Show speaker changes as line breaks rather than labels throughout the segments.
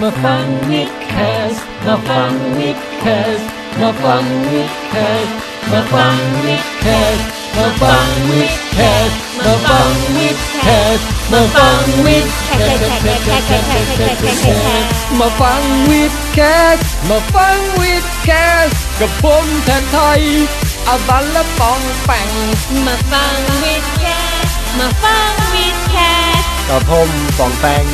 มาฟังวิดแคสมาฟังวิดแคสมาฟังวิดแคสมาฟังวิดแคสมาฟังวิดแคสมาฟังวิดแคสมาฟังวิดแคสมาฟังวิดแคสมาฟังวิดแคสกับผมแทนไทยอาบันและปองแปง
มาฟังวิดแคสมาฟังวิดแคส
กับผมปองแปง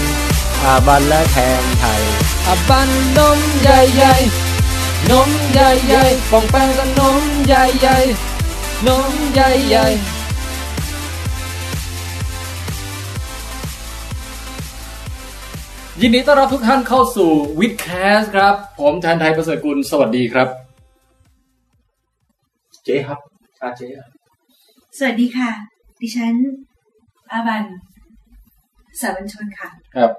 อาบันและแทนไทย
อาบันนมใหญ่ๆนมใหญ่ๆปองแปงก็นมใหญ่ๆนมใหญ่ๆ
ยินดีต้อนรับทุกท่านเข้าสู่วิดแคสครับ ผมแทนไทยประเสริฐกุลสวัสดีครับ เจ๊ครับอาเจ๊ครับ
สวัสดีค่ะ ดิฉัน อาบัน สาวัญชนค่ะ
ครับ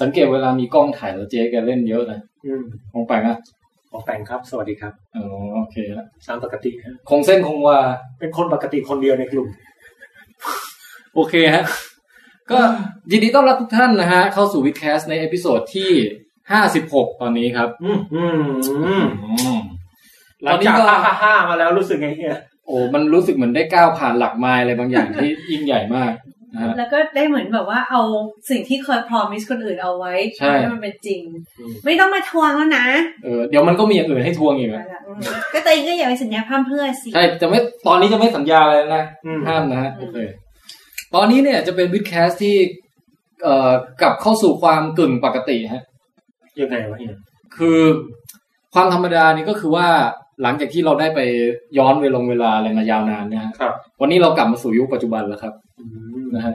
สังเกตเวลามีกล้องถ่ายแล้วเจ๊แกเล่นเยอะนะ
อืม
มองไปนะ
ปองแปงครับ สวัสดีครับ
อ๋อโอเคละ
ตามปกติครับ
คงเส้นคงว่า
เป็นคนปกติคนเดียวในกลุ่ม
โอเคฮะ ก็ยินดีต้อนรับทุกท่านนะฮะ เข้าสู่วิดแคสในเอพิโซดที่ห้าสิบหกตอนนี้ครับ
อืมอืมอืม
อืม
หลังจากห้าห้าห้ามาแล้วรู้สึกไงเฮีย
โอ้มันรู้สึกเหมือนได้ก้าวผ่านหลักไมล์อะไรบางอย่าง ที่ยิ่งใหญ่มากนะฮะ
แล้วก็ได้เหมือนแบบว่าเอาสิ่งที่เคยพรอมิสคนอื่นเอาไว้
ใช่
ห้มันเป็นจริง ไม่ต้องมาทวงแล้วนะ
เออเดี๋ยวมันก็มีอย่างอื่นให้ทวงอีกอะ
อืมก็ตัวเองก็อย่าไปสัญญาพร่ำเพรื่อสิ
ใช่ จะไม่ ตอนนี้จะไม่สัญญาอะไรแล้วนะ
อืม
ห้ามนะฮะ
อืม
โอเค ตอนนี้เนี่ยจะเป็นวิดแคสที่ เอ่อกลับเข้าสู่ความกึ่งปกติฮะ
ยังไงวะเฮีย
คือความธรรมดานี่ก็คือว่าหลังจากที่เราได้ไปย้อนเวลงเวลาอะไรมายาวนานเนี่ยฮะ
ครับ
วันนี้เรากลับมาสู่ยุคปัจจุบันแล้วครับ
อืม
นะฮะ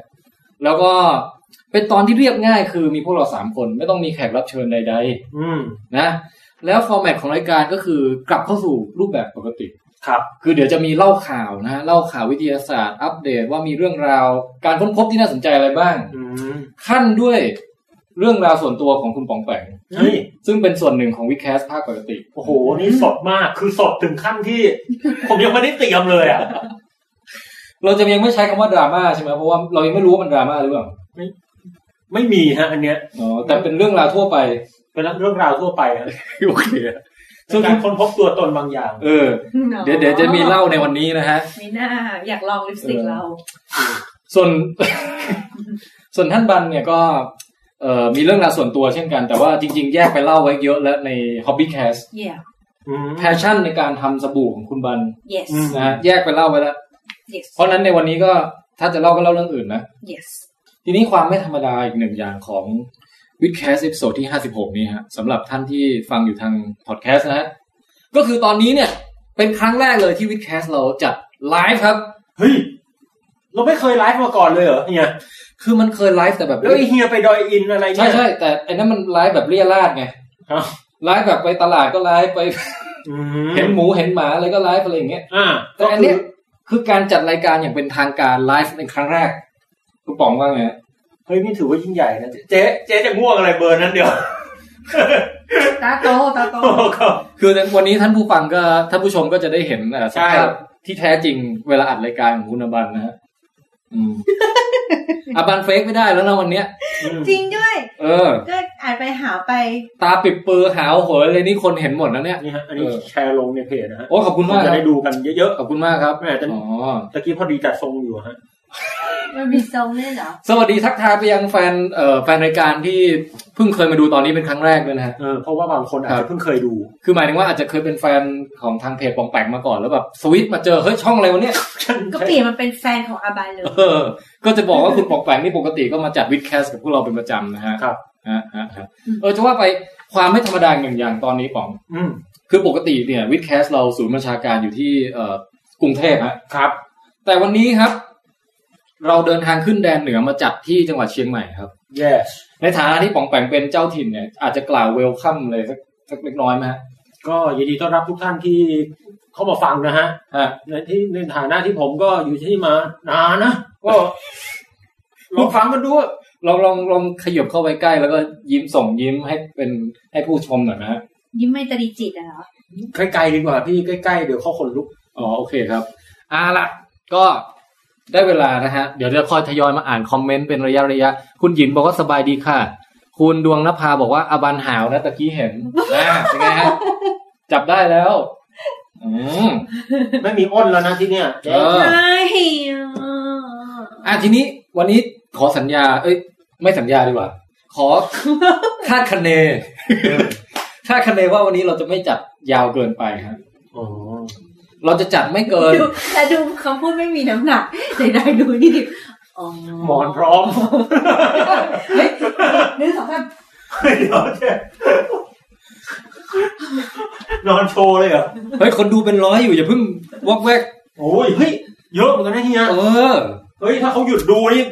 แล้วก็เป็นตอนที่เรียบง่ายคือมีพวกเราสามคนไม่ต้องมีแขกรับเชิญใด
อืม
ๆ นะ แล้วฟอร์แมตของรายการก็คือกลับเข้าสู่รูปแบบปกติ
ครับ
คือเดี๋ยวจะมีเล่าข่าวนะฮะเล่าข่าววิทยาศาสตร์ อัปเดตว่ามีเรื่องราว การค้นพบที่น่าสนใจอะไรบ้าง
อืม
ขั้นด้วยเรื่องราวส่วนตัวของคุณป๋องแปง
เฮ้ย
ซึ่งเป็นส่วนหนึ่งของวิดแคสภาคปกติ
โอ้โหนี่สดมากคือสดถึงขั้นที่ ผมยังไม่ได้เตรียมเลยอ่ะ
เราจะยังไม่ใช้คำว่าดราม่าใช่ไหมเพราะว่าเรายังไม่รู้ว่ามันดราม่าหรือเปล่า
ไม่มีฮะ อันเนี้ย
อ๋อแต่เป็นเรื่องราวทั่วไป
เป็นเรื่องราวทั่วไปฮ ะ
โอเค
เป็นการค้นพบตัวตนบางอย่าง
เออ เดี๋ยวเดี๋ยวจะมีเล่าในวันนี้นะฮะ
มีหน้าอยากลองลิปสติก
เออ
เรา
ส่วน ส่วนท่านบันเนี่ยก็เอ่อมีเรื่องราวส่วนตัวเช่นกัน แต่ว่าจริง ๆ แยกไปเล่าไว้เยอะแล้วใน Hobby Cast
yeah
อืม
แพชชั่นในการทำสบู่ของคุณบัน
yes
อืม
นะฮะแยกไปเล่าไปแล้ว
yes
เพราะฉะนั้นในวันนี้ก็ถ้าจะเล่าก็เล่าเรื่องอื่นนะ
yes
ทีนี้ความไม่ธรรมดาอีกหนึ่งอย่างของวิดแคสเอพิโซดที่ 56 นี้ฮะสำหรับท่านที่ฟังอยู่ทางพอดแคสต์นะฮะก็คือตอนนี้เนี่ยเป็นครั้งแรกเลยที่วิดแคสเราจัดไลฟ์ครับ
เฮ้ย เราไม่เคยไลฟ์มาก่อนเลยเหรอเฮีย
คือมันเคยไลฟ์แต่แบบ
แล้วไอเฮียไปดอยอินอะไร
ใช่
เนี่ย
ใช่แต่ไอ้นั้นมันไลฟ์แบบเรียราดไง
ครับ
ไลฟ์แบบไปตลาดก็ไลฟ์ไป
เห็
เห็
น
นหมูเห็นหมาอะไรก็ไลฟ์อะไรอย่างเงี้ย
อ่า
แต่อันเนี้ยคือการจัดรายการอย่างเป็นทางการไลฟ์ในครั้งแรกคุณป๋องว่าไงฮะ
เฮ้ยนี่ถือว่ายิ่งใหญ่นะ เจ๊เจ๊จะง่วงอะไรเบอร์นั้นเดียว
ตาโตตาโต
ครับ
คือวันนี้ท่านผู้ฟังก็ท่านผู้ชมก็จะได้เห็นเอ่อส
ใช่
ภาพที่แท้จริงเวลาอัดรายการของคุณอบันนะฮะอืม อบันเฟกไม่ได้แล้วนะวันเนี้ย
จริงด้วย
เออ
ก็อ่านไปหาไป
ตาปิดเปลือหาวโหยเลยนี่คนเห็นหมดแล้วเนี่ย
นี่ฮะ อันนี้
เออ
แชร์ลงในเพจนะฮะ
โอ้ขอบคุณมากค
จะ
รับ
ได้ดูกันเยอะ
ขอบคุณมากครับ
ๆแม่แต่
อ๋อ
ตะกี้พอดีจัดทรงอยู่ฮะ
มันมีทรงด้วยเหรอ
สวัสดีทักทายไปยังแฟนเอ่อแฟนรายการที่เพิ่งเคยมาดูตอนนี้เป็นครั้งแรกด้วยนะฮะ
เออ เพราะว่าบางคนอาจ
ครั
จะ
บ
เพิ่งเคยดู
คือหมายถึงว่าอาจจะเคยเป็นแฟนของทางเพจปองแปงมาก่อนแล้วแบบสวิตช์มาเจอเฮ้ยช่องอะไรวะเนี่ย
ก็เปลี่ยนมาเป็นแฟนของอาบันเลย
เออ ก็จะบอกว่าคุณปองแปงนี่ปกติก็มาจัดวิดแคสกับพวกเราเป็นประจำนะฮะ
ครับ
ฮะฮะฮะเออจะว่าไปความไม่ธรรมดาหนึ่งอย่างตอนนี้ป๋อง
อืม
คือปกติเนี่ยวิดแคสเราศูนย์ประชาการอยู่ที่เอ่อกรุงเทพฮะ
ครับ
แต่วันนี้ครับ เราเดินทางขึ้นแดนเหนือมาจัดที่จังหวัดเชียงใหม่ครับ
yes
ในฐานะที่ป๋องแปงเป็นเจ้าถิ่นเนี่ยอาจจะกล่าวเวลคัมเลยสักสักเล็กน้อยไหมฮะ
ก็ยินดีต้อนรับทุกท่านที่เข้ามาฟังนะฮะ
ฮะ
ในที่ในฐานะที่ผมก็อยู่ที่นี่มานานนะ ก็ลองฟังกันดู
ลองลองลองขยับเข้าไปใกล้ แล้วก็ยิ้มส่งยิ้มให้เป็นให้ผู้ชมหน่อยนะฮะ
ยิ้มไม่ตรีจิตอะเหรอ
ใกล้ๆดีกว่าพี่ใกล้ๆเดี๋ยวเขาขนลุก
อ๋อโอเคครับเอาล่ะ ก็ได้เวลานะฮะ เดี๋ยวจะคอยทยอยมาอ่านคอมเมนต์เป็นระยะระยะ คุณหญิงบอกว่าสบายดีค่ะ คุณดวงนภาบอกว่าอบันหาวนะตะกี้เห็นนะเป็นไงฮะจับได้แล้ว อืม
ไม่มีอ้นแล้วนะที่เนี่ย
เออ
ใช่
อ่ะทีนี้วันนี้ขอสัญญา เอ้ย ไม่สัญญาดีกว่า ขอ คาดคะเน คาดคะเนว่าวันนี้เราจะไม่จัดยาวเกินไปครับ
อ๋อ
เราจะจัดไม่เกิน
ดูแต่ดูคำพูดไม่มีน้ำหนักใดๆดูนี่ดิอ๋อ
หมอนพร้อม
เฮ้ยหนึ่งสองสาม
เดี๋ยวเจ๊นอนโชว์เลยเหรอ
เฮ้ย คนดูเป็นร้อยอยู่อย่าเพิ่งวอกแวก
โอ้ยเฮ้ยเยอะเหมือนกันนะเฮีย
เออ
เฮ้ยถ้าเขาหยุดดูนี่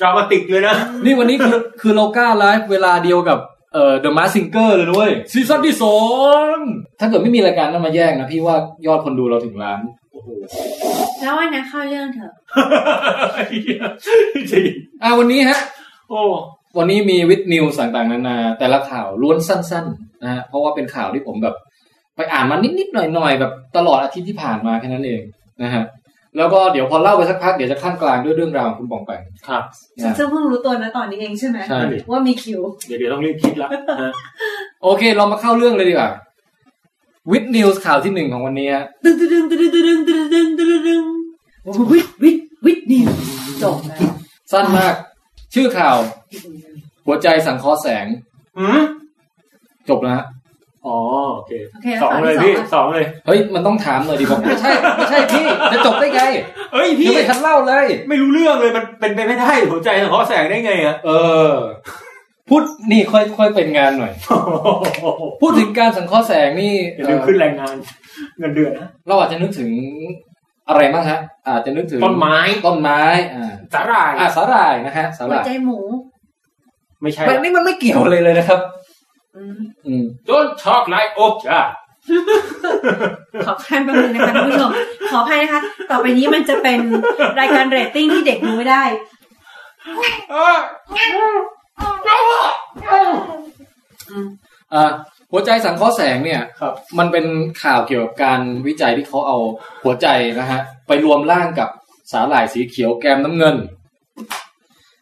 ดรามาติกเลยนะ
นี่วันนี้คือคือเรากล้าไลฟ์เวลาเดียวกับเอ่อ The Mask Singer เลยด้วยซีซั่นที่สองถ้าเกิดไม่มีรายการนั้นมาแย่งนะพี่ว่ายอดคนดูเราถึงล้าน
แล้ววันนะเข้าเรื่องเถอะ
จริง
อ่ะวันนี้ฮะ
โอ้
วันนี้มีวิดนิวส์ต่างๆนานาแต่ละข่าวล้วนสั้นๆนะฮะเพราะว่าเป็นข่าวที่ผมแบบ ไปอ่านมานิดๆหน่อยๆแบบตลอดอาทิตย์ที่ผ่านมาแค่นั้นเองนะฮะแล้วก็เดี๋ยวพอเล่าไปสักพักเดี๋ยวจะขั้นกลางด้วยเรื่องราวของคุณปองแปง
ครับ
นะฮะ
ซึ่งเพิ่งรู้ตัวนะตอนนี้เองใช่ไหม
ใช่
ว่ามีคิว
เดี๋ยวเดี๋ยวต้องรีบคิดละฮะ
โอเค เรามาเข้าเรื่องเลยดีกว่าวิดนิวส์ข่าวที่หนึ่งของวันนี้ฮะ
ตึ้งตึ้งตึ้งตึ้งตึ้งตึ้งตึ้งตึ้งตึ้งวิทวิทวิทนิวจบแล้ว
สั้นมาก ชื่อข่าว หัวใจสังเคราะห์แสง
อืม
จบแล้วฮะ
อ๋อโอเค
โอเคแล้ว
สอง
ข่าว
เลย
ที่
พี่
สอง
สองเลย
เฮ้ยมันต้องถามหน่อยดิบอกไม่ใช่ไม่ใช่พี่จะจบได้ไง
เอ้ย
ยั
พี่
งไม่ทันเล่าเลย
ไม่รู้เรื่องเลยมันเป็นไปไม่ได้หัวใจของเขาแสงได้ไงอะ
เออ พูดนี่ค่อยค่อยเป็นงานหน่อย พูดถึงการสังเคราะห์แสงนี่
อย่าลืม
เอ่อ
ขึ้นแรงงาน เงินเดือนนะ
เราอาจจะนึกถึงอะไรบ้างฮะ อาจจะนึกถึง
ต้นไม้
ต้นไม้อ่า
สาหร่าย
อ่าสาหร่ายนะฮะสาห
หัว
ร่าย
ใจหมู
ไม่ใช่
มันนี่มันไม่เกี่ยวเลยเลยนะครับ อืม
โดนช็อกไลท์โอ๊กจ้า
ขอพายแป๊บนึงนะคะคุณผู้ชมขอพายนะคะ ต่อไปนี้มันจะเป็นรายการเรตติ้งที่เด็กดูไม่ได้
อ่าหัวใจสังเคราะห์แสงเนี่ย
ครับ
มันเป็นข่าวเกี่ยวกับการวิจัยที่เขาเอาหัวใจนะฮะ ไปรวมร่างกับสาหร่ายสีเขียวแกมน้ำเงิน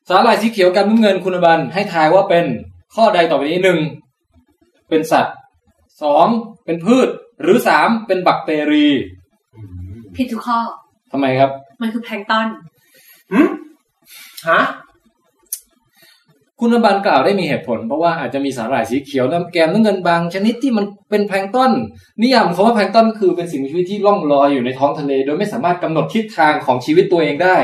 สาหร่ายสีเขียวแกมน้ำเงินคุณบันให้ทายว่าเป็นข้อใดต่อไปนี้หนึ่งเป็นสัตว์สองเป็นพืช หรือสามเป็นแบักเตอรี
ผิดทุกข้อ
ทำไมครับ
มันคือแพลงก์ต้น
หืมฮะ
คุณบันกล่าวได้มีเหตุผล เพราะว่าอาจจะมีสาหร่ายสีเขียวน้ำแกมน้ำเงินบาง ชนิดที่มันเป็นแพลงก์ต้น นิยามของคำว่าแพลงก์ต้นคือเป็นสิ่งมีชีวิตที่ล่องลอยอยู่ในท้องทะเล โดยไม่สามารถกำหนดทิศทางของชีวิตตัวเองได้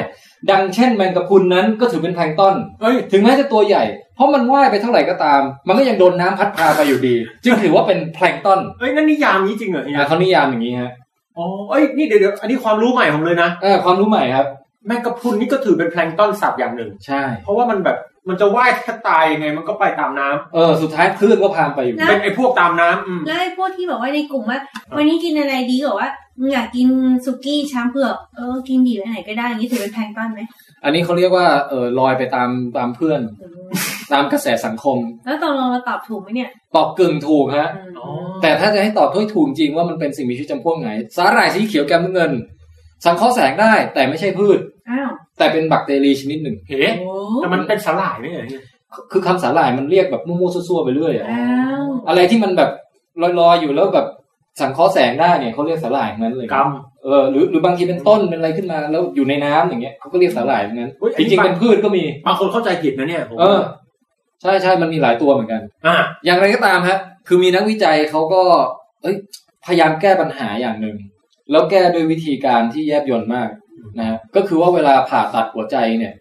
ดังเช่นแมงกะพรุนนั้นก็ถือเป็นแพลงก์ต้น
เอ้ย
ถึงแม้จะตัวใหญ่ เพราะมันว่ายไปเท่าไหร่ก็ตาม มันก็ยังโดนน้ำพัดพาไปอยู่ดี จึงถือว่าเป็นแพลงก์ต้น
เอ้ยนั่นนิยามนี้จริงเหรอเฮีย
อ่ะเขานิยามอย่างนี้ฮะ
อ๋อเอ้ยนี่เดี๋ยวเดี๋ยวอันนี้ความรู้ใหม่ผมเลยนะ
เออความรู้ใหม่ครับ
แมงกะพรุนนี่ก็ถือเป็นแพลงก์ต้นสัตว์อย่างหนึ่ง
ใช่
เพราะว่ามันแบบมันจะว่ายถ้าตายยังไง มันก็ไปตามน้ำ
เออสุดท้ายคลื่นก็พาไปอยู่ดี
นะ
เป็นไอ้พวกตามน้ำอืม
แล้วไอ้พวกที่บอกว่าในกลุ่มว่า วันนี้กินอะไรดีก็บอกว่ามึงอยากกินสุกี้ช้างเผือกเออกินดีไปไหนก็ได้อย่างนี้ถือเป็นแพลงก์ต้นไหม
อันนี้เขาเรียกว่าเออลอยไปตามตามเพื่อน
เออ
ตามกระแสสังคม
แล้วตกลงเราตอบถูกไหมเนี่ย
ตอบกึ่งถูกฮะ
อืม
อ๋อ
แต่ถ้าจะให้ตอบถ้วยถูกจริงว่ามันเป็นสิ่งมีชีวิตจำพวกไหน สาหร่ายสีเขียวแกมน้ำเงิน สังเคราะห์แสงได้ แต่ไม่ใช่พืช
อ้าว
แต่เป็นแบักเตอรีชนิดหนึ่ง
เฮ้
โอ้
แต่มันเป็นสาหร่ายนี่เหรอเฮีย
คือคำสาหร่ายมันเรียกแบบมั่วๆซั่วๆไปเรื่อยอะ
อ้าว
อะไรที่มันแบบลอยๆอยู่แล้วแบบสังเคราะห์แสงได้เนี่ยเขาเรียกสาหร่ายทั้งนั้นเลย
ก
เออหรือหรือบางทีเป็นต้นเป็นอะไรขึ้นมาแล้วอยู่ในน้ำอย่างเงี้ยเขาก็เรียกสาหร่ายทั้งนั้น
อุ๊ยอั
จ
นนี้
ริงๆ
ปะ
เป็นพืชก็มี
ำบางคนเข้าใจผิดนะเนี่ยผม
เออ ใช่ใช่มันมีหลายตัวเหมือนกัน
อ่า
อย่างไรก็ตามฮะ คือมีนักวิจัยเขาก็ เอ้ย พยายามแก้ปัญหาอย่างหนึ่ง แล้วแก้ด้วยวิธีการที่แยบยลมากนะฮะ ก็คือว่าเวลาผ่าตัดหัวใจเนี่ย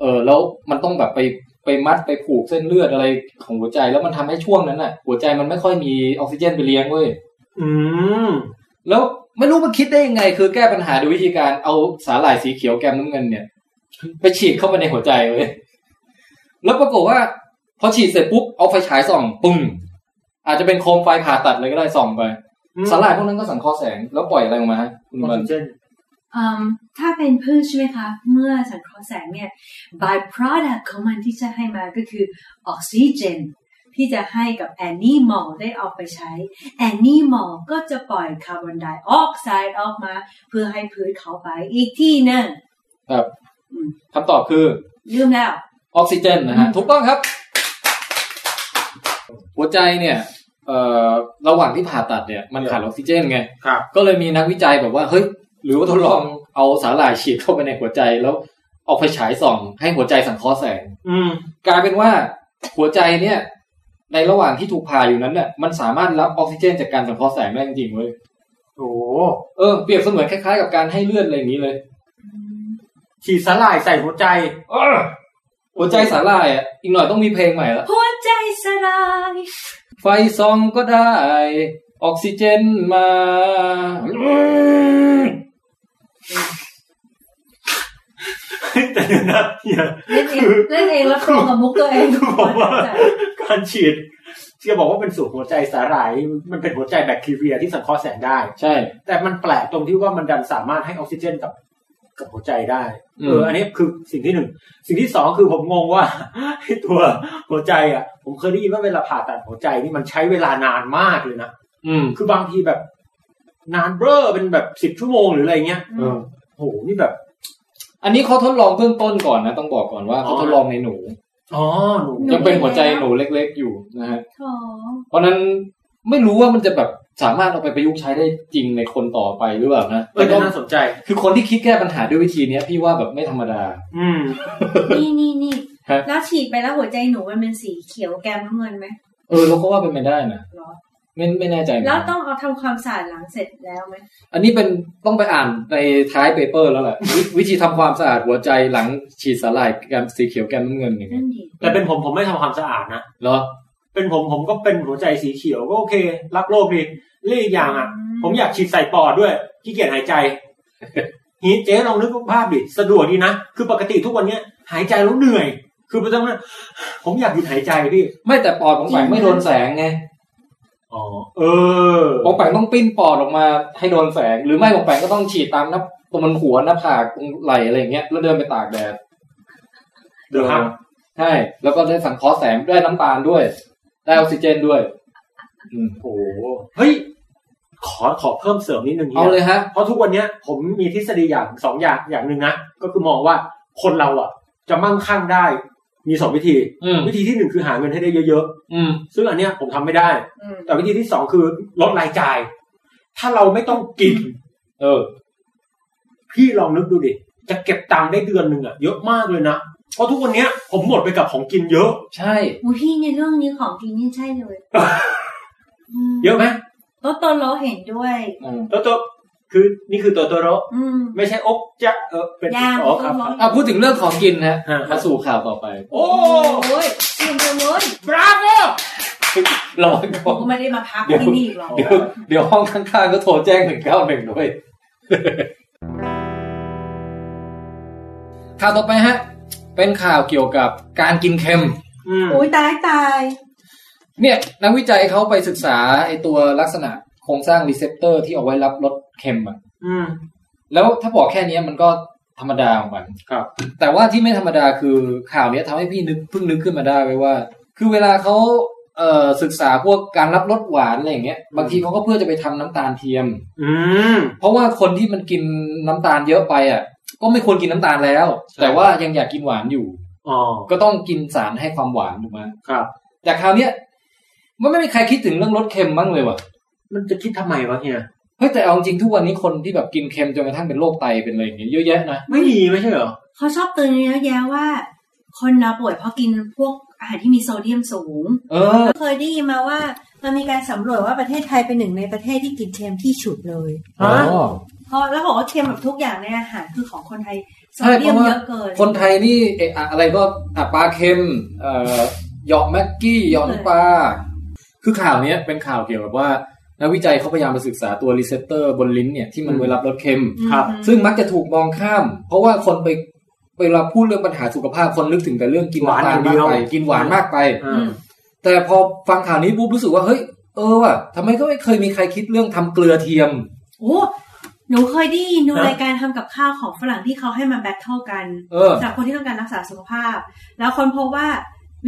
เออ แล้วมันต้องแบบไปไปมัดไปผูกเส้นเลือดอะไรของหัวใจ แล้วมันทำให้ช่วงนั้นน่ะ หัวใจมันไม่ค่อยมีออกซิเจนไปเลี้ยงเว้ย
อืม
แล้วไม่รู้มันคิดได้ยังไง คือแก้ปัญหาด้วยวิธีการเอาสาหร่ายสีเขียวแกมน้ำเงินเนี่ย ไปฉีดเข้าไปในหัวใจเว้ยแล้วปรากฏว่า พอฉีดเสร็จปุ๊บเอาไฟฉายส่องปุ้งอาจจะเป็นโคมไฟผ่าตัดเลยก็ได้ส่องไปสาหร่ายพวกนั้นก็สังเคราะห์แสงแล้วปล่อยอะไรออกมาฮะคุณ
อ
บั
อน กซิเจน
อืมถ้าเป็นพืชใช่ไหมคะ เมื่อสังเคราะห์แสงเนี่ย by product ของมันที่จะให้มาก็คือออกซิเจน ที่จะให้กับแอนนี่มอลได้เอาไปใช้แอนนี่มอลก็จะปล่อยคาร์บอนไดออกไซด์ออกมา เพื่อให้พืชเขาไปอีกที่หนึ่ง
ครับ
อืม
คำตอบคือ
ลืมแล้ว
ออกซิเจนนะฮะถูกต้องครับ หัวใจเนี่ยเอ่อระหว่างที่ผ่าตัดเนี่ยมันขาดออกซิเจนไง
ครับ
ก็เลยมีนักวิจัยบอกว่าเฮ้ยหรือว่าทดลองเอาสาหร่ายฉีดเข้าไปในหัวใจแล้วเอาไฟฉายส่องให้หัวใจสังเคราะห์แสง
อืม
กลายเป็นว่าหัวใจเนี่ย ในระหว่างที่ถูกผ่าอยู่นั้นเนี่ยมันสามารถรับออกซิเจนจากการสังเคราะห์แสงได้จริงๆเว้ย
โอ้
เออเปรียบเสมือนคล้ายๆกับการให้เลือดอะไรอย่างนี้เลย
ฉีดสลายใส่หัวใจ
เออหัวใจสาหร่ายอ่ะอีกหน่อยต้องมีเพลงใหม่ละ
หัวใจสลาย
ไฟซองก็ได้ ออกซิเจนมาอืม
แต่เดี๋ยวนะเฮีย
เล่นเอง เล่นเองแล้วตรงกับมุกตัวเอง
คือผมว่า การฉีดที่บอกว่าเป็นสูตรหัวใจสาหร่าย มันเป็นหัวใจแบคทีเรียที่สังเคราะห์แสงได้
ใช่
แต่มันแปลกตรงที่ว่ามันดันสามารถให้ออกซิเจนกับกับหัวใจได้
อืม
เออ อันนี้คือสิ่งที่หนึ่ง สิ่งที่สองคือผมงงว่า ไอ้ตัวหัวใจอ่ะ ผมเคยได้ยินว่าเวลาผ่าตัดหัวใจนี่มันใช้เวลานานมากเลยนะ
อืม
คือบางทีแบบนานเบ้อเป็นแบบสิบชั่วโมงหรืออะไรเงี้ย
เออ
โห นี่แบบ
อันนี้เขาทดลองเบื้องต้นก่อนนะ ต้องบอกก่อนว่าเขาทดลองในหนู
อ๋อหนู
ยังเป็นหัวใจหนูเล็กๆอยู่นะฮะ
โถ่
เพราะฉะนั้นไม่รู้ว่ามันจะแบบสามารถเอาไปประยุกต์ใช้ได้จริงในคนต่อไปหรือเปล่านะ
เออ
แต่ก็
น่าสนใจ
คือคนที่คิดแก้ปัญหาด้วยวิธีเนี้ย พี่ว่าแบบไม่ธรรมดา
อืม
นี่นี่นี่
ฮะ
แล้วฉีดไปแล้วหัวใจหนูมันเป็นสีเขียวแกมน้ำเงินไหม
เออเราก็ว่าเป็นไปได้นะ
หรอ
ไม่ไม่แน่ใจเหมือน
แล้
กั
วน ต้องเอาทำความสะอาดหลังเสร็จแล้วไหม
อันนี้เป็นต้องไปอ่านในท้ายเปเปอร์แล้วแหละวิวิธีทำความสะอาดหัวใจหลังฉีดสาหร่ายแกมสีเขียวแกมน้ำเงินอย่างเงี้
นั่
ย
นดิ
แต่เป็นผมผมไม่ทำความสะอาดนะ
เหรอ
เป็นผมผมก็เป็นหัวใจสีเขียวก็โอเค รักโลกดีเรื่องอีกอย่างอ่ะ ผมอยากฉีดใส่ปอดด้วยขี้เกียจหายใจฮีเจ๊ลองนึกภาพดิสะดวกดีนะ คือปกติทุกวันเนี้ย หายใจแล้วเหนื่อย คือไม่ต้องนะผมอยากหยุดหายใจพี่
ไม่แต่ปอดของแปงไม่โดนแสงไง
อ๋อเออ
ของแปงต้องปิ้นปอดออกมาให้โดนแสง หรือไม่ของแปงก็ต้องฉีดตามหน้าตรงมันหัวหน้าผากตรงไหล่อะไรอย่างเงี้ยแล้วเดินไปตากแดด
เดี๋ยวครับ
ใช่แล้วก็ได้สังเคราะห์แสงได้น้ำตาลด้วย ได้ออกซิเจนด้วย อืม
โอ้โหเฮ้ยขอขอเพิ่มเสริมนิดนึง
เอา
นี่ย
เลยฮะ
เพราะทุกวันเนี้ยผมมีทฤษฎีอย่างสองอย่างอย่างหนึ่งนะก็คือมองว่าคนเราอ่ะ จะมั่งคั่งได้ มีสองวิธี
อืม
วิธีที่หนึ่งคือหาเงินให้ได้เยอะ
อืม
ๆซึ่งอันเนี้ยผมทำไม่ได้
อืม
แต่วิธีที่สองคือลดรายจ่าย ถ้าเราไม่ต้องกิน
เออ
พี่ลองนึกดูดิจะเก็บตังค์ได้เดือนหนึ่งอ่ะเยอะมากเลยนะเพราะทุกวันเนี้ยผมหมดไปกับของกินเยอะ
ใช่
อุ้ยพี่ในเรื่องนี้ของจริงนี่ใช่เลยม
เยอะไหม
แล้วตอนเราเห็นด้วย
อืม
ตัวตัวคือนี่คือตัวตัวโร
อืม
ไม่ใช่อกจะเออเป็น
ย่าง
อ๋อครับ
ตัวโร
อ่ะพูดถึงเรื่องของกินฮะ
ฮะ
มาสู่ข่าวต่อไป
โอ้
โอ้ยเตรียมตัวเลย
บราโว
รอก่อน
กูไม่ได้มาพัก
เดี๋ยว
ที่นี่อีกหรอก
เดี๋ยวเดี๋ยวห้องข้างๆ ก็โทรแจ้งหนึ่งเก้าหนึ่งด้วย ข่าวต่อไปฮะ เป็นข่าวเกี่ยวกับการกินเค็ม
อืม
อุ้ยตายตาย
เนี่ยนักวิจัยเขาไปศึกษาไอตัวลักษณะโครงสร้างรีเซพเตอร์ที่เอาไว้รับรสเค็มอะ
อืม
แล้วถ้าบอกแค่เนี้ยมันก็ธรรมดาของมัน
ครับ
แต่ว่าที่ไม่ธรรมดาคือข่าวเนี้ยทำให้พี่นึกเพิ่งนึกขึ้นมาได้ไว้ว่า คือเวลาเขาเอ่อศึกษาพวกการรับรสหวานอะไรอย่างเงี้ยบางทีเขาก็เพื่อจะไปทำน้ำตาลเทียม
อืม
เพราะว่าคนที่มันกินน้ำตาลเยอะไปอ่ะ ก็ไม่ควรกินน้ำตาลแล้ว
ใช่
แต่ว่ายังอยากกินหวานอยู่
อ๋อ
ก็ต้องกินสารให้ความหวานถูกไหม
ครับ
แต่คราวเนี้ยมันไม่มีใครคิดถึงเรื่องรสเค็มบ้างเลยว่ะ
มันจะคิดทำไมวะเฮีย
เฮ้ยแต่เอาจริงทุกวันนี้คนที่แบบกินเค็มจนกระทั่งเป็นโรคไตเป็นอะไรอย่างเงี้ยเยอะแยะนะ
ไม่มีไม่ใช่เหรอ
เขาชอบเตือนเยอะแยะว่า คนเราป่วยเพราะกินพวกอาหารที่มีโซเดียมสูง
เออ
เคยได้ยินมาว่ามันมีการสำรวจว่าประเทศไทยเป็นหนึ่งในประเทศที่กินเค็มที่ฉุดเลย
ฮะ
เพราะแล้วบอกว่าเค็มแบบทุกอย่างในอาหารคือของคนไทยโซ
ใช่เพ
เดียม
ราะว่า
เยอะเกิน
คนไทยนี่เอะอะอะไรก็อ่ะปลาเค็มเอ่อเหยาะแม็กกี้เหยาะน้ำปลาคือข่าวเนี้ยเป็นข่าวเกี่ยวกับว่านักวิจัยเขาพยายามไปศึกษาตัวรีเซพเตอร์บนลิ้นเนี่ยที่มันไว้รับรสเค็ม
ครับ
อืม
ซึ่งมักจะถูกมองข้าม เพราะว่าคนไปเวลาพูดเรื่องปัญหาสุขภาพคนนึกถึงแต่เรื่องกิน
หวาน
น้ำตล
อย่างเดี
มาก
ยว
ไปกินหวานมากไป
อ่า
อืม
แต่พอฟังข่าวนี้ปุ๊บรู้สึกว่าเฮ้ยเออว่ะทำไมก็ไม่เคยมีใครคิดเรื่องทำเกลือเทียม
โอ้หนูเคยได้ยินดูรายการทำกับข้าวของฝรั่งที่เขาให้มาแบทเทิลกัน
เออ
สำหรับคนที่ต้องการรักษาสุขภาพ แล้วคนพบว่า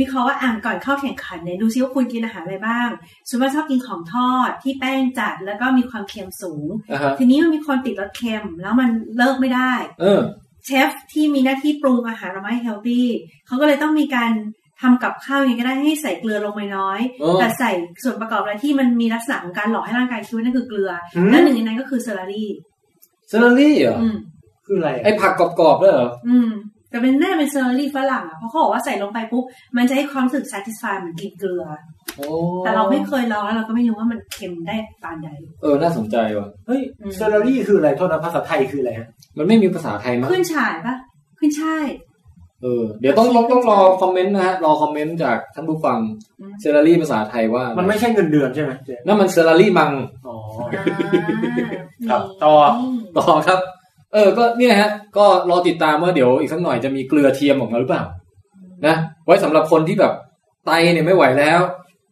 วิเคราะห์ว่าอ่านก่อนเข้าแข่งขันเนี่ยดูซิว่าคุณกินอาหารอะไรบ้างส่วนมากชอบกินของทอดที่แป้งจัดแล้วก็มีความเค็มสูง
อ่ะฮะ
ทีนี้มันมีคนติดรสเค็มแล้วมันเลิกไม่ได้
เออ
เชฟที่มีหน้าที่ปรุงอาหารออกมาให้เฮลตี้เขาก็เลยต้องมีการ ทำกับข้าวยังไงก็ได้ให้ใส่เกลือลงไปน้อย
เออ
แต่ใส่ส่วนประกอบอะไรที่มันมีลักษณะของการหล่อให้ร่างกายช่วยนั่นคือเกลืออ
ม
แล้วหนึ่งในนั้นก็คือเซอร์รี่
เซอร์รี่เหรอ
อืม
คืออะไร
ไอผักกรอบๆด้วยเหรอ
อืม แต่เป็นน่าจะเป็นเซอร์รี่ฝรั่งอะเพราะเขาบอกว่าใส่ลงไปปุ๊บ มันจะให้ความรู้สึก satisfy เหมือนกินเกลือ
โอ้
แต่เราไม่เคยลองแล้วเราก็ไม่รู้ว่ามันเค็มได้ปานใด
เออน่าสนใจว่ะ
เฮ้ย
อืม
เซอร์รี่คืออะไรโทษนะภาษาไทยคืออะไรฮะ
มันไม่มีภาษาไทยมั้ง
ขึ้นฉ่ายปะขึ้นช่าย
เออเดี๋ยวต้องลอง
ขึ้
ต้อน งร
ชื่อ
อคอมเมนต์นะฮะรอคอมเมนต์จากท่านผู้ฟัง
อืม
เซอร์รี่ภาษาไทยว่า
มั
มัน
ไม่ใช่เงินเดือนใช่ไหมเจ๊
นั่นมันเซอร์รี่มัง
อ๋อ ครับ
อ่า
ต่อ
นี่
ต่อครับ เออ ก็เนี่ยฮะ ก็รอติดตามว่าเดี๋ยวอีกสักหน่อยจะมีเกลือเทียมออกมาหรือเปล่า นะ ไว้สำหรับคนที่แบบไตเนี่ยไม่ไหวแล้ว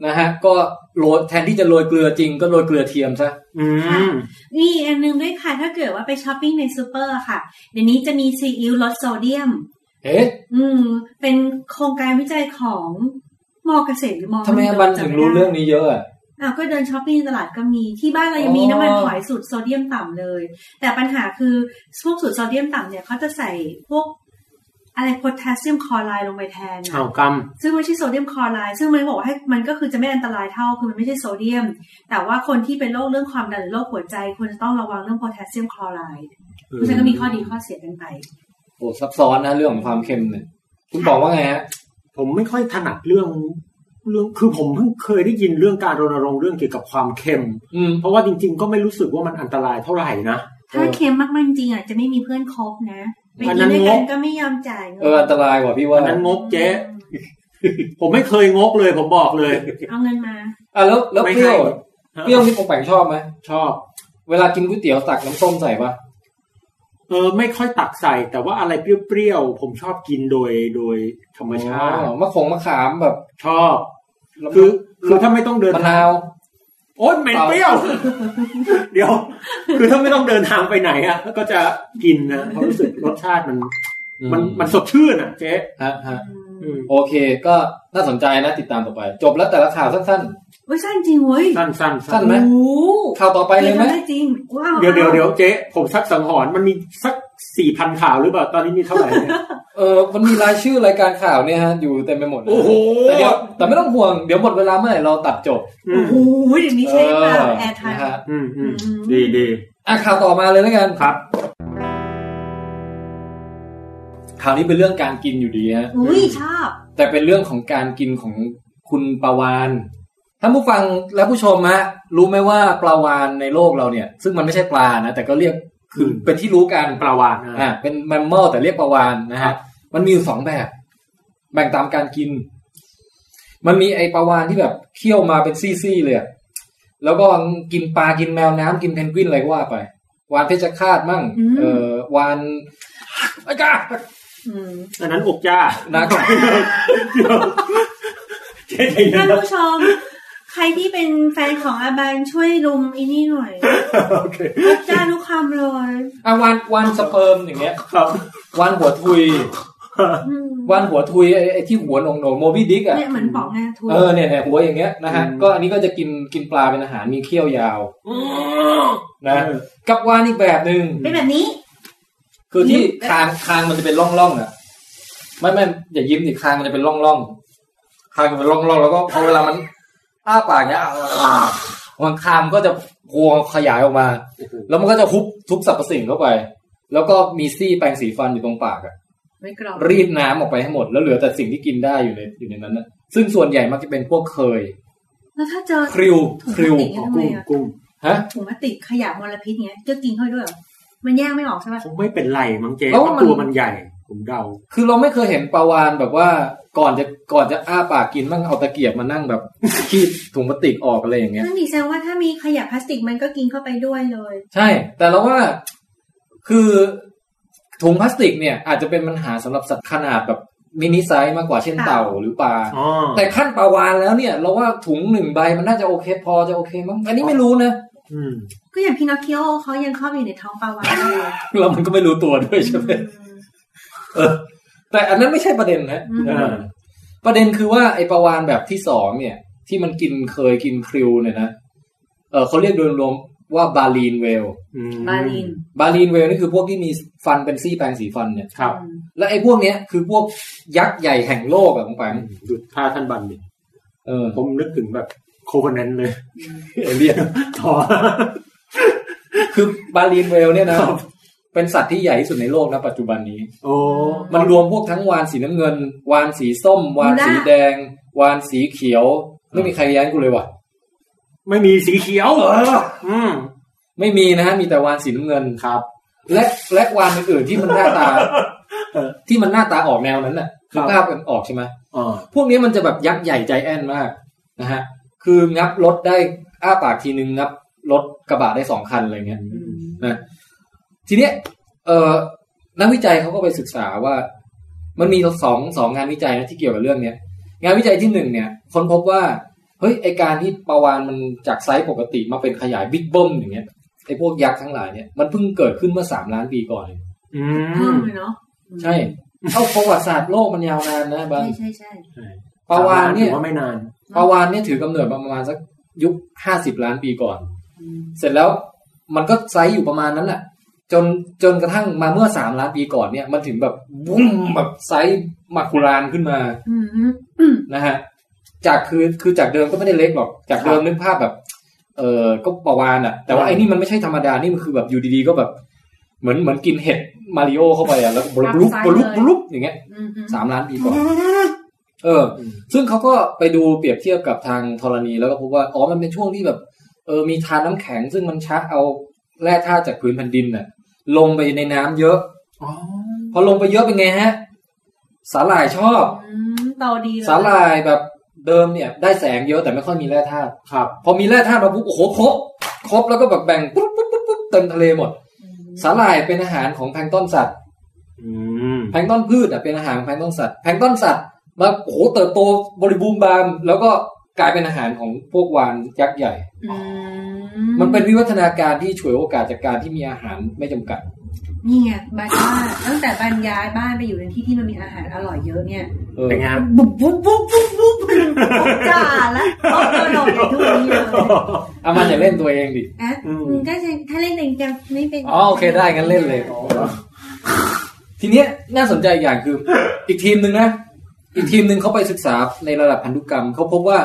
นะฮะ ก็โรยแทนที่จะโรยเกลือจริงก็โรยเกลือเทียมซะ
อืม
นี่อันนึงด้วยค่ะ ถ้าเกิดว่าไปช้อปปิ้งในซูเปอร์ค่ะ เดี๋ยวนี้จะมีซีอิ๊วลดโซเดียม
เอ๊ะ
อืม เป็นโครงการวิจัยของมอเกษตรหรือมอ
ทำไมบันถึงรู้เรื่องนี้เยอะอะ
อ้าวก็เดินช้อปปิ้งในตลาดก็มีที่บ้านเรายังมีน้ำมันหอยสูตรโซเดียมต่ำเลย แต่ปัญหาคือพวกสูตรโซเดียมต่ำเนี่ยเขาจะใส่พวกอะไรโพแทสเซียมคลอไรด์ลงไปแทนอะ
เอากรรม
ซึ่งไม่ใช่โซเดียมคลอไรด์ซึ่งมันบอกว่าให้มันก็คือจะไม่อันตรายเท่าคือมันไม่ใช่โซเดียม แต่ว่าคนที่เป็นโรคเรื่องความดันหรือโรคหัวใจควรจะต้องระวังเรื่องโพแทสเซียมคลอไรด์เพราะฉะนั้นก็มีข้อดีข้อเสียกันไป
โอ้ซับซ้อนนะเรื่องของความเค็มเนี่ย คุณบอกว่าไงฮะ
ผมไม่ค่อยถนัดเรื่องเรื่องคือผมเพิ่งเคยได้ยินเรื่องการรณรงค์เรื่องเกี่ยวกับความเค็ม
อืม
เพราะว่าจริง ๆ ก็ไม่รู้สึกว่ามันอันตรายเท่าไหร่นะ
ถ้าเค็มมากๆจริงๆอ่ะจะไม่มีเพื่อนคบนะไป
อันนั้
กิ
น
นด้วยกั
ง
น
ก
ก็ไม่ยอมจ่ายเงิ
เออ อันตรายกว่าพี่ว่า
อันนั้นงกเจ๊ ผมไม่เคยงกเลย ผมบอกเลย
เอาเงินมา
อ่ะแล้วแล้ว
ไม่
เปรี้ยว
ให้
เปรี้ยวนี่ปงแปงชอบไหม
ชอบ
เวลากินก๋วยเตี๋ยวตักน้ำส้มใส่ปะ
เออ ไม่ค่อยตักใส่ แต่ว่าอะไรเปรี้ยวๆผมชอบกินโดยโดยธรรมชาติ
อ๋อมะขงมะขามแบบ
ชอบ
ละมุน
คือคือถ้าไม่ต้องเดิน
มะ
ทาง
นาว
โอ๊ยเหม็นเปรี้ยว เดี๋ยว คือถ้าไม่ต้องเดินทางไปไหนอะก็จะกินนะเพราะรู้สึกรสชาติมัน มันมันสดชื่นอะเจ๊
ฮะฮะ
อืม
โอเค ก็น่าสนใจนะติดตามต่อไป จบแล้วแต่ละข่าวสั้น
เว้ยสั้นจริงเว้ย
สั้นสั้น
สั้นไหม
โอ้โ
ๆข่าวต่อไปเลยไหม
ทำได้จริงว้าว
เดี๋ยวเดี๋ยวเดี๋ยวเจ๊ผมสักสังหรณ์มันมีสักสี่พันข่าวหรือเปล่าตอนนี้มีเท่าไหร่เนี่ย
เออมันมีรายชื่อรายการข่าวเนี่ยฮะอยู่เต็มไปหมดเลย
โอ้โห
แต่เดี๋ยวแต่ไม่ต้องห่วงเดี๋ยวหมดเวลาเมื่อไหร่เราตัดจบ
อื
โอ้
ม
โหเดี๋ยวนี้ใช้เวลาแอร์ไท
นะ
ม์
ฮะ
อืมอืม
อืม
ดีดี
อ่ะข่าวต่อมาเลยแล้วกัน
ครับ
ข่าวนี้เป็นเรื่องการกินอยู่ดีฮะ
อุ้ยชอบ
แต่เป็นเรื่องของการกินของคุณปลาวานท่านผู้ฟังและผู้ชมฮะรู้ไหมว่าปลาวานในโลกเราเนี่ย ซึ่งมันไม่ใช่ปลานะแต่ก็เรียกคืออ
ม
เป็นที่รู้กัน
ปลาวานนะ
อ่าเป็นแมมมอลแต่เรียกปลาวานนะ
ครั
ฮะ
บ
มันมีอยู่สองแบบ แบ่งตามการกิน มันมีไอปลาวานที่แบบเคี่ยวมาเป็นซี่ๆเลยอะแล้วก็กินปลากินแมวน้ำกินเพนกวินอะไรก็ว่าไป วานเพชรฆาตมั่งเออวานไอ้กา
อืม
อันนั้นอกจ้า
นะครั
เจ๊ใจเย็
ท่าน
นนะ
ผู้ชม ใครที่เป็นแฟนของอาบันช่วยลุมไอินี่หน่อย
โอเค
จ้าทุกคำเลย
อ่ะวานวานสเปิร์มอย่างเงี้ย
ครับ
วานหัวทุย
อืม
วานหัวทุยไอ้ไอ้ที่หัวโหนงโหนงโมบี้ดิกอ่ะ
เนี่ยเหมือนป๋องงาทัว
เออเนี่ยเนี่ยหัวอย่างเงี้ยนะฮะก็อันนี้ก็จะกินกินปลาเป็นอาหารมีเคี้ยวยาวนะ กับวานอีกแบบหนึ่ง
เป็นแบบนี้
คือที่คางคางมันจะเป็นร่องร่องๆอ่ะไม่ไม่อย่ายิ้มดิคางมันจะเป็นร่องร่องๆคางมันเป็นร่องร่องๆแล้วก็พอเวลามันอ้าปากเนี้ยอ่ามันคางมันก็จะพวงขยายออกมา แล้วมันก็จะทุบทุบสรรพสิ่งเข้าไป แล้วก็มีซี่แปรงสีฟันอยู่ตรงปากอ่ะ
ไม่กรอบ
รีดน้ำออกไปให้หมด แล้วเหลือแต่สิ่งที่กินได้อยู่ในอยู่ในนั้นนะซึ่งส่วนใหญ่มักจะเป็นพวกเคย
แล้วถ้าเจอ
คริว
ถุง
คริ
พลาว สติกเนี่ยทำไม
กุ้ง
อะ
กุ้ง
ฮะ
ถุงพลาสติกขยะมลพิษเนี้ยจะกินเข้าไปด้วยเหรอมันแยกไม่ออกใช่ป่ะ
คงไม่เป็นไรมั้งเจ๊
แล้ว
เพราะ
มัน
ตัวมันใหญ่ ผมเดา
คือเราไม่เคยเห็นปลาวานแบบว่าก่อนจะก่อนจะอ้าปากกินมั่งเอาตะเกียบมานั่งแบบ คีบถุงพลาสติกออกอะไรอย่างเงี้ย
นั่นดีแสดงว่าถ้ามีขยะพลาสติกมันก็กินเข้าไปด้วยเลย
ใช่ แต่เราว่าคือถุงพลาสติกเนี่ย อาจจะเป็นปัญหาสำหรับสัตว์ขนาดแบบมินิไซส์มากกว่าเช่น
เต่า
เต่าหรือปลา
อ๋อ
แต่ขั้นปลาวานแล้วเนี่ย เราว่าถุงหนึ่งใบมันน่าจะโอเค พอจะโอเคมั้งอันนี้ไม่รู้นะ
อืม
ก็อย่างพินอคคิโอเขายังครอบอยู่ในท้องปลาวาฬอยู่
แล้วมันก็ไม่รู้ตัวด้วยใช่ไหมเออ แต่อันนั้นไม่ใช่ประเด็นนะ
อืม
อ่า
ประเด็นคือว่าไอปลาวานแบบที่สองเนี่ย ที่มันกินเคยกินคริวเนี่ยนะเออเขาเรียกโดยรวม ว่าบาลีนเวล
อืม
มาลิน
บาลีนเวลนี่คือพวกที่มีฟันเป็นซี่แปลงสีฟันเนี่ย
ครับ
อืม
และไอ้พวกเนี้ยคือพวกยักษ์ใหญ่แห่งโลกอะของแปง
ดูท่าท่านบันดิ
เออ
ผมนึกถึงแบบโคเวนแนนเลย
เอเลี่ยน
ทอ
คือบาลีนเวลเนี่ยนะ
ครับ
เป็นสัตว์ที่ใหญ่ที่สุดในโลกนะปัจจุบันนี้
โอ้
มันรวมพวกทั้งวานสีน้ำเงิน วานสีส้ม วานสีแดง วานสีเขียว ไม่มีใครแย้งกูเลยว่ะ
ไม่มีสีเขียวอืม
ไม่มีนะฮะมีแต่วานสีน้ำเงินครับ และและวานอื่นๆที่มันหน้าตา ที่มันหน้าตาออกแนวนั้นน่ะคือภาพมันออกใช่ไหม
อ่า
พวกนี้มันจะแบบยักษ์ใหญ่ใจแอนมากนะฮะคืองับรถได้อ้าปากทีนึงงับรถกระบะได้สองคันอะไรเงี้ยนะทีเนี้ยเอ่อนักวิจัยเขาก็ไปศึกษาว่า มันมีสองสองงานวิจัยนะที่เกี่ยวกับเรื่องเนี้ย งานวิจัยที่หนึ่งเนี่ยค้นพบว่าเฮ้ยไอการที่ปลาวานมันจากไซส์ปกติมาเป็นขยายบิ๊กเบิ้มอย่างเงี้ยไอพวกยักษ์ทั้งหลายเนี่ยมันเพิ่งเกิดขึ้นเมื่อสามล้านปีก่อนเอง
อื
เพิ่
ม
มเลยเนาะ
ใช่เอ้าประวัติศาสตร์โลกมันยาวนานนะบาง
ใช่ใช่ใช่
ปลาวานเนี่ย
ถือว่าไม่นาน
ปลาวานเนี่ยถือกำเนิดมาประมาณสักยุคห้าสิบล้านปีก่อน
อืม
เสร็จแล้วมันก็ไซส์อยู่ประมาณนั้นแหละจนจนกระทั่งมาเมื่อสามล้านปีก่อนเนี่ยมันถึงแบบบุ้มแบบไซส์มาคุรานขึ้นมา
อืม
นะฮะจากคือคือจากเดิมก็ไม่ได้เล็กหรอก จากเดิมนึกภาพแบบ เออก็ประวานอ่ะ แต่ว่า
อืม
ไอ้นี่มันไม่ใช่ธรรมดานี่มันคือแบบอยู่ดีๆก็แบบ เหมือนเหมือนกินเห็ดมาริโอเข้าไปอ่ะแล้วก็บลุบบลุบบลุบอย่างเงี้ย
อืมอืม
สามล้านปีก่อนเออ ซึ่งเขาก็ไปดูเปรียบเทียบกับทางธรณีแล้วก็พบว่าอ๋อมันเป็นช่วงที่แบบ เออมีทานน้ำแข็ง ซึ่งมันชักเอาแร่ธาตุจากพื้นแผ่นดินน่ะ ลงไปในน้ำเยอะ
อ๋อ
พอลงไปเยอะเป็นไงฮะ สาหร่ายชอบ
อืมโตดีเลย
สาหร่ายแบบเดิมเนี่ย ได้แสงเยอะแต่ไม่ค่อยมีแร่ธาตุ
ครับ
พอมีแร่ธาตุมาปุ๊บโอ้โหครบครบแล้วก็แบบแบ่งปุ๊บปุ๊บปุ๊บปุ๊บเต็มทะเลหมด
อืม
สาหร่ายเป็นอาหารของแพลงก์ต้นสัตว์
อืม
แพลงก์ต้นพืชอ่ะเป็นอาหารของแพลงก์ต้นสัตว์แพลงก์ต้นสัตว์มาโอ้โหเติบโตบริบูรณ์บานแล้วก็กลายเป็นอาหารของพวกวานยักษ์ใหญ่
อื
มันเป็นวิวัฒนาการที่ฉวยโอกาสจากการที่มีอาหารไม่จำกัด
นี่ไงบ้านว่าตั้งแต่บรรยายบ้านไปอยู่ในที่ที่มันมีอาหารอร่อยเยอะเนี่ย
เออ
เป็นไงครับ
บุ๊บบุ๊บบุ๊บบุ๊บบุ๊บจ้าละโอ้โหหลอกทุกทีเลย
เอามันอย่าเล่นตัวเองดิ
อ่ะมึงก็จะถ้าเล่นเองจะไม่เป็น
อ๋อโอเคได้งั้นเล่นเลย
อ๋อ
ทีเนี้ยน่าสนใจอีกอย่างคือ อีกทีมหนึ่งนะ อีกทีมหนึ่งเขาไปศึกษาในระดับพันธุกรรมเขาพบว่า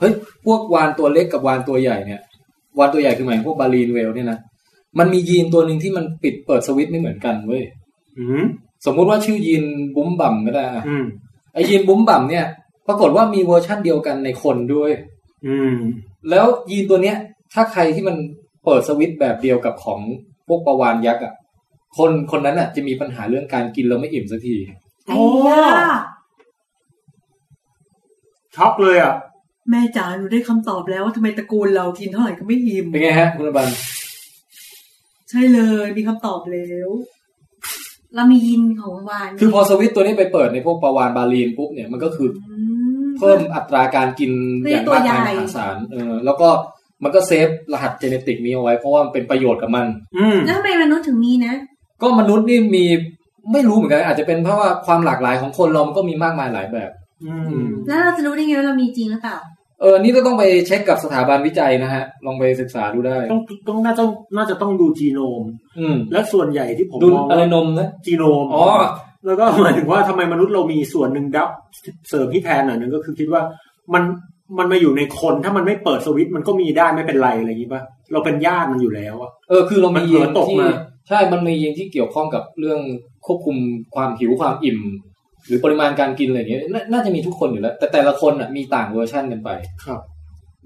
เฮ้ยพวกวานตัวเล็กกับวานตัวใหญ่เนี่ยวานตัวใหญ่คือหมายถึงพวกบาลีนเวลเนี่ยนะมันมียีนตัวหนึ่งที่มันปิดเปิดสวิตช์ไม่เหมือนกันเว้ย
อืม
สมมุติว่าชื่อยีนบุ้มบ่ำก็ได้อะ
อืม
ไอยีนบุ้มบ่ำเนี่ย ปรากฏว่ามีเวอร์ชั่นเดียวกันในคนด้วย
อืม
แล้วยีนตัวเนี้ย ถ้าใครที่มันเปิดสวิตช์แบบเดียวกับของพวกปลาวานยักษ์อ่ะคนคนนั้นอ่ะจะมีปัญหาเรื่องการกินแล้วไม่อิ่มสักที
ไอ้ยา
ช็อกเลยอ่ะ
แม่จ๋าหนูได้คำตอบแล้วว่าทำไมตระกูลเรากินเท่าไหร่ก็ไม่อิ่ม
เป็นไงฮะคุณอบัน
ใช่เลยมีคำตอบแล้วเรามียินของวาน
คือพอสวิตช์ตัวนี้ไปเปิดในพวกปลาวานบาลีนปุ๊บเนี่ยมันก็คือ
ม
เพิ่มอัตราการกิน
ไม่
อ
ได้
ย่างมา
ตัว
ก
ใหญ่
มายมหาศาลเออแล้วก็มันก็เซฟรหัสเจเนติกนี้เอาไว้ เพราะว่ามันเป็นประโยชน์กับมัน
อืม
แล้วทำไมมนุษย์ถึงมีนะ
ก็มนุษย์นี่มีไม่รู้เหมือนกัน อาจจะเป็นเพราะว่าความหลากหลายของคนเรามันก็มีมากมายหลายแบบ
อืม
แล้วเราจะรู้ได้ไงว่าเรามีจริงหรือเปล่า
เออนี่ก็ต้องไปเช็คกับสถาบันวิจัยนะฮะ ลองไปศึกษาดูได้
ต้องต้องน่าจะน่าจะต้องดูจีโนม
อืม
และส่วนใหญ่ที่ผม
ดู
มอง
อะไรนมนะ
จีโนม
อ๋อ
แล้วก็หมายถึงว่าทำไมมนุษย์เรามีส่วนหนึ่งดับเสริมที่แทนหน่อยหนึงก็คือคิดว่ามันมันมาอยู่ในคนถ้ามันไม่เปิดสวิตช์มันก็มีได้ไม่เป็นไรอะไรอย่างนี้ป่ะเราเป็นญาติมันอยู่แล้วอะ
เออคือเรามียี
มันนเผลอตก
ที่
มา
ใช่ มันมียีนที่เกี่ยวข้องกับเรื่องควบคุมความหิวความอิ่ม หรือปริมาณการกินอะไรอย่างเงี้ยนาน่าจะมีทุกคนอยู่แล้ว แต่แต่ละคนอ่ะมีต่างเวอร์ชันกันไป
ครับ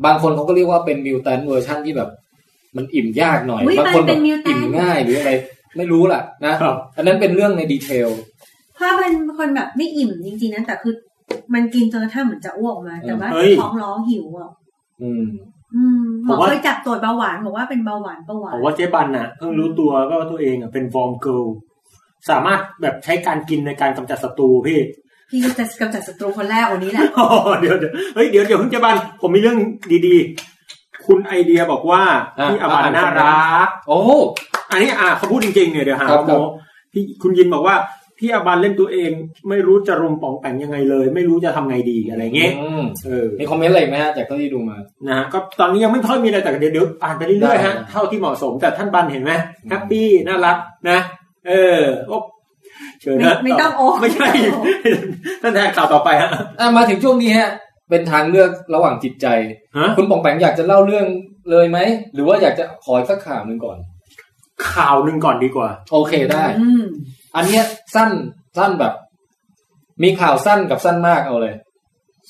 บางคนเขาก็เรียกว่าเป็นมิวแทนเวอร์ชันที่แบบ มันอิ่มยากหน่อย
อุ้ย
บาง
มัน
คนแบ
เป็
บ
นมิวแต
อิ่ม
น
ง่ายหรืออะไรไม่รู้ล่ะนะครับ อันนั้นเป็นเรื่องในดีเทล
เพราะมันเป็นคนแบบไม่อิ่มจริงๆนะแต่คือมันกินจนกระทั่งเหมือนจะอ้วกมา แต่ว่า
เฮ้ย
ท้องร้องหิวอ่ะ
อืม
อืมหม
ผ
อ
มว่า
เคยจับตรวจเบาหวานบอกว่าเป็นเบาหวานเบาหวาน
ผมว่าเจ๊บันน่ะเพิ่งรู้ตัวก็ว่าตัวเองอะเป็นฟอร์มเกิลสามารถแบบใช้การกินในการกำจัดศัตรูพี่
พี่ก็จะกำจัดศัตรูคนแรกวันนี้แหละ
อ๋อเดี๋ยวเดี๋ยวเฮ้ยเดี๋ยวเดี๋ยวเพิ่งเจ๊บันผมมีเรื่องดีๆ คุณไอเดียบอกว่า
อ่ะ
พี่อบัน
อ่ะ
น่ารัก
โอ้
อันนี้อ่ะเขาพูดจริงๆเนี่ยเดี๋ยวหา
ครับ
ว่า
ค
โม
รับ
พี่คุณยินบอกว่า พี่อาบันเล่นตัวเอง ไม่รู้จะรุมป่องแปงยังไงเลย ไม่รู้จะทำไงดีอะไรเงี้ย
อืม
เออ
มีคอมเมนต์อะไรอีกไหมฮะจากเท่าที่ดูมา
นะฮะก็ตอนนี้ยังไม่ค่อยมีอะไรแต่เดี๋ยวเดี๋ยวอ่านไปเรื่อยๆฮะ
ได้
เท่าที่เหมาะสมแต่ท่านบันเห็นไหมแฮปปี้น่ารักนะ เออโอะเชิญนะ
ไม่ไม่ต้องโอ๊ะ
ไม่ใช่ ท่านแทนข่าวต่อไปฮะ
อ่ะมาถึงช่วงนี้ฮะ เป็นทางเลือกระหว่างจิตใจ
ฮะ
คุณปองแปงอยากจะเล่าเรื่องเลยไหม หรือว่าอยากจะขออีกสักข่าวหนึ่งก่อน
ข่าวหนึ่งก่อนดีกว่า
โอเคได้
อืม
อันเนี้ยสั้นสั้นแบบ มีข่าวสั้นกับสั้นมากเอาเลย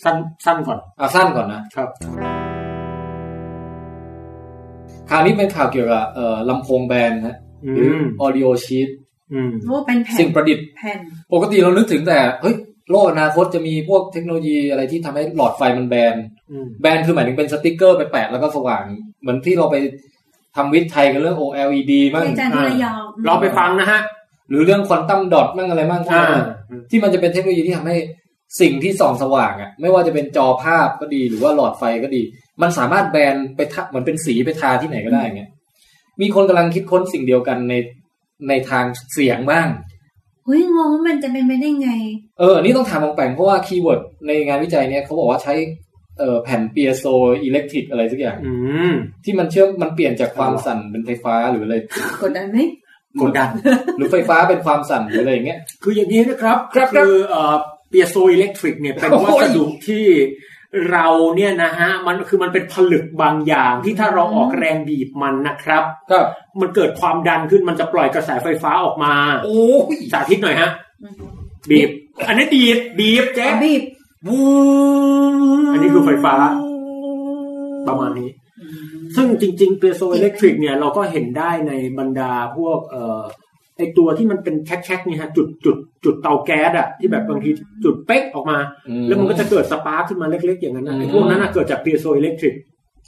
สั้นสั้นก่อน
อ่ะสั้นก่อนนะ
ครับ
ข่าวนี้เป็นข่าวเกี่ยวกับเอ่อลำโพงแบรนด์ฮะ
อื
หรือ
ม
ออดิโอชีต
อืม
โอ้เป็นแผ่น
สิ่งประดิษฐ์
แผ่น
ปกติเรานึกถึงแต่เฮ้ยโลกอนาคตจะมีพวกเทคโนโลยีอะไรที่ทำให้หลอดไฟมันแบน
อืม
แบนคือหมายถึงเป็นสติกเกอร์ไปแปะแล้วก็สว่าง เหมือนที่เราไปทำวิทย์ไทยกันเรื่อง OLED มั่ง
ที่อาจารย์ที่ระยอง
เราไปฟังนะฮะ
หรือเรื่องควอนตัมดอทมั่งอะไรมั่งพวก
อ่า
นั้นอะที่มันจะเป็นเทคโนโลยีที่ทำให้สิ่งที่ส่องสว่างอะไม่ว่าจะเป็นจอภาพก็ดีหรือว่าหลอดไฟก็ดี มันสามารถแบนไปทะเหมือนเป็นสีไปทาที่ไหนก็ได้อย่างเงี้ยมีคนกำลังคิดค้นสิ่งเดียวกันในในทางเสียงบ้าง
เฮ้ยงงว่ามันจะเป็นไปได้ไง
เออ นี่ต้องถามของแปงเพราะว่าคีย์เวิร์ดในงานวิจัยเนี่ยเขาบอกว่าใช้เอ่อแผ่นเปียโซอิเล็กทริกอะไรสักอย่าง
อืม
ที่มันเชื่อมมันเปลี่ยนจากความสั่นเป็นไฟฟ้าหรืออะไร
กดดันไหม
กดดัน
หรือไฟฟ้าเป็นความสั่นหรืออะไรอย่างเงี้ย
คืออย่างนี้นะครับ
ครับครับ
คือเอ่อเปียโซอิเล็กทริกเนี่ยเป็น
โอ้ย
วัสดุที่เราเนี่ยนะฮะมันคือมันเป็นผลึกบางอย่างที่ถ้าเราออกแรงบีบมันนะครับ
ครับ
มันเกิดความดันขึ้นมันจะปล่อยกระแสไฟฟ้าออกมา
โอ้ย
สาธิตหน่อยฮะ บีบ อันนี้ดีดบีบแจ๊
อ๋
ค
อบีบ
วู
อันนี้คือไฟฟ้า ประมาณนี้ ซึ่งจริงๆเปียโซอิเล็กทริกเนี่ยเราก็เห็นได้ในบรรดาพวกเอ่อไอตัวที่มันเป็นแช็กๆเนี่ยฮะจุดจุดจุดเตาแก๊สอะที่แบบบางทีจุดเป๊กออกมา
อื
แล้วมันก็จะเกิดสปาร์คขึ้นมาเล็กๆอย่างนั้นนะ
อืม
ไอ้พวกนั้นนะเกิดจากเปียโซอิเล็กทริก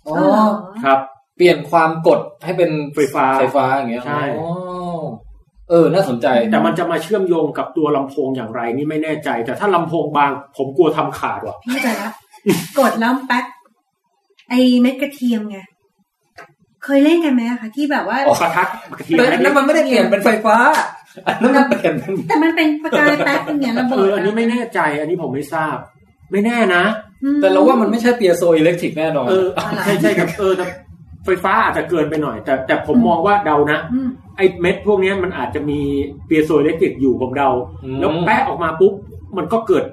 อ๋อ
อ๋อเหรอ
ครับ
เปลี่ยนความกดให้เป็น
ไฟฟ้า
ไฟฟ้าอย่างเงี้ย
ใช่
อ๋อเออ น่าสนใจ
แต่มันจะมาเชื่อมโยงกับตัวลำโพงอย่างไรนี่ไม่แน่ใจ แต่ถ้าลำโพงบางผมกลัวทำขาดว่ะ
พี่จะรับ กดแล้วแป๊กไอเม็ดกระเทียมไง เคยเล่นกันไหมอะคะที่แบบว่า
ประทัดกระเทียม
แต่อัน
เล็
นั่
ก
น มันไม่ได้เปลี่ยนเป็นไฟฟ้าอันนั้นมันเปลี่ยนเป็น
แต่มันเป็นประกายแป๊กอย่างเงี้ยระ
ๆเอ
เบิด
ออันนี้ไม่แน่ใจ อันนี้ผมไม่ทราบ ไม่แน่นะ
อื
แต่เราว่ามันไม่ใช่เปียโซอิเล็กทริกแน่นอน
เออใช่ใช่ครับเออแต่ไฟฟ้าอาจจะเกินไปหน่อย แต่แต่ผมมองว่าเดานะ
อืม
ไอ้เม็ดพวกเนี้ยมันอาจจะมีเปียโซอิเล็กทริกอยู่ผมเดา แล้วแปะออกมาปุ๊บมันก็เกิด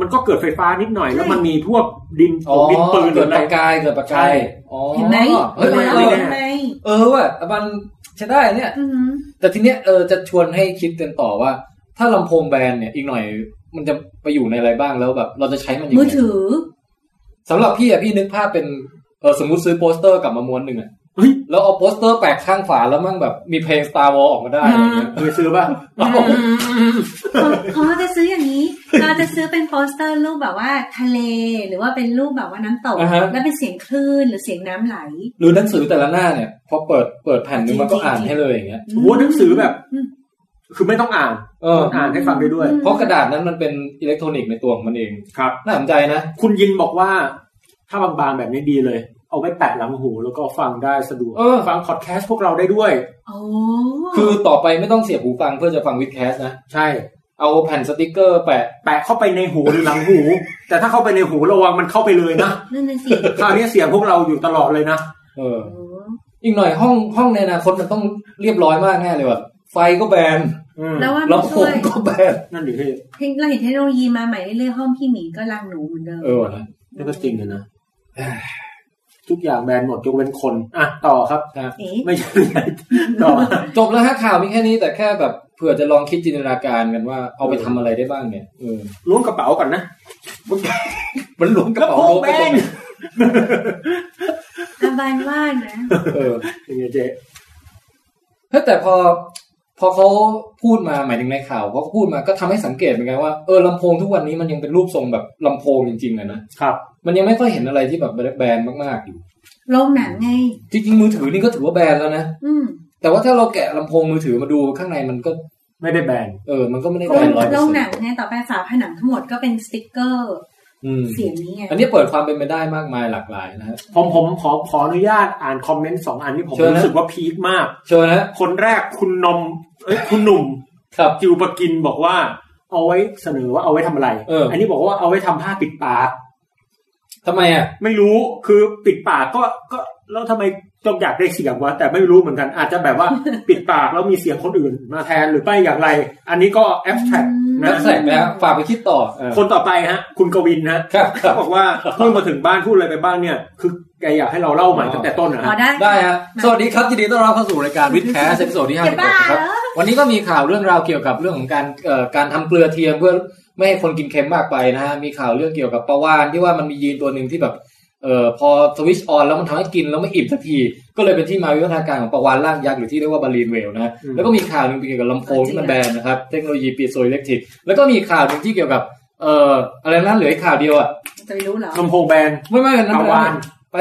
มันก็เกิดไฟฟ้านิดหน่อย แล้วมันมีพวกดิน
อ๋อ
ดินปืนหรื
เกิ
อ
ด
อะไร
ประกายเกิดประ
ใช่
กายอ๋อ
เห็นไหม
เฮ้ยมัน
เอ
เออ
อเห็นไหม
เออว่ะมันใช้ได้เนี่ย
อือหือ
แต่ทีเนี้ยเออจะชวนให้คิดกันต่อว่า ถ้าลำโพงแบรนด์เนี่ยอีกหน่อย มันจะไปอยู่ในอะไรบ้างแล้วแบบ เราจะใช้มันยัง
มือ
ไง
ถือ
สำหรับพี่อะพี่นึกภาพเป็นเออสมมติซื้อโปสเตอร์กลับมาม้วนหนึ่งอะ
เฮ้ย
แล้วเอาโปสเตอร์แปะข้างฝาแล้วมั่งแบบมีเพลง Star Wars ออกมาได้อะไรเงี้ย
เคยซื้อป่ะ
เอา
เขาเขาจะซื้ออย่างนี้ เราจะซื้อเป็นโปสเตอร์รูปแบบว่าทะเล หรือว่าเป็นรูปแบบว่าน้ำตก
อ่าฮะ
แล้วเป็นเสียงคลื่นหรือเสียงน้ำไหล
หรือหนังสือแต่ละหน้าเนี่ยพอเปิดเปิดแผ่นหนึงมันก็อ่านให้เลยอย่างเงี้ย
โอ้โหหนังสือแบบ คือไม่ต้องอ่าน
เออ
อ่านให้ฟังไปด้วย
อืม
เพราะกระดาษนั้นมันเป็นอิเล็กทรอนิกส์ในตัวของมันเอง
ครับ
น่าสนใจนะ
คุณยินบอกว่า ถ้าบางๆแบบนี้ดีเลย เอาไว้แปะหลังหูแล้วก็ฟังได้สะดวก
เออ
ฟังพอดแคสต์พวกเราได้ด้วย
โอ้
คือต่อไปไม่ต้องเสียบหูฟังเพื่อจะฟังวิดแคสต์นะ
ใช่
เอาแผ่นสติกเกอร์แปะ
แปะเข้าไปในหูหรือหลังหู แต่ถ้าเข้าไปในหูระวังมันเข้าไปเลยนะ
นั่นน่ะสิ
คราวนี้เสียงพวกเราอยู่ตลอดเลยนะ
เออ
โอ้
อีกหน่อยห้องห้องในอนาคตมันต้องเรียบร้อยมากแน่เลยว่ะ ไฟก็แบน
อืม
แล้วว่ามัน
ลำโพ
ช่ว
ง
ย
ก็แบน
นั่นดิพี่
เทคเราเห็นเทคโนโลยีมาใหม่เรื่อยๆห้องพี่หมีก็รังหนูเหมือนเดิม
เออว่ะนะ
นั่นก็จริงเลยนะทุกอย่างแบนหมดยกเว้นคน อ่ะต่อครับ
เอ๊ะ
ไม่ใช่ต่อ
จบแล้วฮะข่าวมีแค่นี้แต่แค่แบบเผื่อจะลองคิดจินตนาการกันว่าเอาไปทำอะไรได้บ้างเนี่ยเออ
ล้วงกระเป๋าก่อนนะ
มันหลวมกระเป๋า
โอ้
โลกไป
แบ
หมด
น
เลย
อาบานว่านะ
เออ
ยังไงเจ๊
เฮ้ยแต่พอพอเขาพูดมาหมายถึงในข่าวเขาก็พูดมาก็ทำให้สังเกตเหมือนกันว่าเออลำโพงทุกวันนี้มันยังเป็นรูปทรงแบบลำโพงจริงๆอะนะครับ มันยังไม่ค่อยเห็นอะไรที่แบบแบนๆมากๆอยู่
โรงหนังไง
จริงๆมือถือนี่ก็ถือว่าแบนแล้วนะ
อืม
แต่ว่าถ้าเราแกะลำโพงมือถือมาดูข้างในมันก็
ไม่ได้แบน
เออมันก็ไม่ได้
โร
แบ
ง
นร้อยเป
โร
อร์
ง
เซ็น
หนัง
ต์
ไงต่อไปฝาผนังทั้งหมดก็เป็นสติกเกอร์
อืม
เสียงนี้ไง
อันนี้เปิดความเป็นไปได้มากมายหลากหลายนะฮะ
ผมผมขอขออนุญาตอ่านคอมเมนต์สองอันที่ผม
เชิญนะ
รู้สึกว่าพีคมาก
เชิญนะ
คนแรกคุณนม เอ้ยคุณหนุ่ม
ครับ
จิวปกินบอกว่า เอาไว้เสนอว่าเอาไว้ทำอะไร
เอออั
นนี้บอกว่าเอาไว้ทำผ้าปิดปาก
ทำไมอ่ะ
ไม่รู้คือปิดปากก็ก็แล้วทำไมต้องอยากได้เสียงวะแต่ไม่รู้เหมือนกันอาจจะแบบ ว่า ปิดปากแล้วมีเสียงคนอื่นมาแทนหรือไม่อย่างไร อันนี้ก็แอบสแตรก
นั
นะ
กแสกนะฮะฝากไปคิดต่อเออ
คนต่อไปฮะ คุณกวินฮะ
ครับครั
เขา
บ
บอกว่าเพิ่งมาถึงบ้านพูดอะไรไปบ้างเนี่ย คือแกอยากให้เราเล่าใหม่ตั้งแต่ต้นนะ
อ๋อ
ฮะ
ได้
ได้ฮะ สวัสดีครับยินดีต้อนรับเข้าสู่รายการวิดแคสเอพิโซดที่ห้าสิบ
จะบ้า
ครับ
เหรอ
วันนี้ก็มีข่าวเรื่องราวเกี่ยวกับเรื่องของการเอ่อการทำเกลือเทียมเพื่อไม่ให้คนกินเค็มมากไปนะฮะ มีข่าวเรื่องเกี่ยวกับปลาวานที่ว่ามันมียีนตัวหนึ่งที่แบบเอ่อพอสวิชออนแล้วมันทำให้กินแล้วไม่อิ่มสักที ก็เลยเป็นที่มาวิวัฒนาการของปลาวานร่างยักษ์หรือที่เรียกว่าบาลีนเวลนะฮะแล้วก็มีข่าวหนึ่งเกี่ยวกับลำโพงที่มันแบนนะครับ เทคโนโลยีปีโซอิเล็กทริกแล้วก็มีข่าวหนึ่งที่เกี่ยวกับเอ่ออะไรนะเหลืออีกข่าวเดียวอะ
จะไปรู้เหรอ
ลำโพงแบน
ไม่ไม่อันนั้นไป
ปลาวาฬ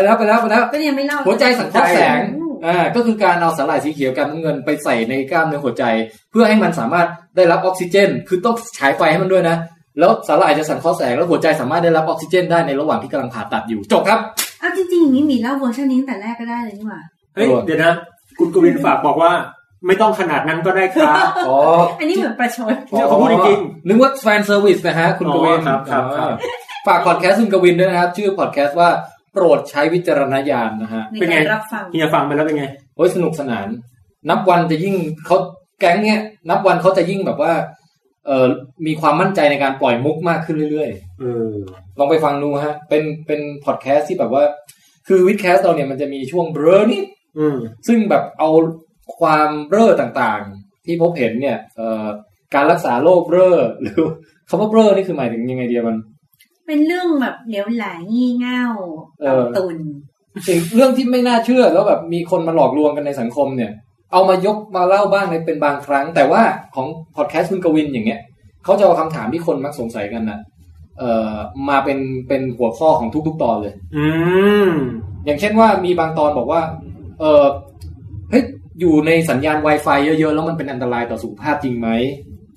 แล้วไปแล้วไปแล้ว
ก็ยังไม่เล่า
หัวใจสังเคราะห์แสง อ่า ก็คือการเอาสาหร่ายสีเขียวกับน้ำเงินไปใส่ในกล้ามเนื้อหัวใจ เพื่อให้มันสามารถได้รับออกซิเจน คือต้องฉายไฟให้มันด้วยนะ แล้วสาหร่ายจะสังเคราะห์แสง แล้วหัวใจสามารถได้รับออกซิเจนได้ในระหว่างที่กำลังผ่าตัดอยู่ จบครับ
เอาจริงๆอย่างนี้มีเล่าเวอร์ชันนี้ตั้งแต่แรกก็ได้เลยนี่หว่า
เฮ้ยเดี๋ยวนะ คุณกวินฝากบอกว่า ไม่ต้องขนาดนั้นก็ได้ครับ
อ๋อ
อันนี้เหมือนประชด
เนี่ยเขาพูดจริง
นึกว่าแฟนเซอร์วิสนะฮะ คุณกวิน
อ๋อครับครับครับ
อ่าฝากพอดแคสต์คุณกวินด้วยนะครับ ชื่อพอดแคสต์ว่าโปรดใช้วิจารณญาณนะฮะ
ใน
เป็นไง
การรับฟัง
ๆเฮียฟังไปแล้วเป็นไง
โอ้ยสนุกสนาน นับวันจะยิ่งเขาแก๊งเนี้ยนับวันเขาจะยิ่งแบบว่า เอ่อมีความมั่นใจในการปล่อยมุกมากขึ้นเรื่อย
เออ
ๆ ลองไปฟังดูฮะ เป็นเป็นพอดแคสต์ที่แบบว่า คือวิดแคสต์เราเนี่ยมันจะมีช่วงเบรอนิด
อืม
ซึ่งแบบเอาความเร่อต่างๆ ที่พบเห็นเนี่ย เอ่อการรักษาโรคเร่อหรือ คำว่าเร่อนี่คือหมายถึงยังไงเดียมัน
เป็นเรื่องแบบเหลวไหลงี่เง่า
เออ
ตุน
สิ่งเรื่องที่ไม่น่าเชื่อแล้วแบบมีคนมาหลอกลวงกันในสังคมเนี่ย เอามายกมาเล่าบ้างในเป็นบางครั้ง แต่ว่าของพอดแคสต์คุณกวินอย่างเงี้ยเขาจะเอาคำถามที่คนมักสงสัยกันนะเอ่อมาเป็นเป็นหัวข้อของทุกๆตอนเลย
อืม
อย่างเช่นว่ามีบางตอนบอกว่า เออเฮ้ยอยู่ในสัญญาณ Wi-Fi เยอะๆ แล้วมันเป็นอันตรายต่อสุขภาพจริงไหม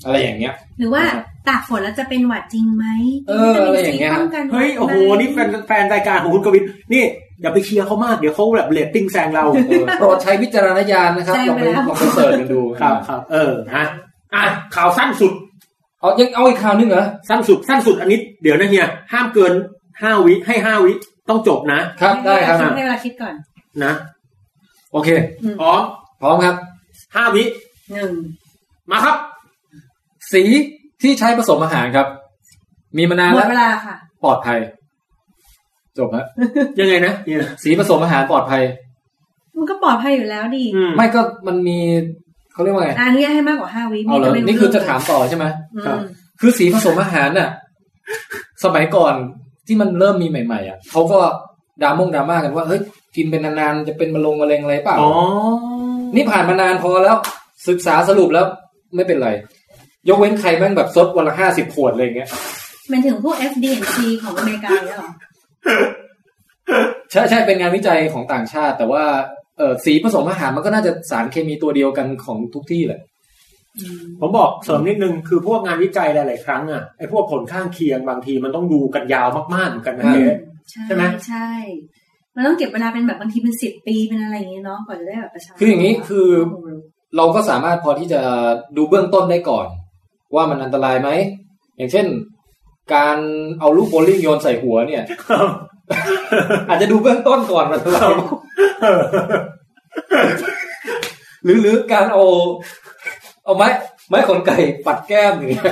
อะไรอย่างเงี้ย
หรือว่าตากฝนแล้วจะเป็นหวัดจริงไหม
เอออะไรอย่างเงี้ย
วิตมินซีป้องกันวัดไม
เฮ้ย โอ้โห นี่แฟนแฟนรายการของคุณกวิน นี่ อย่าไปเชียร์เขามาก เดี๋ยวเขาแบบเลตติ้งแซงเรา
เออโปรดใช้วิจารณญาณนะครับลองไปลองไปเสิร์ชกันดู
ครับครับ เออฮะอ่ะ ข่าวสั้นสุด
เอายังเอาอีกข่าวนึงเหรอ
สั้นสุด สั้นสุด อันนี้ เดี๋ยวนะเฮีย ห้ามเกินห้าวิ ให้ห้าวิ ต้องจบนะ
ครับได้ครับ
ให้เวลาคิดก่อน
นะ
โอเค
พร้อม
พร้อมครับ
ห้าวิ
หนึ่ง
มาครับ
สีที่ใช้ผสมอาหารครับ มีมานาน
หม
แล้
ด
ว
เวลาค่ะ
ปลอดภัย จบฮะ
ยังไงนะเฮีย
สีผสมอาหารปลอดภัย
มันก็ปลอดภัยอยู่แล้วดิ
อืม
ไม่ก็มันมีเขาเรียกว่าไง
อ่านนี้ให้มากกว่าห้าวิ
เอาเลย
ไม่
นี่คือจะถามต่อใช่ไหม
อืม
ครับ
คือสีผสมอาหารน่ะ สมัยก่อนที่มันเริ่มมีใหม่ ๆ อ่ะเขาก็ดรามงดราม่ากันว่าเฮ้ยกินเป็นนานๆจะเป็นมะลงมะเร็งอะไรเปล่า
อ๋อ
นี่ผ่านมานานพอแล้ว ศึกษาสรุปแล้ว ไม่เป็นไร ยกเว้นใครแม่งแบบซดวันละห้าสิบขวดอะไรอย่างเงี้ย
มันถึงพวก FD&C ของอเมริกาแล้วเหรอ
ใช่ใช่เป็นงานวิจัยของต่างชาติ แต่ว่าเออสีผสมอาหารมันก็น่าจะสารเคมีตัวเดียวกันของทุกที่แหละ
อืม
ผมบอกเสริมนิดนึง คือพวกงานวิจัยหลาย ๆ ครั้งอ่ะ ไอ้พวกผลข้างเคียงบางทีมันต้องดูกันยาวมาก ๆ เหมือนกันนะ
อืม
เฮีย ใช่
ใช่
ไหม
ใช่มันต้องเก็บเวลาเป็นแบบบางทีเป็นสิบปีเป็นอะไรอย่างเงี้ยเนาะกว่าจะได้แบบประชา
คืออย่างนี้
นี้
คือ เราก็สามารถพอที่จะดูเบื้องต้นได้ก่อน ว่ามันอันตรายไหม อย่างเช่น การเอาลูกโบว์ลิ่งโยนใส่หัวเนี่ย อาจจะดูเบื้องต้นก่อนมันอันตรายไหมหรือหรือการเอา เอาไม้ไม้ขนไก่ปัดแก้มอย่างเงี้ย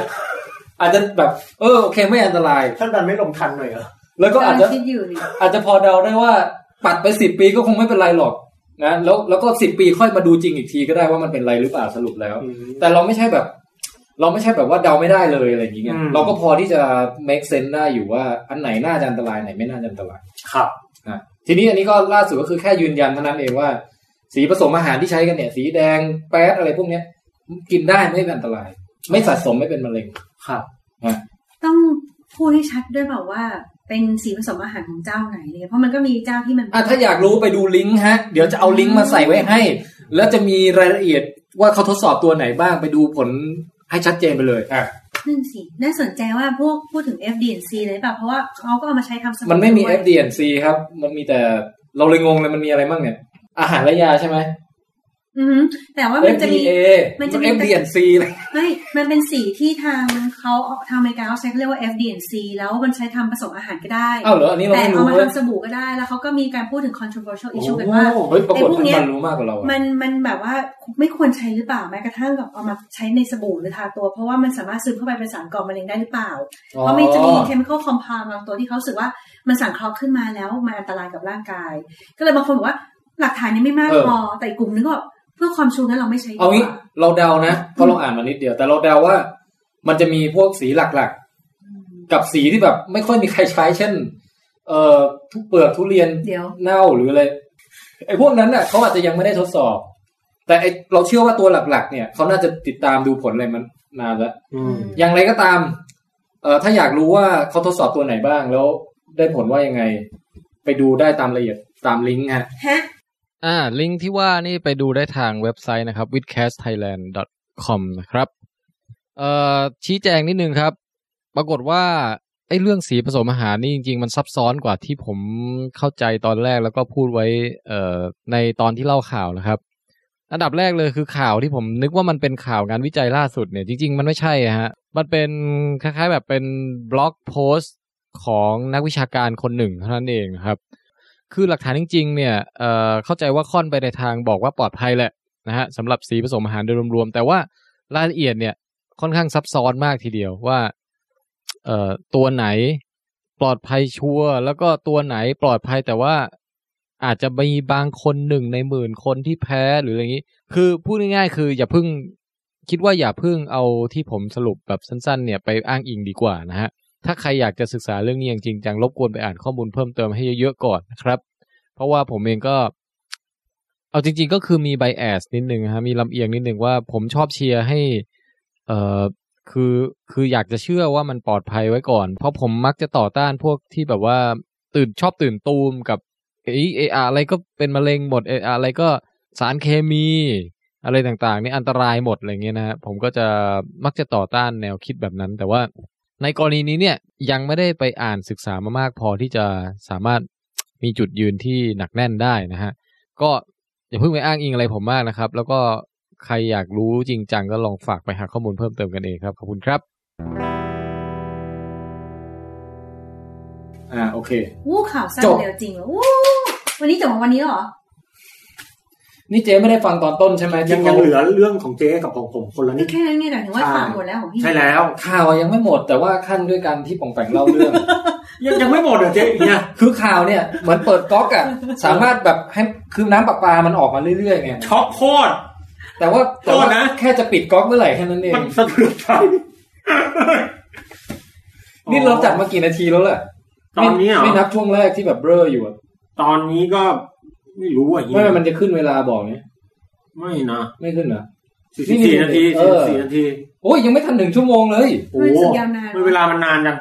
อาจจะแบบ เออโอเคไม่อันตราย
ท่านดันไม่ลงทันหน่อยเหรอ
แล้วก็
ก็อา
อา
จ
จ
จะ
จะ
คิดอยู่นี่
อาจจะพอเดาได้ว่าปัดไปสิบปีก็คงไม่เป็นไรหรอกนะแล้วแล้วก็สิบปีค่อยมาดูจริงอีกทีก็ได้ว่ามันเป็นไรหรือเปล่าสรุปแล้ว แต่เราไม่ใช่แบบ เราไม่ใช่แบบว่าเดาไม่ได้เลยอะไรอย่างเงี้ย
อืม
เราก็พอที่จะ make sense ได้อยู่ว่าอันไหนน่าจะอันตรายไหนไม่น่าจะอันตราย
ครับ
นะทีนี้อันนี้ก็ล่าสุดก็คือแค่ยืนยันเท่านั้นเองว่า สีผสมอาหารที่ใช้กันเนี่ย สีแดงแป๊ดอะไรพวกเนี้ย กินได้ไม่เป็นอันตราย ไม่สะสมไม่เป็นมะเร็ง
ครับ
ต้องพูดให้ชัดด้วยแบบว่าเป็นสีผสมอาหารของเจ้าไหนเลยเพราะมันก็มีเจ้าที่มัน
อ่ะถ้าอยากรู้ไปดูลิงก์ฮะ เดี๋ยวจะเอาลิงก์มาใส่ไว้ให้ แล้วจะมีรายละเอียดว่าเขาทดสอบตัวไหนบ้างไปดูผลให้ชัดเจนไปเลยอ่ะ
นั่นสิน่าสนใจว่าพวกพูดถึง FD&C เลยเปล่าเพราะว่าเขาก็เอามาใช้ทำสบู่
มันไม่มี
ด้วย
FDNC ครับ มันมีแต่เราเลยงงเลยมันมีอะไรบ้างเนี่ย อาหารและยาใช่ไหม
อือหือแต่ว่ามันจะมี
FDA
มันจะมี
มัน FDNC เลย
ไม่มันเป็นสีที่ทางเขาทางอเมริกาเขาใช้เขาเรียกว่า FDNC แล้วมันใช้ทำผสมอาหารก็ได้
อ้าวเหรออันนี้เรา
แต่
ไม่
เอา
รู้
มา
เว้ย
ทำสบู่ก็ได้ แล้วเขาก็มีการพูดถึง controversial
โอ้
issue กันว่า
เฮ้ยปรากฏ
ไอ้พวกเนี้ย
มันรู้มากกว่าเราอะ
มันมันแบบว่าไม่ควรใช้หรือเปล่าแม้กระทั่งกับเอามาใช้ในสบู่หรือทาตัว เพราะว่ามันสามารถซึมเข้าไปเป็นสารก่อมะเร็งได้หรือเปล่า เพราะมันจะมี chemical compound บางตัวที่เขารู้สึกว่ามันสังเคราะห์ขึ้นมาแล้วมันอันตรายกับร่างกาย ก็เลยบางคนบอกว่าหลักฐานยังไม่มากพอแต่อีกกลุ่มนึงก็บอกเพื่อความชูนั้นเราไม่ใช้ดีก
เอางี้
ว่า
เราเดานะเพราะเราอ่านมานิดเดียว แต่เราเดาว่า มันจะมีพวกสีหลักๆ กับสีที่แบบ ไม่ค่อยมีใครใช้ เช่น เอ่อทุเปลือกทุเรียน
เดี๋ยว
เน่าหรืออะไรไอ้พวกนั้นน่ะเขาอาจจะยังไม่ได้ทดสอบ แต่ไอ้เราเชื่อว่าตัวหลัก ๆ เนี่ยเขาน่าจะติดตามดูผลอะไรมันนานแล้ว
อืม
อย่างไรก็ตาม เอ่อถ้าอยากรู้ว่าเขาทดสอบตัวไหนบ้างแล้วได้ผลว่ายังไง ไปดูได้ตามละเอียดตามลิงก์ฮะ
ฮะ
อ่า ลิงก์ที่ว่านี่ไปดูได้ทางเว็บไซต์นะครับ w i t h c a s t t h a i l a n d c o m นะครับ เอ่อ ชี้แจงนิดนึงครับ ปรากฏว่าไอ้เรื่องสีผสมอาหารนี่จริง ๆ มันซับซ้อนกว่าที่ผมเข้าใจตอนแรกแล้วก็พูดไว้ เอ่อ ในตอนที่เล่าข่าวนะครับ อันดับแรกเลยคือข่าวที่ผมนึกว่ามันเป็นข่าวงานวิจัยล่าสุดเนี่ยจริง ๆ มันไม่ใช่อะฮะ มันเป็นคล้ายๆแบบเป็นบล็อกโพสต์ของนักวิชาการคนหนึ่งเท่านั้นเองครับ คือหลักฐานจริงๆ เนี่ยเอ่อเข้าใจว่าค่อนไปในทางบอกว่าปลอดภัยแหละนะฮะสำหรับสีผสมอาหารโดยรวมๆ แต่ว่ารายละเอียดเนี่ยค่อนข้างซับซ้อนมากทีเดียวว่าเอ่อตัวไหนปลอดภัยชัวร์แล้วก็ตัวไหนปลอดภัยแต่ว่าอาจจะมีบางคนหนึ่งในหมื่นคนที่แพ้หรืออะไรอย่างนี้ คือพูดง่ายๆ คืออย่าเพิ่งคิดว่าอย่าเพิ่งเอาที่ผมสรุปแบบสั้นๆ เนี่ยไปอ้างอิงดีกว่านะฮะ ถ้าใครอยากจะศึกษาเรื่องนี้อย่างจริงจังรบกวนไปอ่านข้อมูลเพิ่มเติมให้เยอะๆก่อนนะครับ เพราะว่าผมเองก็ เอาจริง ๆ ก็คือมีไบแอสนิดนึงฮะมีลำเอียงนิดนึงว่าผมชอบเชียร์ให้ เอ่อคือคืออยากจะเชื่อว่ามันปลอดภัยไว้ก่อน เพราะผมมักจะต่อต้านพวกที่แบบว่า ตื่นชอบตื่นตูมกับเอยเอยอะไรก็เป็นมะเร็งหมดเอยอะไรก็สารเคมี อะไรต่างๆนี่อันตรายหมดอะไรเงี้ยนะฮะผมก็จะมักจะต่อต้านแนวคิดแบบนั้น แต่ว่า ในกรณีนี้เนี่ยยังไม่ได้ไปอ่านศึกษามามากพอที่จะสามารถ มีจุดยืนที่หนักแน่นได้นะฮะ ก็อย่าเพิ่งไปอ้างอิงอะไรผมมากนะครับ แล้วก็ใครอยากรู้จริงจังก็ลองฝากไปหาข้อมูลเพิ่มเติมกันเองครับขอบคุณครับ
อ่าโอเค
วู้ข่าวสั้น
จบ
เร็วจริงเหรอวู้วันนี้จบของวันนี้เหรอ
นี่เจ๊ไม่ได้ฟังตอนต้นใช่ไหม
ยังยังเหลือเรื่องของเจ๊กับของผมคนละนิ
ก็
ด
แค่นั้นไงหมายถึงว่า
ใช่
ข่าวหมดแล้วของพี่
ใช่แล้ว
ข่าวยังไม่หมด แต่ว่าขั้นด้วยการที่ป่องแปงเล่าเรื่อง
ยังยังไม่หมดเหรอเจ๊อีกเนี่ย
คือข่าวเนี่ยเหมือนเปิดก๊อกอะสามารถแบบให้คือน้ำประปามันออกมาเรื่อยๆไง
ช็อกโคตร
แต่ว่าแต่ว่า
โทษนะ
แค่จะปิดก๊อกเมื่อไหร่แค่นั้นเอง
มันสะเทือนใจ
นี่เราจัดมากี่นาทีแล้วล่ะ
ตอนนี้เหร
ไม่ไม่นั
อบ
ช่วงแรกที่แบบเบลออยู่อะ
ตอนนี้ก็ไม่รู้อ่ะเฮี
ไม่
ย
มันจะขึ้นเวลาบอกเนี่ย
ไม่นะ
ไม่ขึ้นเหรอ
สี่สิบสี่นาที
เออ
สี่สี่นาที
โอ้ยยังไม่ทันหนึ่งชั่วโมงเลย
โอ้
มัน
โห
สึกยาวนาน
ไม่เวลามันนานจัง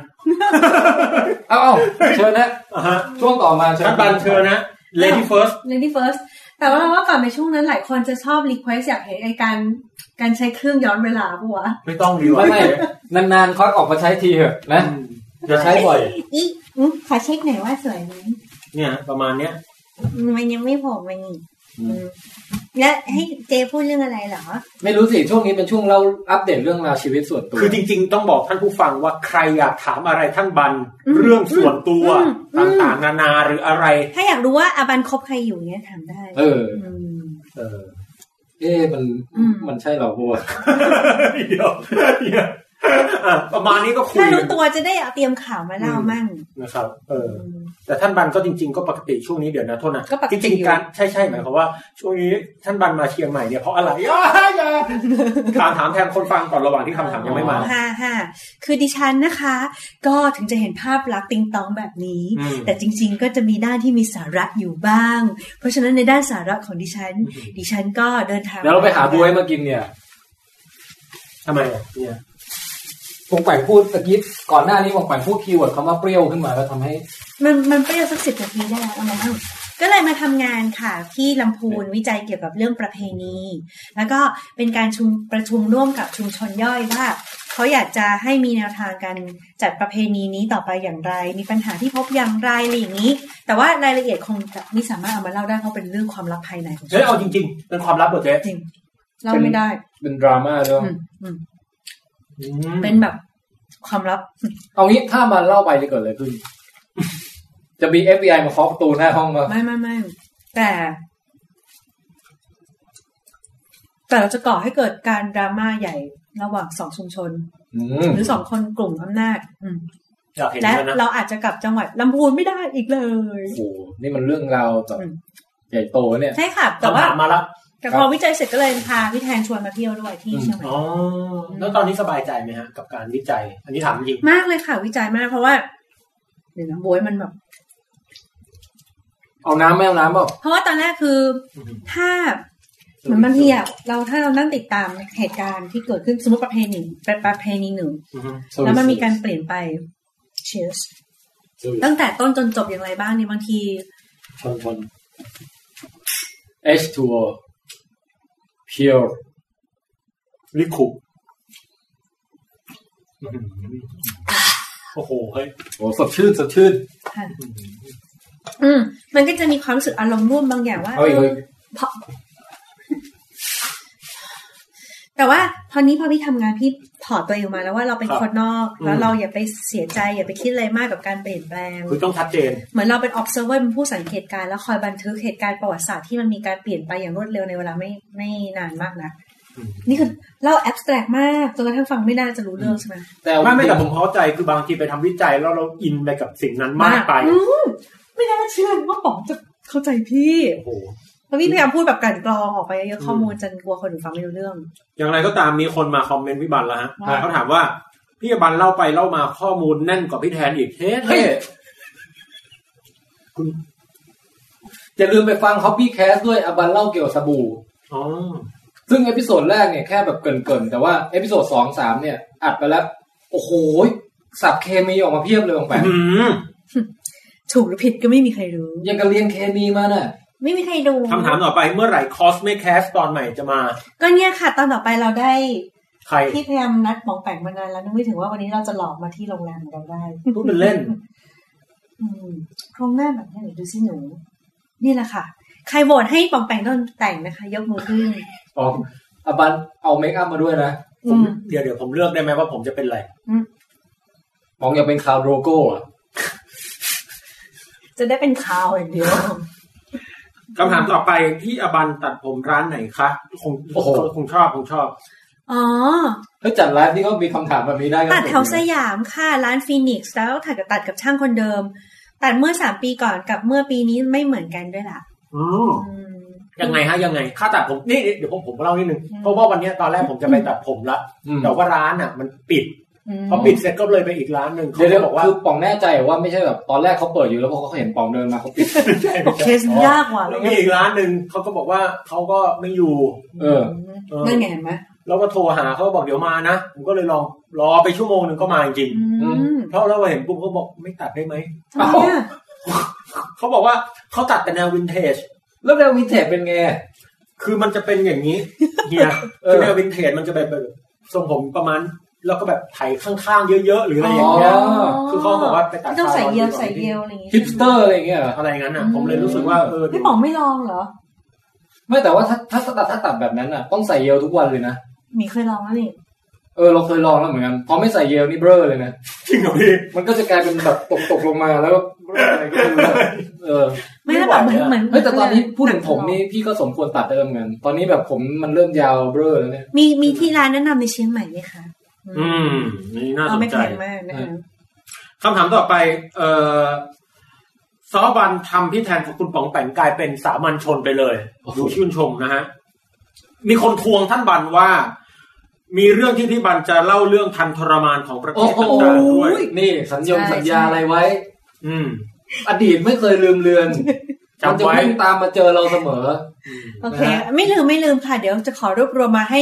เอาเอาเชิญนะ
อ่ะฮะ
ช่วงต่อมาเชิญ
ท่านบันเชิญนะ lady first
เรื่องที่ first แต่ว่าเราว่าก่อนไปช่วงนั้นหลายคนจะชอบรีเควสอยากเห็นไอการการใช้เครื่องย้อนเวลาปะวะ
ไม่ต้องดีกว่า
ไม่ไม่นานๆควักออกมาใช้ทีเถอะนะอย่าใช้บ่อย
อี
อืมขอเช็คหน่อยว่าสวยไหม
เนี่ย ประมาณเนี้ย
มันยังไม่โผมมันนี่
อืม
แล้วให้เจพูดเรื่องอะไรเหรอ
ไม่รู้สิช่วงนี้เป็นช่วงเราอัปเดตเรื่องราวชีวิตส่วนตัว
คือจริงๆ ต้องบอกท่านผู้ฟังว่าใครอยากถามอะไรท่านบัน เรื่องส่วนตัวต่างๆ นานาหรืออะไร
ถ้าอยากรู้ว่าอาบันคบใครอยู่เนี่ยถามได้
เออ
อืม
เออ
เอ๊ะมัน
อืม
มันใช่เหราบัวะ
เดี๋ยว เดี๋ยวอ่ะประมาณนี้ก็คุย
ถ้ารู้ตัวจะได้เอาเตรียมข่าวมาเล่ามั่ง
นะครับ เออ แต่ท่านบันก็จริง ๆ ก็ปกติช่วงนี้เดี๋ยวนะโทษนะ
ก็ปกติ
จริง
อ
ๆ
ยู่
การใช่ใช่หมายความว่าช่วงนี้ท่านบันมาเชียงใหม่เนี่ยเพราะอะไรอ้าอย่าถามถามแทนคนฟังก่อนระหว่างที่คำถามยังไม่มา
ห้าห้าคือดิฉันนะคะ ก็ถึงจะเห็นภาพลักษณ์ติงตองแบบนี้
อืม
แต่จริงๆ ก็จะมีด้านที่มีสาระอยู่บ้าง เพราะฉะนั้นในด้านสาระของดิฉัน ดิฉันก็เดินทาง
เดี๋ยวเราไปหาบวยมากินเนี่ย
ทำไมอ่ะเนี่ย
ปงแปงพูดตะกี้ก่อนหน้านี้ปงแปงพูดคีย์เวิร์ดคำว่าเปรี้ยวขึ้นมาแล้วทำให้
มันมันเปรี้ยวสักสิบนาทีได้แล้วเอามาเล่าก็เลยมาทำงานค่ะที่ลำพูนวิจัยเกี่ยวกับเรื่องประเพณี แล้วก็เป็นการชุมประชุมร่วมกับชุมชนย่อยว่า เขาอยากจะให้มีแนวทางการจัดประเพณีนี้ต่อไปอย่างไร มีปัญหาที่พบอย่างไรอะไรอย่างนี้ แต่ว่ารายละเอียดคงจะไม่สามารถเอามาเล่าได้เพราะเป็นเรื่องความลับภายในของ
เจ๊เอาจริง ๆ เป็นความลับเหรอเจ๊
จริงเล่าไม่ได้
เป็นดราม่าด้วย
อืมอืม
อืม
เป็นแบบความลับ
เอางี้ถ้ามันเล่าไปจะเกิ ดอะไรขึ้น จะมี FBI มาเคาะประตูหน้าห้องมา
ไม่ไม่ไม่แต่ แต่เราจะก่อให้เกิดการดราม่าใหญ่ระหว่างสองชุมชน
อืม
หรือสองคนกลุ่มอำนาจ อืม
อยากเห็น
และ
แล้วนะ
เราอาจจะกลับจังหวัดลำพูนไม่ได้อีกเลย
โอ้โหนี่มันเรื่องราวแบบ
อืม
ใหญ่โตเนี่ย
ใช่ค่ะ แต่ว่า
คำถามมาละ
แต่พอวิจัยเสร็จก็เลยพาพี่แทนชวนมาเที่ยวด้วยที่
อืม
เชียงใหม่
อ๋อแล้วตอนนี้สบายใจไหมฮะ กับการวิจัย อันนี้ถามจริง
มากเลยค่ะ วิจัยมากเพราะว่าเดี๋ยวนะโบยมันแบบ
เอาน้ำไม่เอาน้ำเปล่า
เพราะว่าตอนแรกคือ ถ้าเหมือนบางทีอะเราถ้าเรานั่งติดตามเหตุการณ์ที่เกิดขึ้นสมมติประเพณีเป็นประเพณีหนึ่ง
อือฮึ
แล้วมันมีการเปลี่ยนไป Cheers ตั้งแต่ต้นจนจบอย่างไรบ้างเนี่ยบางที
ชนชน H2O pure
ลิคุอื้อหือโอ้โหเฮ้ย
โอ้สดชื่นสดชื่น
อืม มันก็จะมีความรู้สึกอารมณ์ร่วมบางอย่างว่า
เอาอีก
เอ
เล
อย พอ แต่ว่าพอนี้พอพี่ทำงานพี่ถอดตัวเองออกมาแล้วว่าเราเป็นคนนอก แล้วเราอย่าไปเสียใจ อย่าไปคิดอะไรมากกับการเปลี่ยนแปลง
คือต้องชัดเจน
เหมือนเราเป็น observer เป็นผู้สังเกตการณ์แล้วคอยบันทึกเหตุการณ์ประวัติศาสตร์ที่มันมีการเปลี่ยนไปอย่างรวดเร็วในเวลาไม่ไม่นานมากนะ
อืม
นี่คือเล่า abstract มากจนกระทั่งฟังไม่น่าจะรู้เรื่องใช่ไหม
แต่เอา
ไม่ไม่แต่
จ
ผ
ริ
ม
ง
เข้าใจคือบางทีไปทำวิจัยแล้วเราอินไปกับสิ่งนั้นมากไป
อืมไม่น่าเชื่อว่าป๋องจะเข้าใจพี่
โอ้โห
เพราะพี่พยายามพูดแบบกลันกรองออกไปเยอะ
อืม
ๆข้อมูลจนกลัวคนอื่นฟังไม่รู้เรื่อง
อย่างไรก็ตามมีคนมาคอมเมนต์พี่บันแล้วฮะ
ว่า
เขาถามว่าพี่บันเล่าไปเล่ามาข้อมูลแน่นกว่าพี่แทนอีกเฮ้ยเฮ้ยคุณ
อย่าลืมไปฟัง Hobby Cast ด้วยอบันเล่าเกี่ยวกับสบู่
อ๋อ
ซึ่งเอพิโซดแรกเนี่ยแค่แบบเกรินๆ แต่ว่าเอพิโซดสองสามเนี่ย อัดไปแล้ว โอ้โหสับเคมีออกมาเพียบเลยบางแปง
อื้อหือ
ถูกหรือผิดก็ไม่มีใครรู้
ยังกับเรียนเคมีมาน่ะ
ไม่มีใครดู
คำถามต่อไปเมื่อไหร่คอสเมคแคสตอนใหม่จะมา
ก็เนี่ยค่ะ ตอนต่อไปเราได้
ใคร
พี่พยายามนัดหมองแปงมานานแล้วนึกไม่ถึงว่าวันนี้เราจะหลอกมาที่โรงแรมของเราได้
พูดเป็นเล่น
อืมโครงหน้าแบบนี้หน่อยดูสิหนู นี่แหละค่ะ ใครโหวตให้ปองแปงโดนแต่งนะคะ ยกมือขึ้น
อ๋ออบันเอาเมคอัพมาด้วยนะ
ผม
อืม
เดี๋ยวเดี๋ยวผมเลือกได้ไหมว่าผมจะเป็นอะไร
มองอยากเป็นคาร์โดโก้อะ
จะได้เป็นข่าวอย่างเดียว
คำถามต่อไปพี่อบันตัดผมร้านไหนคะคงคงชอบคงชอบ
อ๋อ
ถ้าจัดไลฟ์นี่ก็มีคำถามแบบนี้ได้กัน
ตัดแถวสยามค่ะ ร้านฟีนิกซ์แล้วถัดกับตัดกับช่างคนเดิม ตัดเมื่อสามปีก่อนกับเมื่อปีนี้ไม่เหมือนกันด้วยล่ะ
อืม
อืม
ยังไงฮะยังไง ค่าตัดผมนี่เดี๋ยวผมผมเล่านิดนึง
อืม
เพราะว่าวันเนี้ยตอนแรกผมจะไปตัดผมละ
อืม
แต่ว่าร้านอ่ะ มันปิด
ม
พอปิดเสร็จก็เลยไปอีกร้านหนึ่งเขา
เดี๋ยว
ก็
เดี๋ยว
บอกว่า
คือปองแน่ใจว่าไม่ใช่แบบตอนแรกเขาเปิดอยู่แล้วพอเขาเห็นปองเดินมาเขาปิด
ใช่
เคสยากว่ะ
แล้วมีอีกร้านหนึ่งเขาก็บอกว่าเขาก็ไม่อยู่
เออ
เออ
นั่นไงเห็นไหม
แล้วก็โทรหาเขาบอกเดี๋ยวมานะผมก็เลยลองรอไปชั่วโมงหนึ่งก็มาจริง
อืม
ๆเพราะแล้วพอเห็นปุ๊บเขาบอกไม่ตัดได้ไหม
ทำไมอ่ะ
เขาบอกว่าเขาตัดแต่แนววินเทจ
แล้วแล้ววินเทจเป็นไง
คือมันจะเป็นอย่างนี้ เฮีย
เอ
คือ
อ
แนววินเทจมันจะแบบแบบทรงผมประมาณ แล้วก็แบบไถข้างๆเยอะๆหรืออะไรอย่าง
อ๋อ
เงี้ย คือเขาบอกว่าไปตัด
ไม่ต้องใส่
ฟาด
เยล
ก่อน
ใส่เยลอะไรอย่างงี้
ฮิปสเตอร์อะไรอย่างเงี้ยเหรอ
อะไรงั้นอ่ะ ผมเลยรู้สึกว่าเออ
ไม่บอกไม่ลองเหรอ
ไม่แต่ว่าถ้าถ้าถ้าตัดถ้าตัดแบบนั้นอ่ะต้องใส่เยลทุกวันเลยนะ
มีเคยลองแล้วนี่
เออเราเคยลองแล้วเหมือนกันพอไม่ใส่เยลนี่เบ้อเลยนะ
จริงเหรอพี่
มันก็จะกลายเป็นแบบ ตกตกลงมาแล้วก็ อะไรก็ไม่รู้อะเออ
ไม่แล้วแบบเหมือนเหมือน
เฮ้ยแต่ตอนนี้พูดถึงผมนี่พี่ก็สมควรตัดได้แล้วเหมือนกันตอนนี้แบบผมมันเริ่มยาวเบ้อแล้วเนี่ย
มีมีที่ร้านแนะนำในเชียงใหม่ไหมคะ
อืมนี่น่าส
เอา
น
ไม่
ใจ
แพงมากนะคะ
คำถามต่อไป เออซอบันทำพี่แทนของคุณป๋องแปงกลายเป็นสามัญชนไปเลยดูชื่นชมนะฮะ มีคนทวงท่านบันว่า มีเรื่องที่พี่บันจะเล่าเรื่องทันทรมานของประเท
โอ้
ศ
โห
ต่างๆด้วย
นี่สัญญงสัญญาอะไรไว้
อืม
อดีตไม่เคยลืมเลือนมัน
จำ
จะ
ไว้
วิ่งตามมาเจอเราเสมอ
โอเค ไม่ลืมไม่ลืมค่ะ เดี๋ยวจะขอรวบรวมมาให้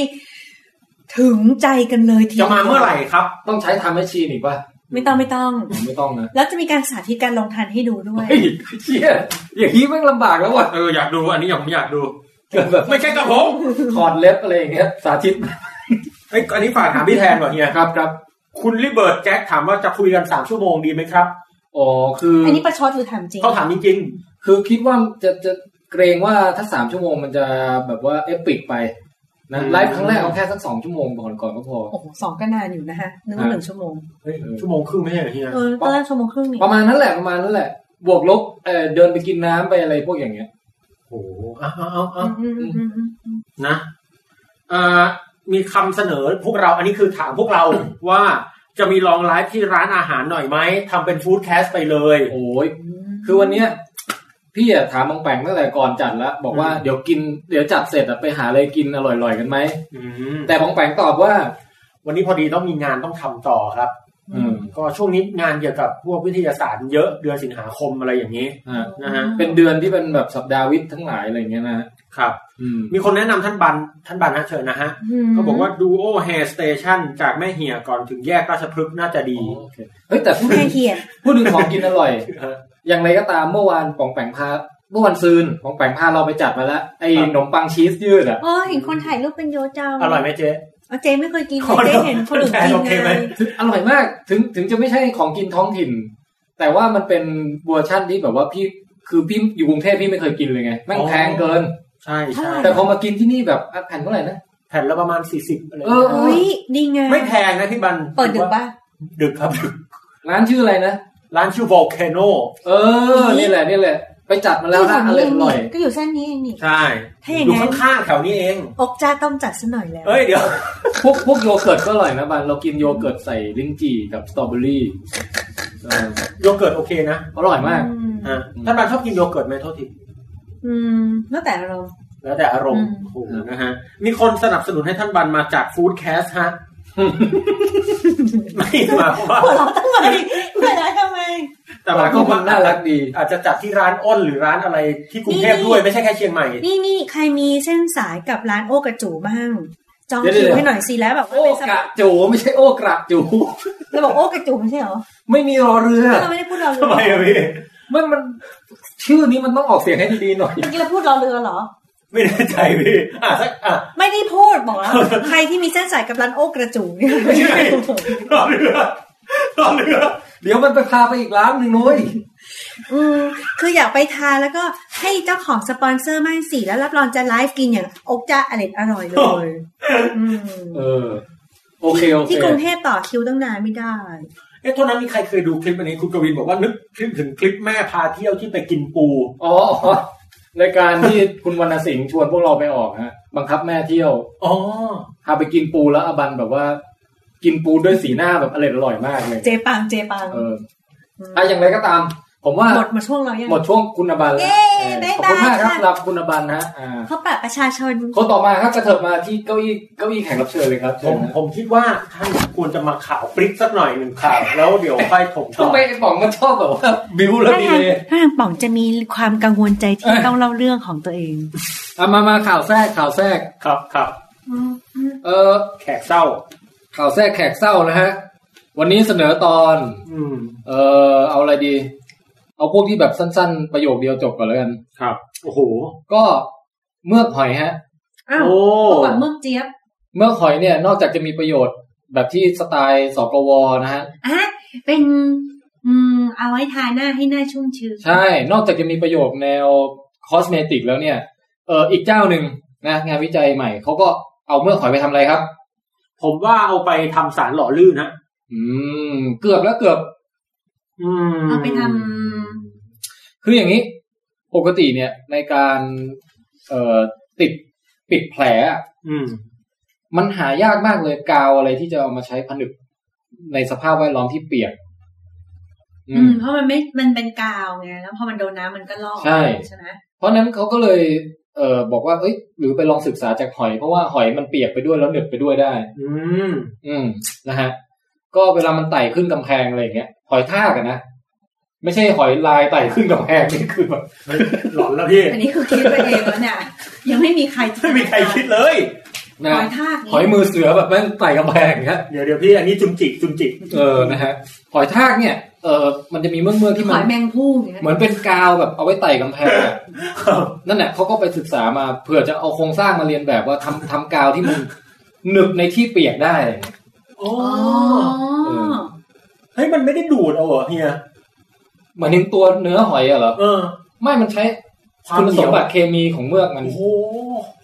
ถึงใจกันเลยทีดี
จะ
ยว
มาเมื่อไหร่ครับ
ต้องใช้ทำให้ชีนอีกป่ะ
ไม่ต้องไม่ต้อง
ผมไม่ต้องนะ
แล้วจะมีการสาธิตการลงทันให้ดูด้วย
เฮ้ยเชี่ยอย่างนี้แม่งลำบากแล้วว่ะ
เอออยากดูอันนี้ผมอยากดู
เกิดแบบ
ไม่ใช่กับผม
ถอดเล็บอะไรอย่างเงี้ยสาธิต
เอ้ยอันนี้ฝากถามพี่แทนก่อนเนี่ย
ครับครับ
คุณริเบิร์ตแจ็คถามว่าจะคุยกันสามชั่วโมงดีไหมครับ
อ๋อคืออ
อันนี้ประชดหรือถามจริง
เขาถามจริง
คือคิดว่าจะจะเกรงว่าถ้าสามชั่วโมงมันจะแบบว่าเอปิกไปนะไลฟ์ครั้งแรกเอาแค่สักสองชั่วโมงก่อนก่อนก็พอ
โอ้โหสองก็นานอยู่นะฮะนึกว่าหนึ่งชั่วโมง
ๆเฮ้ยชั่วโมงครึ่งไม่ใช่เหรอเฮีย
เออตอนแรกชั่วโมงครึ่งนี่
ประมาณนั้นแหละประมาณนั้นแหละ บวกลบเออเดินไปกินน้ำไปอะไรพวกอย่างเงี้ย
โอ้โหเอาเอาเอา
อื
เอา
มอืมอืมอืมอืมอืม
นะอ่ามีคำเสนอพวกเราอันนี้คือถามพวกเรา ว่าจะมีลองไลฟ์ที่ร้านอาหารหน่อยไหมทำเป็นฟู้ดแคสต์ไปเลย
โอ้ยคือวันเนี้ยพี่อะถามบางแปงตั้งแต่ก่อนจัดแล้วบอกว่า
อืม
เดี๋ยวกินเดี๋ยวจัดเสร็จอะไปหาอะไรกินอร่อยๆกันไหม
อืมแต่
แต่บางแปงตอบว่า
วันนี้พอดีต้องมีงานต้องทำต่อครับ
อืม
ก็ช่วงนี้งานเกี่ยวกับพวกวิทยาศาสตร์เยอะเดือนสิงหาคมอะไรอย่างนี้
อ่า
นะฮะ
เป็นเดือนที่เป็นแบบสัปดาห์วิทย์ทั้งหลายอะไรอย่างเงี้ยนะ
ครับ
อืม
มีคนแนะนำท่านบันท่านบันนะเชิญนะฮะ
ม
ก็บอกว่าดูโอแฮสเตชันจากแม่เหียก่อนถึงแยกราชพฤกษ์น่าจะดี
โอเคเฮ้ยแต่พูดถึ
แม่
ง
เทียน
พูดถึงของกินอ ร่อย
ฮะ
อย่างไรก็ตามเมื่อวานปองแปงพาเมื่อวันซืนปองแปงพาเราไปจัดมาแล้วไอ้
ครับ
ขนมปังชีสยืดอ่ะ
เออเห็นคนถ่ายรูปเป็นโยจัง
อร่อยไหมเจ๊
อ๋อเจ๊ไม่เคยกินเลยเจ๊เห็นคนอื่นกิ
โอน เคไหม
เลย
ถึงอร่อยมากถึงถึงจะไม่ใช่ของกินท้องถิ่น แต่ว่ามันเป็นเวอร์ชั่นที่แบบว่าพี่คือพี่อยู่กรุงเทพพี่ไม่เคยกินเลยไงแม่งแพงเกิน
ใช่ใช่
แต่พอมากินที่นี่แบบอ่ะแผ่นเท่าไหร่นะ
แผ่นละประมาณสี่สิบอะไร
เออ
เฮ้ยดีงาม
ไม่แพงนะพี่บัน
เปิดดึกปะ
ดึกครับดึก
ร้านชื่ออะไรนะ
ร้านชื่อ Volcano
เออนี่แหละนี่แหละ ไปจัดมาแล้ว
ก็อยู่แถ
นะ
ว
อ
นี้
ร่อย
เอง
อร่อย
นี่ก็อยู่เส้นนี้เองนี่
ใช่
ถ้าอย่าง
อยู่
นั้น
ข้างๆแถวนี้เอง
อกจ้าต้องจัดซะหน่อยแล้ว
เอ้ยเดี๋ยว
พวกพวกโยเกิร์ตก็อร่อยนะบันเรากินโยเกิร์ตใส่ลิ้นจี่กับสตรอเบอรี่เออ
โยเกิร์ตโอเคนะ
อร่อยมาก
อืม
อ่ะท่านบันชอบกินโยเกิร์ตไหมโทษที
อืมแล้วแต่เรา
แล้วแต่อารมณ์
อืม
โอ้โหนะฮะ มีคนสนับสนุนให้ท่านบันมาจากฟู้ดแคสฮะ ไม่มาเพราะว่า
หัวเราะทำไมหัวเราะทำไม
แต่หมายความว่า
น่ารักดี
อาจจะจัดที่ร้านอ้นหรือร้านอะไรที่กรุงเทพด้วยไม่ใช่แค่เชียงใหม่
นี่นี่ใครมีเส้นสายกับร้านโอกระจูบ้าง จอง
เดี๋ยว
คิว
เดี๋ยว
ให้หน่อยสิแล้วแบบว่า
โอ้
เป็นส
กระ
มัคร
จูไม่ใช่โอ้กระจู
เราบอกโอกระจูไม่ใช่เหรอ
ไม่มีรอเรือ
เราไม่ได้พูดเราเรื
ทำไม
อ
อะพี่
มันมัน ชื่อนี้มันต้องออกเสียงให้ดีๆหน่อย
เมื่อกี้เราพูดเราเรือเหรอ
ไม่แน่ใจพี่ อ่ะสักอ่ะ
ไม่ได้พูดบอก แล้วใครที่มีเส้นสายกับร้านโอกระจูเนี่ย
ไม่ใช่ รอเรือรอเรือ
เดี๋ยวมันไปพาไปอีกร้านหนึ่งนุ้ย
อืมคืออยากไปทานแล้วก็ให้เจ้าของสปอนเซอร์มากสิแล้วรับรองจะไลฟ์กินอย่างอกจ้าอร่อยอร่อยเลยอืม
เออ โอเคโอเค
ที่กรุงเทพต่อคิวตั้งนานไม่ได้
เอ๊ะโทษนะมีใครเคยดูคลิปอันนี้คุณกวินบอกว่านึกคลิปถึงคลิปแม่พาเที่ยวที่ไปกินปู
อ๋ออ๋อรายการที่คุณวรรณสิงห์ชวนพวกเราไปออกฮะ บังคับแม่เที่ยว
อ๋อ
พาไปกินปูแล้วอบันแบบว่า กินปูด้วยสีหน้าแบบอร่อยอร่อยมากเลย
เจปังเจปัง
เอออะอย่างไรก็ตาม ผมว่า
หมดมาช่วงเรายัง
หมดช่วงคุณอบันแล้ว
เย้บ๊าย
ขอบบคุณ
าย
มากครับ
ค่ะ
สำหรับคุณอบันนะฮะอ่า
เขาปรับประชาชน
คนต่อมาครับกระเถิบมาที่เก้าอี้เก้าอี้แขกรับเชิญเลยครับ
ผ
เชิญ
ม
นะ
ผมคิดว่าท่านควรจะมาข่าวปริ๊กสักหน่อยหนึ่งข่าว แล้วเดี๋ยวค่อยถมต่
ทำ
อ
ไมไอ้ป๋องมันชอบแบบว่าบิวแล้ว
ถ้า
ดี
ทาง
เลย
ถ้าทางป๋องจะมีความกังวลใจที่ต้องเล่าเรื่องของตัวเอง
อ่ะมามาข่าวแทรกข่าวแทรก
ครับครับ
เออ
แขกเศร้า
ข่าวแทรกแขกเศร้านะฮะ วันนี้เสนอตอน
อืม
เออเอาอะไรดี เอาพวกที่แบบสั้นๆ ประโยคเดียวจบก่อนแล้วกัน
ครับ โอ้โห
ก็เมือกหอยฮะ
อ้าว
โอ้
ประวัติเมืองเจี๊ยบ
เมือกหอยเนี่ยนอกจากจะมีประโยชน์แบบที่สไตล์สกวนะฮะ
อ่ะเป็น อืม เอาไว้ทาหน้าให้หน้าชุ่มชื้น
ใช่ นอกจากจะมีประโยคแนวคอสเมติกแล้วเนี่ย เอออีกเจ้าหนึ่งนะ งานวิจัยใหม่เขาก็เอาเมือกหอยไปทำอะไรครับ
ผมว่าเอาไปทำสารหล่อลื่นนะ
อืม เกือบแล้วเกือบ
อืม
เอาไปทำ
คืออย่างนี้ ปกติเนี่ยในการเอ่อติดปิดแผลอะ
อืม
มันหายากมากเลยกาวอะไรที่จะเอามาใช้ผนึก ในสภาพแวดล้อมที่เปียก อื
อื
ม
ม เพราะมันไม่ มันเป็นกาวไง แล้วพอมันโดนน้ำมันก็ลอก
ใช่
ใช่ไหม
เพราะฉะนั้นเขาก็เลยเอ่อบอกว่าเอ้ยหรือไปลองศึกษาจากหอยเพราะว่าหอยมันเปียกไปด้วยแล้วเหนึบไปด้วยได้
อืม
อืมนะฮะ ก็เวลามันไต่ขึ้นกำแพงอะไรอย่างเงี้ยหอยท่ากอะนะ ไม่ใช่หอยลายไต่ขึ้นกำแพงนี่คือแบบ
เฮ้ยหลอนแล้วพี่
อันนี้คือคิดไปเองแล้วเนี่ยยังไม่มีใคร
ไม่มีใครคิดเลย
นะ
หอยทากนี่
หอยมือเสือแบบแม่งไต่กำแพงอย่างเงี้ย
เดี๋ยวเดี๋ยวพี่อันนี้จุมจิกจุมจิก
เออนะฮะหอยทากเนี่ยเออมันจะมีเมือกเมือกๆที่
ห
มั
อน ยแมงผู้เนี่ย
เหมือนเป็นกาวแบบเอาไว้ไต่กำแพงอะนั่นแหละเขาก็ไปศึกษามาเผื่อจะเอาโครงสร้างมาเรียนแบบว่าทำทำกาวที่มัน หนึบในที่เปียกได้
โอ้
อ๋อ
เออ
เฮ้ยมันไม่ได้ดูดเอาเหรอเฮีย
เหมือนถึงตัวเนื้อหอยอะเหรอ
เออ
ไม่มันใช้
ความ
คุณ
เหนียว
สมบัติเคมีของเมือกมัน
โอ้โห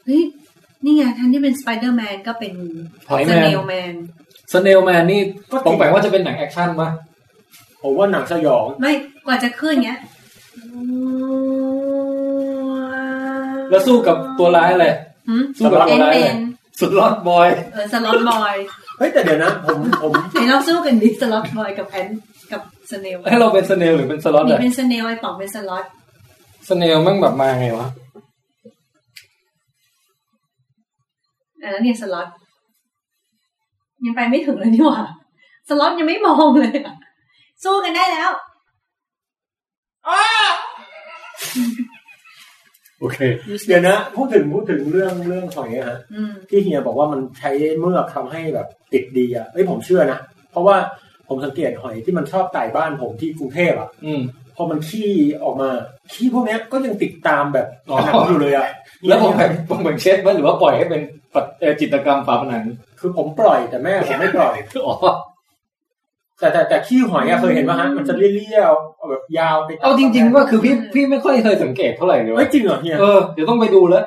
เฮ้ยนี่ไงทันที่เป็นสไปเดอร์แมนก็เป็น
หอยแมน
สเนลแมน
สเนลแมนนี่ก็ตรงแปลว่าจะเป็นหนังแอคชั่นปะ
ผมว่าหนังสยอง
ไม่กว่าจะขึ้นเงี้ย
แล้วสู้กับตัวร้ายเลย
หืม
สู้กับ
เอ็
ตัวนร้าย
เอ็
เลย
น
สุดรอดบอย
เออสล็อตบอย
เฮ้ยแต่เดี๋ยวนะ ผมผม
ไหนเราสู้กันดิสล็อตบอยกับแอนกับสเนล
ให้เราเป็นสเนลหรือเป็นสล็อต
หนี
อะ
เป็นสเนลไอ้ป๋องเป็นสล็อต
สเนลแม่งแบบมาไงวะ
อันนั้นเนี่ยสล็อตยังไปไม่ถึงเลยนี่หว่าสล็อตยังไม่มองเลยอะสู้กันได้แล้ว
โอเค เดี๋ยวนะ พูดถึงพูดถึงเรื่องเรื่องหอยอะฮะ
อืม
ที่เฮียบอกว่ามันใช้เมือกทำให้แบบติดดีอ่ะ เอ้ยผมเชื่อนะ เพราะว่าผมสังเกตหอยที่มันชอบไต่บ้านผมที่กรุงเทพอ่ะ
อืม
พอมันขี้ออกมา ขี้พวกเนี้ยก็ยังติดตามแบบ
อ๋อ
หนังอยู่เลยอ่ะ
แล้วผมแบ่งผมแบ่งเช็ดไหมหรือว่าปล่อยให้เป็นปัจเอ่อจิตรกรรมฝาผนัง
คือผมปล่อยแต่แม่ผมไม่ปล่อย
อ๋อ
แต่แต่แต่ขี้หอยอะเคยเห็นป่ะฮะ มันจะเลี่ยวๆเอาแบบยาวไปตม
เอาจริง ๆ ว่าคือพี่พี่ไม่ค่อยเคยสังเกตเท่าไหร่เลย
เฮ้
เว้
ย
ย
จริงเหรอเฮีย
เออเดี๋ยวต้องไปดูแล้ว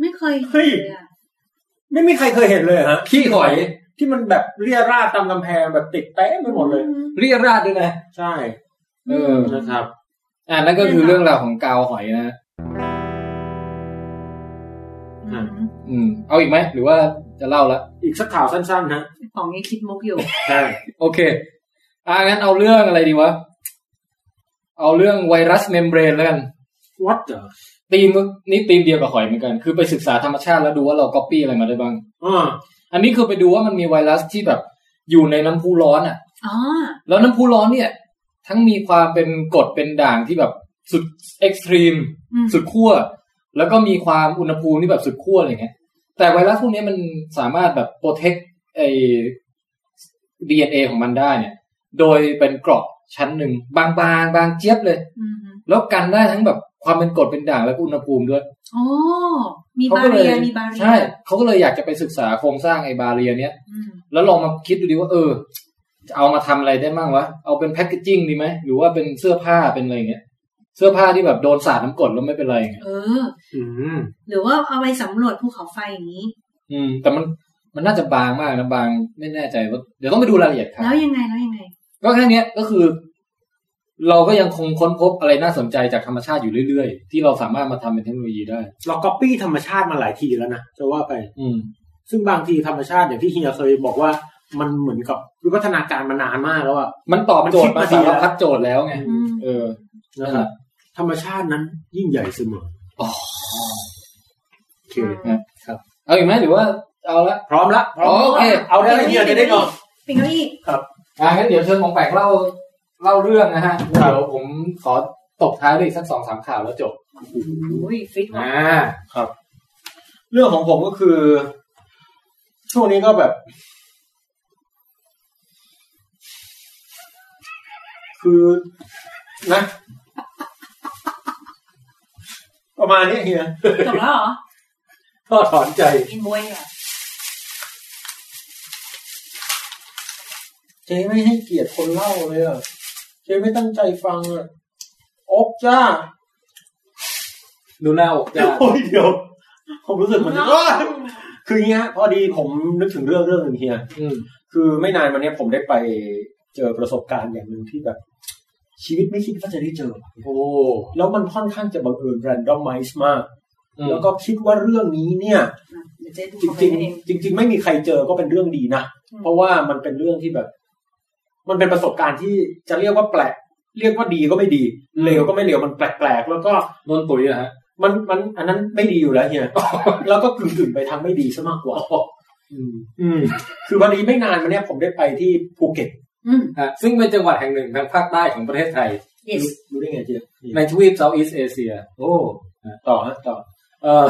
ไม่เคย
เฮ้ย
ห็นลอะ
ไม่มีใครเคยเห็นเลยฮะ
ขี้หอย
ที่มันแบบเลี่ยราดตามกำแพงแบบติดเต็มไปหมดเลย
เรียราดด้วยนะ
ใช่
เออ
นะครับ
อ่านั่นก็คือเรื่องราวของกาวหอยนะ
อืม
อืม เอาอีกไหม หรือว่าจะเล่าละ
อีกสักข่าวสั้นๆนะ
ไอ้ป๋องยังคิดมุกอยู่
ใช่
โอเค อ่างั้นเอาเรื่องอะไรดีวะ เอาเรื่องไวรัสเมมเบรนแล้วกัน
วัดเหรอ
ธีมนี่ธีมเดียวกับหอยเหมือนกัน คือไปศึกษาธรรมชาติแล้วดูว่าเราก๊อปปี้อะไรมาได้บ้าง
อ่า
อันนี้คือไปดูว่ามันมีไวรัสที่แบบอยู่ในน้ำพุร้อนอ่ะ
อ๋อ
แล้วน้ำพุร้อนเนี่ย ทั้งมีความเป็นกรดเป็นด่างที่แบบสุดเอ็กซ์ตรีม
อืม
สุดขั้วแล้วก็มีความอุณหภูมิที่แบบสุดขั้วอะไรเงี้ย แต่ไวรัสพวกนี้มันสามารถแบบโปรเทคไอดีเอ็นเอของมันได้เนี่ย โดยเป็นเกราะชั้นหนึ่งบางๆ บางเจี๊ยบเลย
อืม
แล้วกันได้ทั้งแบบความเป็นกรดเป็นด่างแล้วก็อุณหภูมิด้วย
อ๋อ มี
เขา
บา
ก็เล
เรี
ย
ยมีบาเรีย
ใช่เขาก็เลยอยากจะไปศึกษาโครงสร้างไอบาเรียเนี้ย
อืม
แล้วลองมาคิดดูดิว่าเออ จะเอามาทำอะไรได้บ้างวะ เอาเป็นแพคเกจจิ้งดีไหม หรือว่าเป็นเสื้อผ้าเป็นอะไรอย่างเงี้ย เสื้อผ้าที่แบบโดนสาดน้ำกรดแล้วไม่เป็นไรอย่างเงี้ย
เออ
อืม
หรือว่าเอาไปสำรวจภูเขาไฟอย่างนี้
อืม แต่มันมันน่าจะบางมากนะบางไม่แน่ใจว่าเดี๋ยวต้องไปดูรายละเอียดครับ
แล้วยังไงแล้วยังไง
ก็แค่เนี้ยก็คือ เราก็ยังคงค้นพบอะไรน่าสนใจจากธรรมชาติอยู่เรื่อยๆ ที่เราสามารถมาทำเป็นเทคโนโลยีได้
เราก๊อปปี้ธรรมชาติมาหลายทีแล้วนะจะว่าไป
อืม
ซึ่งบางทีธรรมชาติอย่างที่เฮียเคยบอกว่ามันเหมือนกับวิวัฒนาการมานานมากแล้วอะ
มันตอบโจทย์
มั
มาน
คิ
สาร
ดมาดีแล้ว
พัดโจทย์แล้วไง
อืม
เออ
นะครับธรรมชาตินั้นยิ่งใหญ่เสมอ
อ๋อ
โอเค
เอาอีกไหมหรือว่าเอาละ
พร้อมละพร้อม
โอเค
เอาได้แล้วเฮียจะได้นอน
ปิงเก้าอี้
อ่ะงั้นเดี๋ยวเชิญของแปลกเล่าเล่าเรื่องนะฮะ
ครับ
เดี๋ยวผมขอตบท้ายด้วยอีกสักสองสามข่าวแล้วจบ
อุ้ยฟิตว่ะ
อ่า
เรื่องของผมก็คือ ช่วงนี้ก็แบบ คือนะ ประมาณนี้เฮีย
จบแล้วเหรอ
ก็ถอนใจ
กินบวยเหรอ
เจ๊ไม่ให้เกียรติคนเล่าเลยอ่ะ เจ๊ไม่ตั้งใจฟังอ่ะอกจ้า
ดูหน้า อกจ้า
โอ้ยเดี๋ยว ผมรู้สึกเหมือนอ้าวคืออย่างเงี้ยพอดีผมนึกถึงเรื่องเรื่องหนึ่งเฮีย
อืม
คือไม่นานมาเนี้ยผมได้ไปเจอประสบการณ์อย่างหนึ่งที่แบบ ชีวิตไม่คิดว่าจะได้เจอ
โอ้
แล้วมันค่อนข้างจะบังเอิญ r a นดอมไมซ์มาก
แล้
แล้ว ว
ก็
ก็คิดว่าเรื่องนี้เนี่ย
อ่ะเดี๋ยวเจ๊ดู
จ
คอมเม
ริง
นต์เอง
ๆจริง ๆ ไม่มีใครเจอก็เป็นเรื่องดีนะ
อืม
เพราะว่ามันเป็นเรื่องที่แบบ มันเป็นประสบการณ์ที่จะเรียกว่าแปลก เรียกว่าดีก็ไม่ดีเลวก็ไม่เลวมันแปลกๆแล้วก็
โดนปุ๋ยเหรอะฮะ
มันมันอันนั้นไม่ดีอยู่แล้วเฮีย แล้วก็กึ่งๆไปทางไม่ดีซะมากกว่าอืม คือวันนี้ไม่นานมาเนี้ยผมได้ไปที่ภูเก็ต
อืม
ฮะซึ่งเป็นจังหวัดแห่งหนึ่งทางภาคใต้ของประเทศไทย
yes
รู้รู้ได้ไงเจ๊
ในทวีปเซาท์อีสเอเชีย
โอ้ต่อฮะต่อ
เออ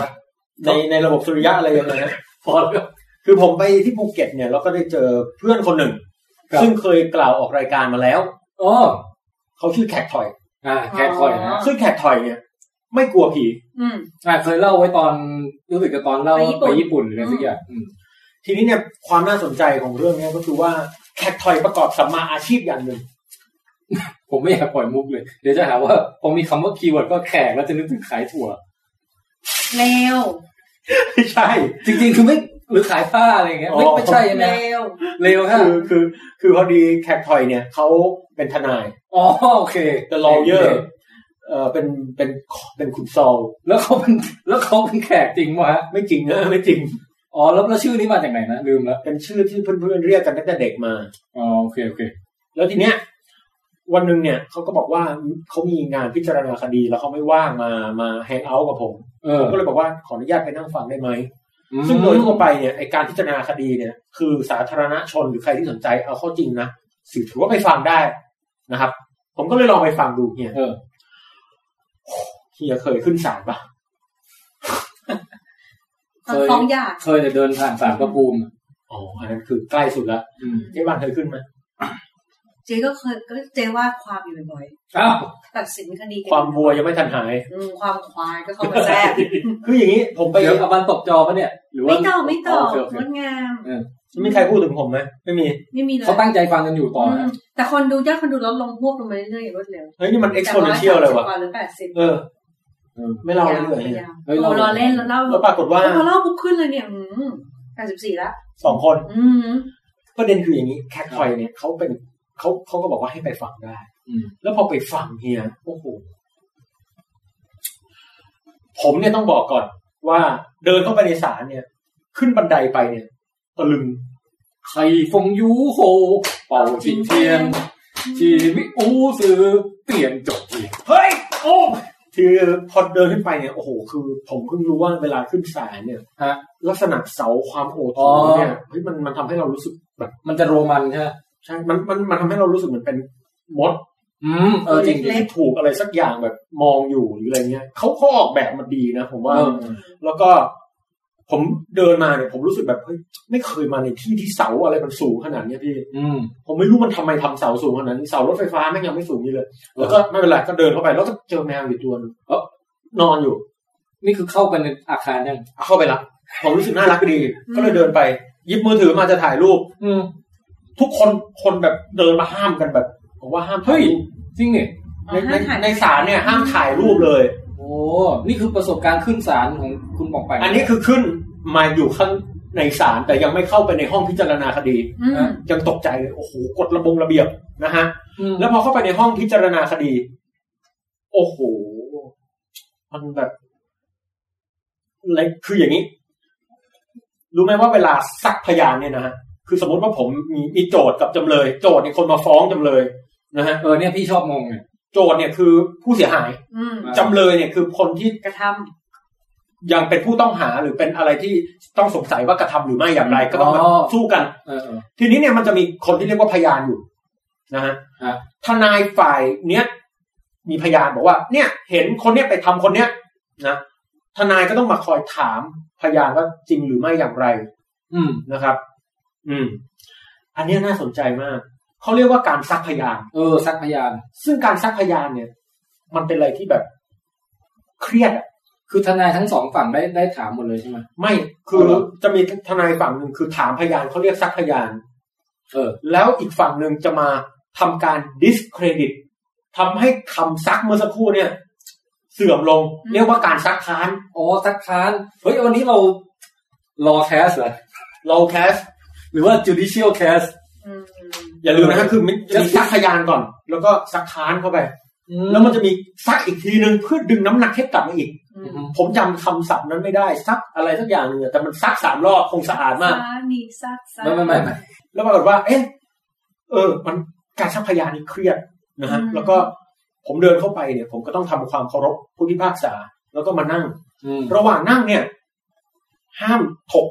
ในในระบบสุริยะอะไรยังไงนะ
พอแล้ว
คือผมไปที่ภูเก็ตเนี่ยแล้วก็ได้เจอเพื่อนคนหนึ่ง
ครับ
ซึ่งเคยกล่าวออกรายการมาแล้ว
อ๋อ
เขาชื่อแขกถอย
อ่าแค่คอยนะ
อ๋อ
ซึ่งแขกถอยเนี่ย ไม่กลัวผี
อืม
อ่าเคยเล่าไว้ตอนรู้สึกจะตอนเล่า
ไปญี่ปุ่น
ไปญี่ปุ่นหรืออะไรสักอย่างอืม
ทีนี้เนี่ยความน่าสนใจของเรื่องเนี้ยก็คือว่าแคททอยประกอบสัมมาอาชีพอย่างหนึ่ง
ผมไม่อยากปล่อยมุกเลย เดี๋ยวจะหาว่าพอมีคำว่าคีย์เวิร์ดก็แขกแล้วจะนึกถึงขายถั่ว
เลว
ไม่ใช่
จริงๆ คือไม่หรือขายผ้าอะไรอย่างเงี้ยไม่
อ๋อ
ไม่ใช่ใช่ไหม
เลว
เลวค่ะ
คือคือคือพอดีแคททอยเนี่ยเขาเป็นทนาย
อ๋อโอเค
The lawyer เออเป็นเป็นเป็นคุณซอล
แล้วเขาเป็นแล้วเขาเป็นแขกจริงวะ
ไม่จริงนะไม่จริง
อ๋อแล้วแล้วชื่อนี้มาจากไหนนะลืมแล้ว
เป็นชื่อที่เพื่อนๆเรียกกันตั้งแต่เด็กมา
อ๋อโอเคโอเค
แล้วทีเนี้ยวันหนึ่งเนี่ยเขาก็บอกว่าเขามีงานพิจารณาคดีแล้วเขาไม่ว่างมามาแฮงเอาท์กับผม
เออ
ผมก็เลยบอกว่าขออนุญาตไปนั่งฟังได้ไหม ซึ่งโดยทั่วไปเนี่ยไอการพิจารณาคดีเนี่ยคือสาธารณชนหรือใครที่สนใจเอาเข้อจริงนะสื่อถือว่าไปฟังได้นะครับ ผมก็เลยลองไปฟังดูเฮีย
เออ
เฮียเคยขึ้นศาลปะ
ตอนฟ้องหย่า
เคยแต่เดินผ่านสารพระภูมิ
อ๋ออันนั้นคือใกล้สุดละ
อืม
เจ๊บางเคยขึ้นไหม
เจ๊ก็เคยก็เจ๊ว่าความอยู่บ่อย
อ้าว
ๆตัดสินคดีกัน
ความวัวยังไม่ทันหาย
อืมความควายก็เข้ามาแทรก
คืออย่างนี้ผมไป
เดี๋ยวเอามันตบจอปะเนี่ย หรือว่า
ไม่ต่อไม่ต่อ
โเคโเค
งดงาม
เออ
ไม่มีใครพูดถึงผมไหมไม่มี
ไม่มีเลย
เขาตั้งใจฟังกันอยู่ต่อ
อื
นะ
มแต่คนดูยอดคนดูลดลงพวบลงมาเรื่อยๆอย่างรวดเร็ว
เฮ้ยนี่มันเอ็ก
จาก
ซ์โพเนเชียลเลยวะ
130กาหรือแปดสิบ
เออ
เออ
ไม่เล่าเลยเหรอเฮีย
เฮ้ย
เรา
เล่า
เราเล่นเราเล่า
แล้วปรากฏว่า
เราเล่าปุ๊บขึ้นเลยเนี่ยอืมแปดสิบสี่ละ
สองคน
อืม
ประเด็นคืออย่างนี้แคทคอยเนี่ยเขาเป็นเขาเขาก็บอกว่าให้ไปฟังได้
อืม
แล้วพอไปฟังเฮียโอ้โห ผมเนี่ยต้องบอกก่อนว่าเดินเข้าไปในศาลเนี่ย ขึ้นบันไดไปเนี่ยตะลึง
ไข่ฟงยูโฮเป่าจิงเทียนชีวิอูซือเปลี่ยนจบที
เฮ้ยโอ้คือพอเดินขึ้นไปเนี่ยโอ้โหคือ ผมเพิ่งรู้ว่าเวลาขึ้นศาลเนี่ย
ฮะ
ลักษณะเสาความโอโท
อ๋อ
เนี่ยเฮ้ยมันมันทำให้เรารู้สึกแบบ
มันจะโรมันใช่ไหม
ใช่มันมันมันทำให้เรารู้สึกเหมือนเป็นมด
อืมเออจริงดิ
ที่ถูกอะไรสักอย่างแบบมองอยู่หรืออะไรเงี้ยเขาเขาออกแบบมาดีนะผมว่า
เออ
แล้วก็ผมเดินมาเนี่ยผมรู้สึกแบบเฮ้ยไม่เคยมาในที่ที่เสาอะไรมันสูงขนาดเนี้ยพี่
อืม
ผมไม่รู้มันทำไมทำเสาสูงขนาดนี้เสารถไฟฟ้าแม่งยังไม่สูงนี่เลย แล้วก็ไม่เป็นไรก็เดินเข้าไป แล้วก็เจอแมวอยู่ตัวหนึง
เอ้า
นอนอยู่
นี่คือเข้ากันในอาคารยัง
เข้าไปละผมรู้สึกน่ารักดี ก็เลยเดินไปหยิบมือถือมาจะถ่ายรูป
อืม
ทุกคนคนแบบเดินมาห้ามกันแบบผมว่าห้ามถ่า
เฮ้ย
รูป
จริงเนี่ย
ในในในศาลเนี่ยห้ามถ่ายรูปเลย
โอ้นี่คือประสบการณ์ขึ้นศาลของคุณปองไป
อันนี้คือขึ้นมาอยู่ข้างในศาลแต่ยังไม่เข้าไปในห้องพิจารณาคดี
อืม
ยังตกใจเลยโอ้โหกฎระบงระเบียบนะฮะ
แล้
แล้ววพอเข้าไปในห้องพิจารณาคดี โอ้โห มันแบบอะไรคืออย่างนี้ รู้ไหมว่าเวลาซักพยานเนี่ยนะฮะคือสมมติว่าผมมีมีโจทย์กับจำเลย โจทย์เนี่ยคนมาฟ้องจำเลยนะฮะ
เออเนี่ยพี่ชอบงงเนี่ย
โจทย์เนี่ยคือผู้เสียหาย
อืม
อ่า
จำเลยเนี่ยคือคนที่
กระท
ยังเป็นผู้ต้องหาหรือเป็นอะไรที่ต้องสงสัยว่ากระทำหรือไม่อย่างไร ก็ต้องแบบ
อ๋อ
สู้กัน
เออเออ
ทีนี้เนี่ยมันจะมีคนที่เรียกว่าพยานอยู่นะฮะ
ฮะ
ทนายฝ่ายเนี้ยมีพยานบอกว่า เนี่ย เห็นคนเนี้ยไปทำคนเนี้ยนะทนายก็ต้องมาคอยถามพยานว่าจริงหรือไม่อย่างไร
อืม
นะครับ อืม อันเนี้ยน่าสนใจมากเขาเรียกว่าการซักพยาน
เออซักพยาน
ซึ่งการซักพยานเนี่ย มันเป็นอะไรที่แบบเครียดอะ
คือทนายทั้งสองฝั่งได้ได้ถามหมดเลยใช่ไหม
ไม่คือ
เอาเหรอ
จะมีทนายฝั่งหนึ่งคือถามพยานเขาเรียกซักพยาน
เออ
แล้วอีกฝั่งหนึ่งจะมาทำการ discredit ทำให้คำซักเมื่อสักครู่เนี่ย เสื่อมลง เรียกว่าการซักค้าน
อ๋อซักค้านเฮ้ยวันนี้เรารอแคสเหรอ
low cast
หรือว่า judicial cast
ำอืม
อย่าลืมนะคือมันจะมีซักพยานก่อน แล้วก็ซักค้านเข้าไป แล้วมันจะมีซักอีกทีหนึ่งเพื่อดึงน้ำหนักให้กลับมาอีก
อืม
ผมจำคำศัพท์นั้นไม่ได้ซักอะไรสักอย่างหนึ่งอะแต่มันซักสามรอบคงสะอาดมาก
ซนี่ซักซัก
ไม่ไม่ไม่ไม่
แล้วปรากฏว่า เอ๊ะ เออ มันการซักพยานนี่เครียดนะฮะ
อืม
แล้วก็ผมเดินเข้าไปเนี่ย ผมก็ต้องทำความเคารพผู้พิพากษา แล้วก็มานั่ง
อืม
ระหว่างนั่งเนี่ย ห้ามถก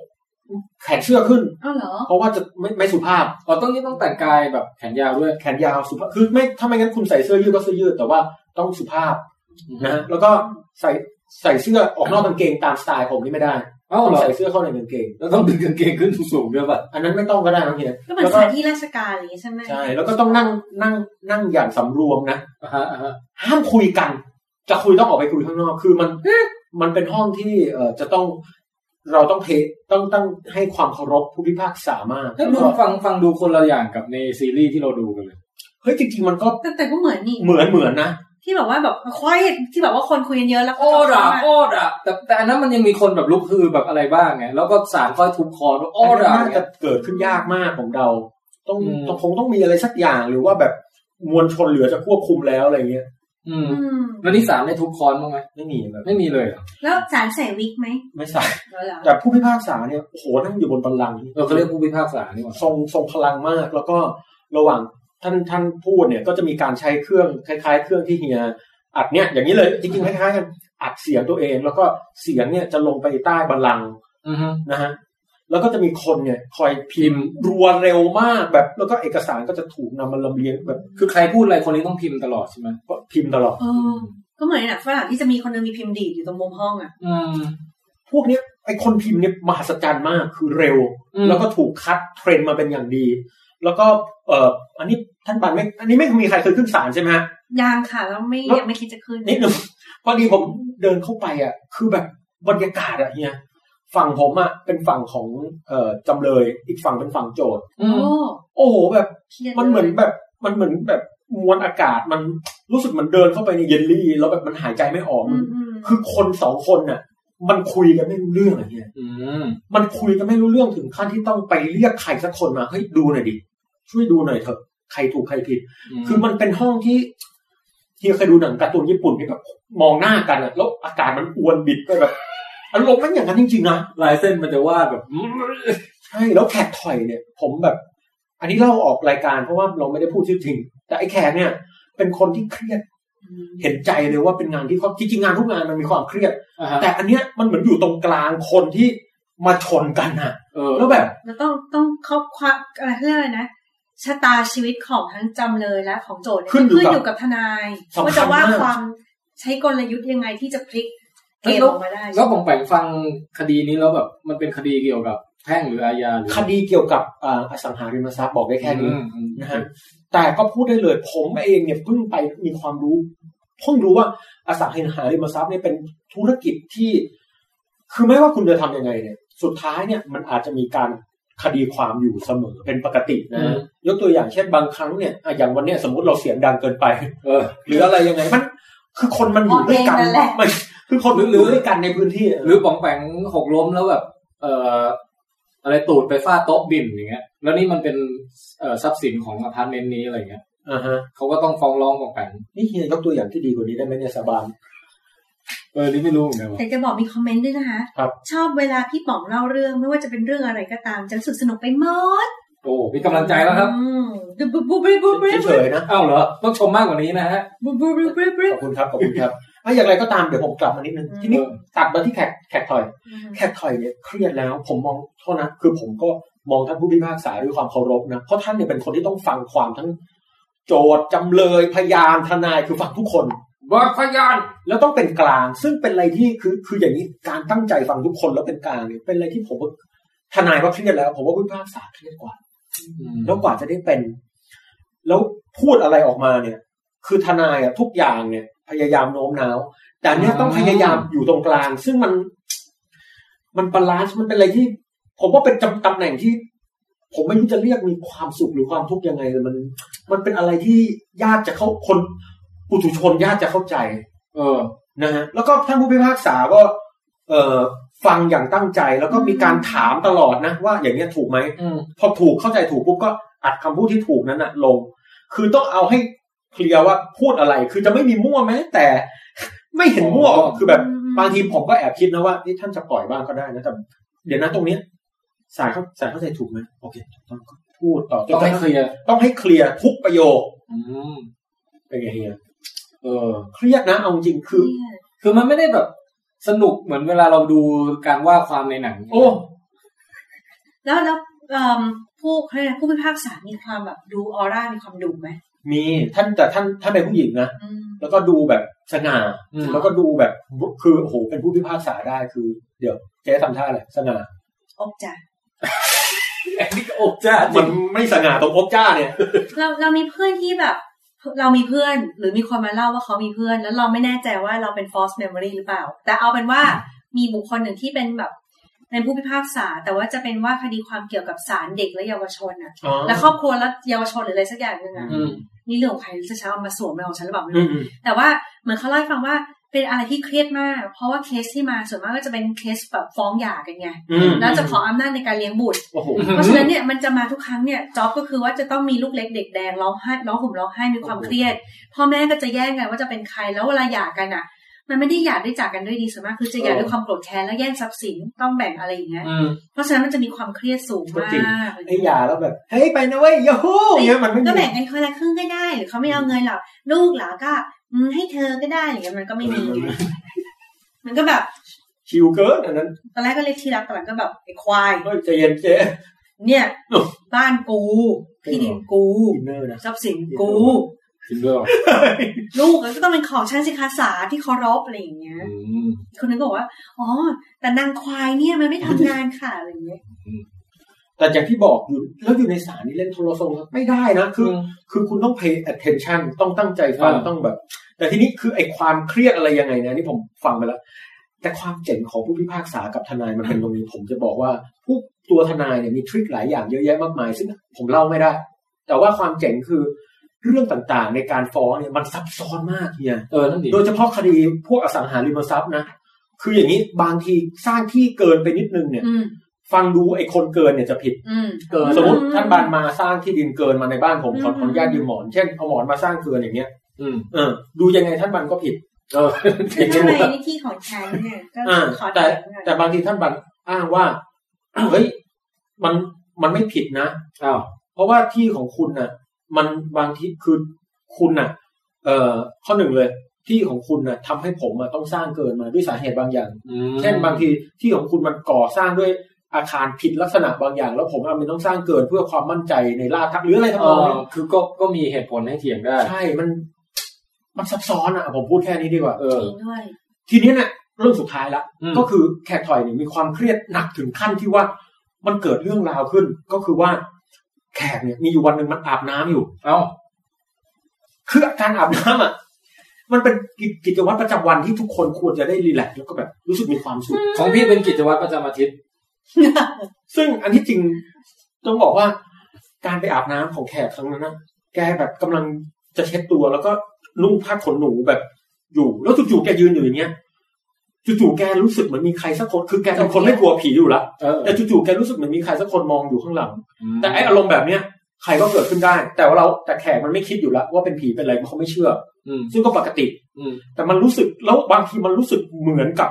แขนเสื้อขึ้น
อ้าวเหรอ
เพราะว่าจะไม่ไม่สุภาพ
อ๋อต้องนี่ต้องแต่งกายแบบแขนยาวด้วย
แขนยาวสุภาพคือไม่ถ้าไม่งั้นคุณใส่เสื้อยืดก็เสื้อยืดแต่ว่าต้องสุภาพนะฮะแล้วก็ใส่ใส่เสื้อออกนอกกางเกงตามสไตล์ผมนี่ไม่ได้
เอ้า
ต้อ
เหรงอ
ใส่เสื้อเข้าในกางเกง
แล้วต้องดึงกางเกงขึ้นสูงๆด้วยป่ะ
อันนั้นไม่ต้องก็ได้นะเฮีย
ก็เหมือน
แล้ว
ส
ก็
ถานที่ราชการอะไรอย่างงี้ใช่ไหม
ใช่แล้วก็ต้องนั่งนั่งนั่งอย่างสำรวมนะ
อ่าฮะอ่าฮะ
ห้ามคุยกัน จะคุยต้องออกไปคุยข้างนอก คือมันมันเป็นห้องที่เอ่อจะต้อง เราต้องเทต้องต้องให้ความเคารพผู้พิพากษามาก
ถ้าดูฟังฟังดูคนละอย่างกับในซีรีส์ที่เราดูกันเลย
เฮ้ยจริงๆมันก็
แต่แต่ก็เหมือนนี่
เหมือนเหมือนนะ
ที่แบบว่าแบบควายที่แบบว่าคนคุยกันเยอะแล้วก็
โอ้ด่าโอ้ด่าแต่แต่อันนั้นมันยังมีคนแบบลุกฮือแบบอะไรบ้างไงแล้วก็สารค่อยทุบคอว่าโอ้
อันนี้
ด่า
น่าจะเกิดขึ้นยากมากของเรา ต้อง
อืม
ต้องคงต้องมีอะไรสักอย่างหรือว่าแบบมวลชนเหลือจะควบคุมแล้วอะไรเงี้ย
อืม
อืม
แล้วนี่สารได้ทุบคอนบ้างไหม
ไม่มีแบบ
ไม่มีเลยเหรอ
แล้วสารใส่วิกไหม
ไม่ใส่
แล้วเหรอ
แต่ผู้พิพากษาเนี่ยโอ้โหนั่งอยู่บนบัลลังก์
เออเขาเรียกผู้พิพากษานี่หว่า
ทรงทรงพลังมาก แล้วก็ระหว่างท่านท่านพูดเนี่ย ก็จะมีการใช้เครื่องคล้าย ๆ เครื่องที่เฮียอัดเนี่ย อย่างนี้เลยจริงๆคล้ายๆกันอัดเสียงตัวเอง แล้วก็เสียงเนี่ยจะลงไปใต้บัลลังก์
อือฮึ
นะฮะ แล้วก็จะมีคนเนี่ย คอยพิมพ์รัวเร็วมากแบบ แล้วก็เอกสารก็จะถูกนำมาลำเลียงแบบ
คือใครพูดอะไรคนนี้ต้องพิมพ์ตลอดใช่ไหม
พิมพ์ตลอด
เออ ก็เหมือนในหนังฝรั่งที่จะมีคนหนึงมีพิมพ์ดีดอยู่ตรงมุมห้องอ่ะ
อืม
พวกเนี้ยไอคนพิมพ์เนี่ยมหัศจรรย์มากคือเร็ว
อืม
แล้วก็ถูกคัดเทรนมาเป็นอย่างดี แล้วก็เอ่ออันนี้ท่านปันไม่ อันนี้ไม่มีใครเคยขึ้นศาลใช่ไหมฮะ
ยังค่ะแล้วไม่
แล้ว
ยังไม่คิดจะขึ้น
นิดหนึ่ง พอดีผมเดินเข้าไปอ่ะ คือแบบบรรยากาศอ่ะเฮียฝั่งผมอ่ะเป็นฝั่งของเอ่อจำเลย อีกฝั่งเป็นฝั่งโจทย์
โอ้
โอ้โหแบบ
เครียด
มันเหมือนแบบมันเหมือนแบบมวลอากาศมันรู้สึกเหมันเดินเข้าไปในเยลลี่ แล้วแบบมันหายใจไม่ออก
อื
มัน
มอืม
คือคนสองคนน่ะ มันคุยกันไม่รู้เรื่องอะไรเงี้ย
อืม
มันคุยกันไม่รู้เรื่องถึงขั้นที่ต้องไปเรียกใครสักคนมาเฮ้ยดูหน่อยดิช่วยดูหน่อยเถอะใครถูกใครผิด คือมันเป็นห้องที่ที่เคยดูหนังการ์ตูนญี่ปุ่นที่แบบมองหน้ากันอะแล้วอากาศมันอวนบิดไปแบบอารมณ์มันอย่างนั้นจริงๆนะ
ลายเส้นมันจะวาดแบบอืม
ใช่แล้วแขกถอยเนี่ย ผมแบบ อันนี้เล่าออกรายการเพราะว่าเราไม่ได้พูดชื่อจริง แต่ไอ้แขกเนี่ย เป็นคนที่เครียดเห็นใจเลยว่าเป็นงานที่เขาจริงๆงานทุกงานมันมีความเครียด
อ่าฮะ
แต่อันเนี้ยมันเหมือนอยู่ตรงกลางคนที่มาชนกันน่ะ
เออ
แล้วแบบ
แล้วต้องต้องเข้าควักอะไรเขาเรียกอะไรนะชะตาชีวิตของทั้งจำเลยและของโจทย์เ
ขึ้นอยู่
ขึ้น
กับ
อยู่กับทนาย
สำคัญ
ว่าจะว่า
าก
ความใช้กลยุทธ์ยังไงที่จะพลิกเกมออกมาได้
แล้วผมแปลงฟังคดีนี้แล้วแบบมันเป็นคดีเกี่ยวกับแพ่งหรืออาญาหรือ
คดีเกี่ยวกับอ่าอสังหาริมทรัพย์บอกได้แค่นี้
อืมอืม
นะฮะแต่ก็พูดได้เลยผมเองเนี่ยเพิ่งไปมีความรู้เพิ่งรู้ว่าอสังหาริมทรัพย์เนี่ยเป็นธุรกิจที่ คือไม่ว่าคุณจะทำยังไงเนี่ย สุดท้ายเนี่ยมันอาจจะมีการคดีความอยู่เสมอเป็นปกตินะฮะยกตัวอย่างเช่นบางครั้งเนี่ยอ่ะอย่างวันเนี้ยสมมติเราเสียงดังเกินไป
เออ
หรืออะไรยังไงมัน คือคนมันอยู่ด้วยกันมันคือคนหรือด้วยกันในพื้นที่
หรือป๋องแปงหกล้มแล้วแบบ เอ่ออะไรตูดไปฟาดโต๊ะบินอย่างเงี้ย แล้วนี่มันเป็นเอ่อทรัพย์สินของอพาร์ตเมนต์นี้อะไรเงี้ย
อ่าฮะ
เขาก็ต้องฟ้องร้องป๋องแปง
นี่เฮียยกตัวอย่างที่ดีกว่านี้ได้ไหมเนี่ยสาบาน
เออนี่ไม่รู้เหมือนกันว่ะ
แต่จะบอกมีคอมเมนต์ด้วยนะคะ
ครับ
ชอบเวลาพี่ป๋องเล่าเรื่องไม่ว่าจะเป็นเรื่องอะไรก็ตามจะรู้สึกสนุกไปหมด
โอ้มีกำลังใจแล้วครับ
อืมดูบูบูบูบูบู
เฉยๆนะ
อ้าวเหรอต้องชมมากกว่านี้นะฮะ
บูบูบูบูบู
ขอบคุณครับ ขอบคุณครับอ่ะอย่างไรก็ตามเดี๋ยวผมกลับมานิดนึง
อืม
ทีนี้ตัดมาที่แขกแขกถอย
อืม
แขกถอยเนี่ยเครียดแล้ว ผมมองโทษนะ คือผมก็มองท่านผู้พิพากษาด้วยความเคารพนะ เพราะท่านเนี่ยเป็นคนที่ต้องฟังความทั้ง โจทย์จำเลยพยานทนายคือฟังทุกคน
บอดพยาน
แล้วต้องเป็นกลาง ซึ่งเป็นอะไรที่คือคืออย่างนี้การตั้งใจฟังทุกคนแล้วเป็นกลางเนี่ยเป็นอะไรที่ผมว่าทนายก็เครียดแล้ว ผมว่าผู้พิพากษาเครียดกว่า แล้วกว่าจะได้เป็น แล้วพูดอะไรออกมาเนี่ย คือทนายอะทุกอย่างเนี่ย พยายามโน้มน้าว แต่อันเนี้ยต้องพยายามอยู่ตรงกลาง ซึ่งมัน มันบาลานซ์มันเป็นอะไรที่ ผมว่าเป็นจำตำแหน่งที่ ผมไม่รู้จะเรียกมีความสุขหรือความทุกข์ยังไงเลยมัน มันเป็นอะไรที่ยากจะเข้าคนปุถุชนยากจะเข้าใจ
เออ
นะฮะแล้วก็ท่านผู้พิพากษาก็ เอ่อฟังอย่างตั้งใจ แล้วก็มีการถามตลอดนะว่าอย่างเนี้ยถูกไหม
อืม
พอถูกเข้าใจถูกปุ๊บก็อัดคำพูดที่ถูกนั้นน่ะ ลง คือต้องเอาให้เคลียร์ว่าพูดอะไร คือจะไม่มีมั่วแม้แต่ ไม่เห็นมั่ว
อ๋อ
คือแบบ
อืม
บางทีผมก็แอบคิดนะว่านี่ท่านจะปล่อยบ้างก็ได้นะแต่เดี๋ยวนะตรงเนี้ยสายเขาสายเข้าใจถูกไหมโอเคต้องพูดต่อจน
ต้อง
กระ
ให้
ทั่ง
เคลียร์
ต้องให้เคลียร์ทุกประโยค
อืม
เป็นไงเฮีย
เออ
เครียดนะเอาจริงคือ
คือมันไม่ได้แบบสนุกเหมือนเวลาเราดูการว่าความในหนัง
โอ้
แล้วแล้วเอิ่มผู้เขาเรียกอะไรผู้พิพากษามีความแบบดูออร่ามีความดุไหม
มีท่านแต่ท่านท่านเป็นผู้หญิงนะ
อืม
แล้วก็ดูแบบสง่า
อืม
แล้วก็ดูแบบคือโอ้โหเป็นผู้พิพากษาได้คือ เดี๋ยวเจ๊ทำท่าอะไรสง่า
อกจ้ะ
อันนี้ก็อกจ้าจริ
มัน
ง
ไม่สง่าตรงอบจ้าเนี่ย
เราเรามีเพื่อนที่แบบ เรามีเพื่อนหรือมีคนมาเล่าว่าเขามีเพื่อน แล้วเราไม่แน่ใจว่าเราเป็น false memory หรือเปล่า แต่เอาเป็นว่ามีบุคคลหนึ่งที่เป็นแบบ
เป็นผู้พิพากษา แต่ว่าจะเป็นว่าคดีความเกี่ยวกับศาลเด็กและเยาวชนอ่ะ
อ๋อ
และครอบครัวและเยาวชนหรืออะไรสักอย่างหนึงอ่ะ
อืม
นี่เรื่องของใครจะเช้ามาสวมเราของฉันหรือเปล่าไม่
อื
รู้
มอืม
แต่ว่าเหมือนเขาเล่าให้ฟังว่าเป็นอะไรที่เครียดมาก เพราะว่าเคสที่มาส่วนมากก็จะเป็นเคสแบบฟ้องหย่ากันไง
อืม
แล้วจะขออำนาจในการเลี้ยงบุตร
โอ้โห
เพราะฉะนั้นเนี่ยมันจะมาทุกครั้งเนี่ยจ็อบก็คือว่าจะต้องมีลูกเล็กเด็กแดงร้องไห้ร้องห่มร้องไห้มีความเครียดพ่อแม่ก็จะแย่งกันว่าจะเป็นใครแล้วเวลาหย่ากันอ่ะ มันไม่ได้หย่าด้วยจากกันด้วยดีส่วนมากคือจะหย่าด้วยความโกรธแค้นแล้วแย่งทรัพย์สินต้องแบ่งอะไรอย่างเงี้ย
อืม
เพราะฉะนั้นมันจะมีความเครียดสูง
จริง
มาก
ไอ้หยาแล้วแบบเฮ้ยไปนะเว้ยยาฮูอย่างเงี้ยมันไม่มี
ก็แบ่งกันคนละครึ่งก็ได้หรือเขาไม่เอาเงินหรอกลูกเหรอก็อืมให้เธอก็ได้หรืออย่างเงี้ยมันก็ไม่มี มันก็แบบ
ชิวเกินอันนั้น
ตอนแรกก็เรียกที่รักตอนหลังก็แบบไอ้ควาย
เฮ้ยใจเย็นเจ๊
เนี่ย
เออ
บ้านกูที่ดินกู
อินเนอร์นะ
ทรัพย์สินกู
จริงด้วยเหรอ
ลูกก็ต้องเป็นของฉันสิคะสาที่เคารพอะไรอย่างเงี้ย
อืม
คนนึงก็บอกว่า อ๋อ แต่นางควายเนี่ยมันไม่ทำงานค่ะอะไรอย่างเงี้ย
แต่อย่างที่บอกอยู่แล้วอยู่ในสารนี่เล่นโทรศัพท์ไม่ได้นะคือ คือคุณต้อง pay attention ต้องตั้งใจฟัง
อ่า
ต้องแบบ แต่ทีนี้คือไอ้ความเครียดอะไรยังไงนะนี่ผมฟังไปแล้ว แต่ความเจ๋งของผู้พิพากษากับทนายมันเป็นตรงนี้ ผมจะบอกว่าผู้ตัวทนายเนี่ยมีทริคหลายอย่างเยอะแยะมากมาย ซึ่งผมเล่าไม่ได้ แต่ว่าความเจ๋งคือเรื่องต่างๆ ในการฟ้องเนี่ยมันซับซ้อนมากเฮีย
เออนั่นดิ
โดยเฉพาะคดีพวกอสังหาริมทรัพย์นะ คืออย่างนี้บางทีสร้างที่เกินไปนิดนึงเนี่ย
อืม
ฟังดูไอ้คนเกินเนี่ยจะผิด
อืม
เกิน
อืม
สมมติท่านบานมาสร้างที่ดินเกินมาในบ้านผมขอ
อืม
ขออนุญาตยืมหมอนเช่นเอาหมอนมาสร้างเกินอย่างเงี้ย
อืม
เออดูยังไงท่านบันก็ผิด เอออ
คือย่าง ทำ
เงี้ย
ไมในที่ของฉันเนี่ย ก็
อ่า
ขอ
แต่
ถามหน่อย
แต่บางทีท่านบันอ้างว่า เฮ้ยมันมันไม่ผิดนะ
อ้าว
เพราะว่าที่ของคุณน่ะ มันบางทีคือคุณน่ะ เอ่อข้อหนึ่งเลย ที่ของคุณน่ะทำให้ผมอะต้องสร้างเกินมาด้วยสาเหตุบางอย่าง
อืม
เช่นบางทีที่ของคุณมันก่อสร้างด้วยอาคารผิดลักษณะบางอย่าง แล้วผมเอามันต้องสร้างเกินเพื่อความมั่นใจในลาดทักหรืออะไรทำ
เอน
อง
อ
เนี้ย
คือก็ก็มีเหตุผลให้เถียงได้
ใช่ มัน มันซับซ้อนอ่ะ ผมพูดแค่นี้ดีกว่า
เออ
จริงด้วย
ทีนี้เนี่ยเรื่องสุดท้ายละ
อืม
ก็คือแขกถอยเนี่ยมีความเครียดหนักถึงขั้นที่ว่า มันเกิดเรื่องราวขึ้น ก็คือว่า แขกเนี่ยมีอยู่วันหนึ่งมันอาบน้ำอยู่
เอ้า
คือการอาบน้ำอ่ะ มันเป็นกิจกิจวัตรประจำวันที่ทุกคนควรจะได้รีแลกซ์แล้วก็แบบรู้สึกมีความสุข
ของพี่เป็นกิจวัตรประจำอาทิตย์
ซึ่งอันที่จริงต้องบอกว่า การไปอาบน้ำของแขกครั้งนั้นนะแกแบบกำลังจะเช็ดตัวแล้วก็นุ่งผ้าขนหนูแบบอยู่ แล้วจู่ๆแกยืนอยู่อย่างเงี้ยจู่ๆแกรู้สึกเหมือนมีใครสักคนคือแกเป็นคนไม่กลัวผีอยู่ละ
เออ
แต่จู่ๆแกรู้สึกเหมือนมีใครสักคนมองอยู่ข้างหลัง
ม
แต่ไออารมณ์แบบเนี้ยใครก็เกิดขึ้นได้ แต่ว่าเราแต่แขกมันไม่คิดอยู่แล้วว่าเป็นผีเป็นอะไรเพราะเขาไม่เชื่อ
อืม
ซึ่งก็ปกติ
อืม
แต่มันรู้สึกแล้วบางทีมันรู้สึกเหมือนกับ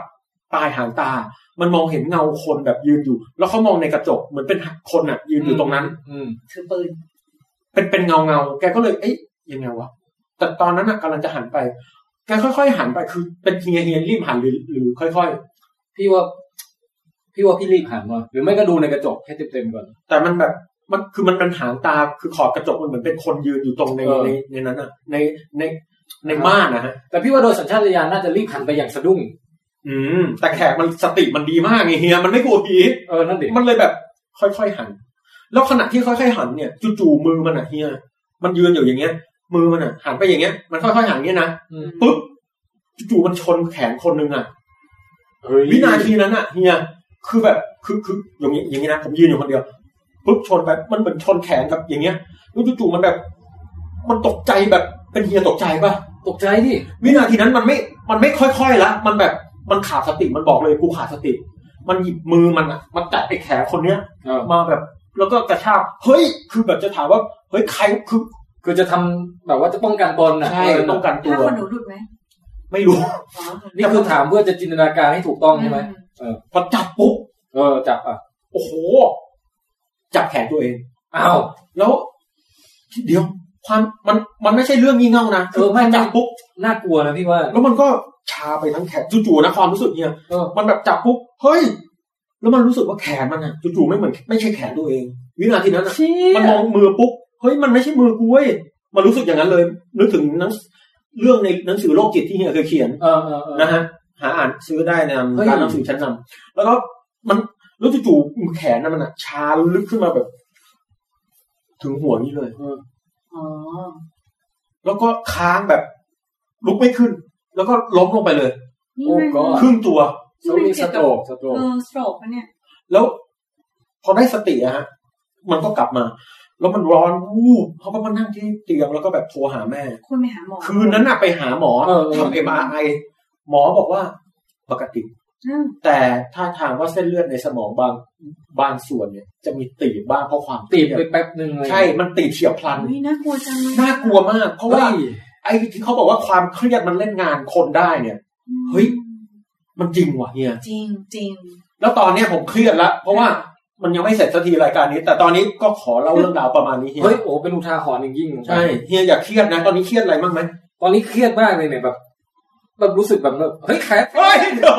ปลายหางตา มันมองเห็นเงาคนแบบยืนอยู่ แล้วเขามองในกระจกเหมือนเป็นคนอ่ะ ยืนอยู่ตรงนั้น
อืม
ถือปืน
เป็นเป็นเงาเงาๆแกก็เลยเอ๊ยยังไงวะแต่ตอนนั้นอ่ะกำลังจะหันไป แกค่อยๆหันไปคือเป็นเฮียเฮียรีบหันหรือหรือค่อย
พี่ว่า พี่ว่าพี่รีบหันมาหรือไม่ก็ดูในกระจกให้เต็มๆก่อน
ๆ แต่มันแบบมันคือมันเป็นหางตาคือขอบกระจกมันเหมือนเป็นคนยืนอยู่ตรงใน
เออ
ในในนั้นอ่ะ ในในในม่านนะฮะ
แต่พี่ว่าโดยสัญชาตญาณน่าจะรีบหันไปอย่างสะดุ้ง
อืม แต่แขกมันสติมันดีมากไงเฮียมันไม่กลัวผี
เออ นั่นดิ
มันเลยแบบค่อยๆหัน แล้วขณะที่ค่อยๆหันเนี่ยจู่ๆมือมันอ่ะเฮียมันยืนอยู่อย่างเงี้ย มือมันอ่ะหันไปอย่างเงี้ย มันค่อยๆหันอย่างเงี้ยนะ
อืม
ปุ๊บจู่ๆมันชนแขนคนหนึ่งอ่ะ
เฮ้ย
วินาทีนั้นอ่ะเฮียคือแบบคือคืออย่างนี้อย่างนี้นะผมยืนอยู่คนเดียวปุ๊บชนไปมันเหมือนชนแขนกับอย่างเงี้ยแล้วจู่ๆมันแบบ มันตกใจแบบเป็นเฮียตกใจป่ะ
ตกใจดิ
วินาทีนั้นมันไม่มันไม่ค่อยๆละมันแบบมันขาดสติมันบอกเลยกูขาดสติ มันหยิบมือมันอ่ะมันแตะไอ้แขนคนเนี้ย
เออ
มาแบบแล้วก็กระชากเฮ้ย คือแบบจะถามว่า เฮ้ย ใครคือ
คือจะทำแบบว่าจะป้องกันตนน่ะเออ
ต้องการตั
ถ้าว คนหนูหลุดไหม
ไม่รู้
อ๋อ
นี่คือถามเพื่อจะจินตนาการให้ถูกต้องใช่ไหม
พอจับปุ๊บ
เออ จับอ่ะ
โอ้โห จับแขนตัวเอง
อ้าว
แล้วเดี๋ยว ความมันมันไม่ใช่เรื่องงี่เง่านะ
เออไม่
จั
จั
บบ ปุ๊บ
น่ากลัวนะพี่ว่า
แล้วมันก็ชาไปทั้งแขนจู่ๆนะความรู้สึกเนี่ย
เออ
มันแบบจับปุ๊บ เฮ้ย แล้วมันรู้สึกว่าแขนมันอะจู่ๆไม่เหมือนไม่ใช่แขนตัวเอง วินาทีนั้นอะ มันมองมือปุ๊บเฮ้ยมันไม่ใช่มือกูเว้ยมันรู้สึกอย่างนั้นเลย นึกถึงหนังเรื่องในหนังสือโรคจิตที่เฮียเคยเขียน
เออเออเออ
นะฮะหาอ่านซื้อได้ใน
เฮ้ย
ร้านหนังสือชั้นนำแล้วก็มันแล้วจู่ๆแขนน่ะมันอะชาลึกขึ้นมาแบบ ถึงหัวนี่เลย
อ๋อ
แล้วก็ค้างแบบ ลุกไม่ขึ้น แล้วก็ล้มลงไปเลย
นี่
โอ้
มัน
ก็
ครึ่งตัว
สวิงสโตรกสโตร
เอก อสโตรกปะเนี่ย
แล้วพอได้สติอะฮะ มันก็กลับมา แล้วมันร้อนวูบเขาก็มานั่งที่เตียงแล้วก็แบบโทรหาแม่
คุณไปหาหมอ
คืนนั้นอะไปหาหมอ
เออเออ
ทำเอ็มอาร์ไอหมอบอกว่าปกติ
อืม
แต่ท่าทางว่าเส้นเลือดในสมองบางบางส่วนเนี่ย จะมีตีบบ้างเพราะความ
ตีบ
เค
ไป
รียด
แป๊บหนึ่งเลย
ใช่มันตีบเฉียบพลัน
อุ๊ยน่ากลัวจังเลย
น่ากลัวมาก เพราะว่า
เฮ้ย
ไอ้ที่เขาบอกว่าความเครียดมันเล่นงานคนได้เนี่ย เฮ้ย มันจริงว่ะเฮีย
จริงจริง
แล้วตอนเนี้ยผมเครียดละเพราะว่ามันยังไม่เสร็จสักทีรายการนี้ แต่ตอนนี้ก็ขอเล่าเรื่องราวประมาณนี้เฮีย
เฮ้ยโอ้เป็นอุทาหรณ์อย่างยิ่ง
ใช่เฮียอย่าเครียดนะ ตอนนี้เครียดอะไรบ้างไหม
ตอนนี้เครียดมากเลยเนี่ยแบบแบบรู้สึกแบบเฮ้ยใคร
เฮ้ยเดี๋ยว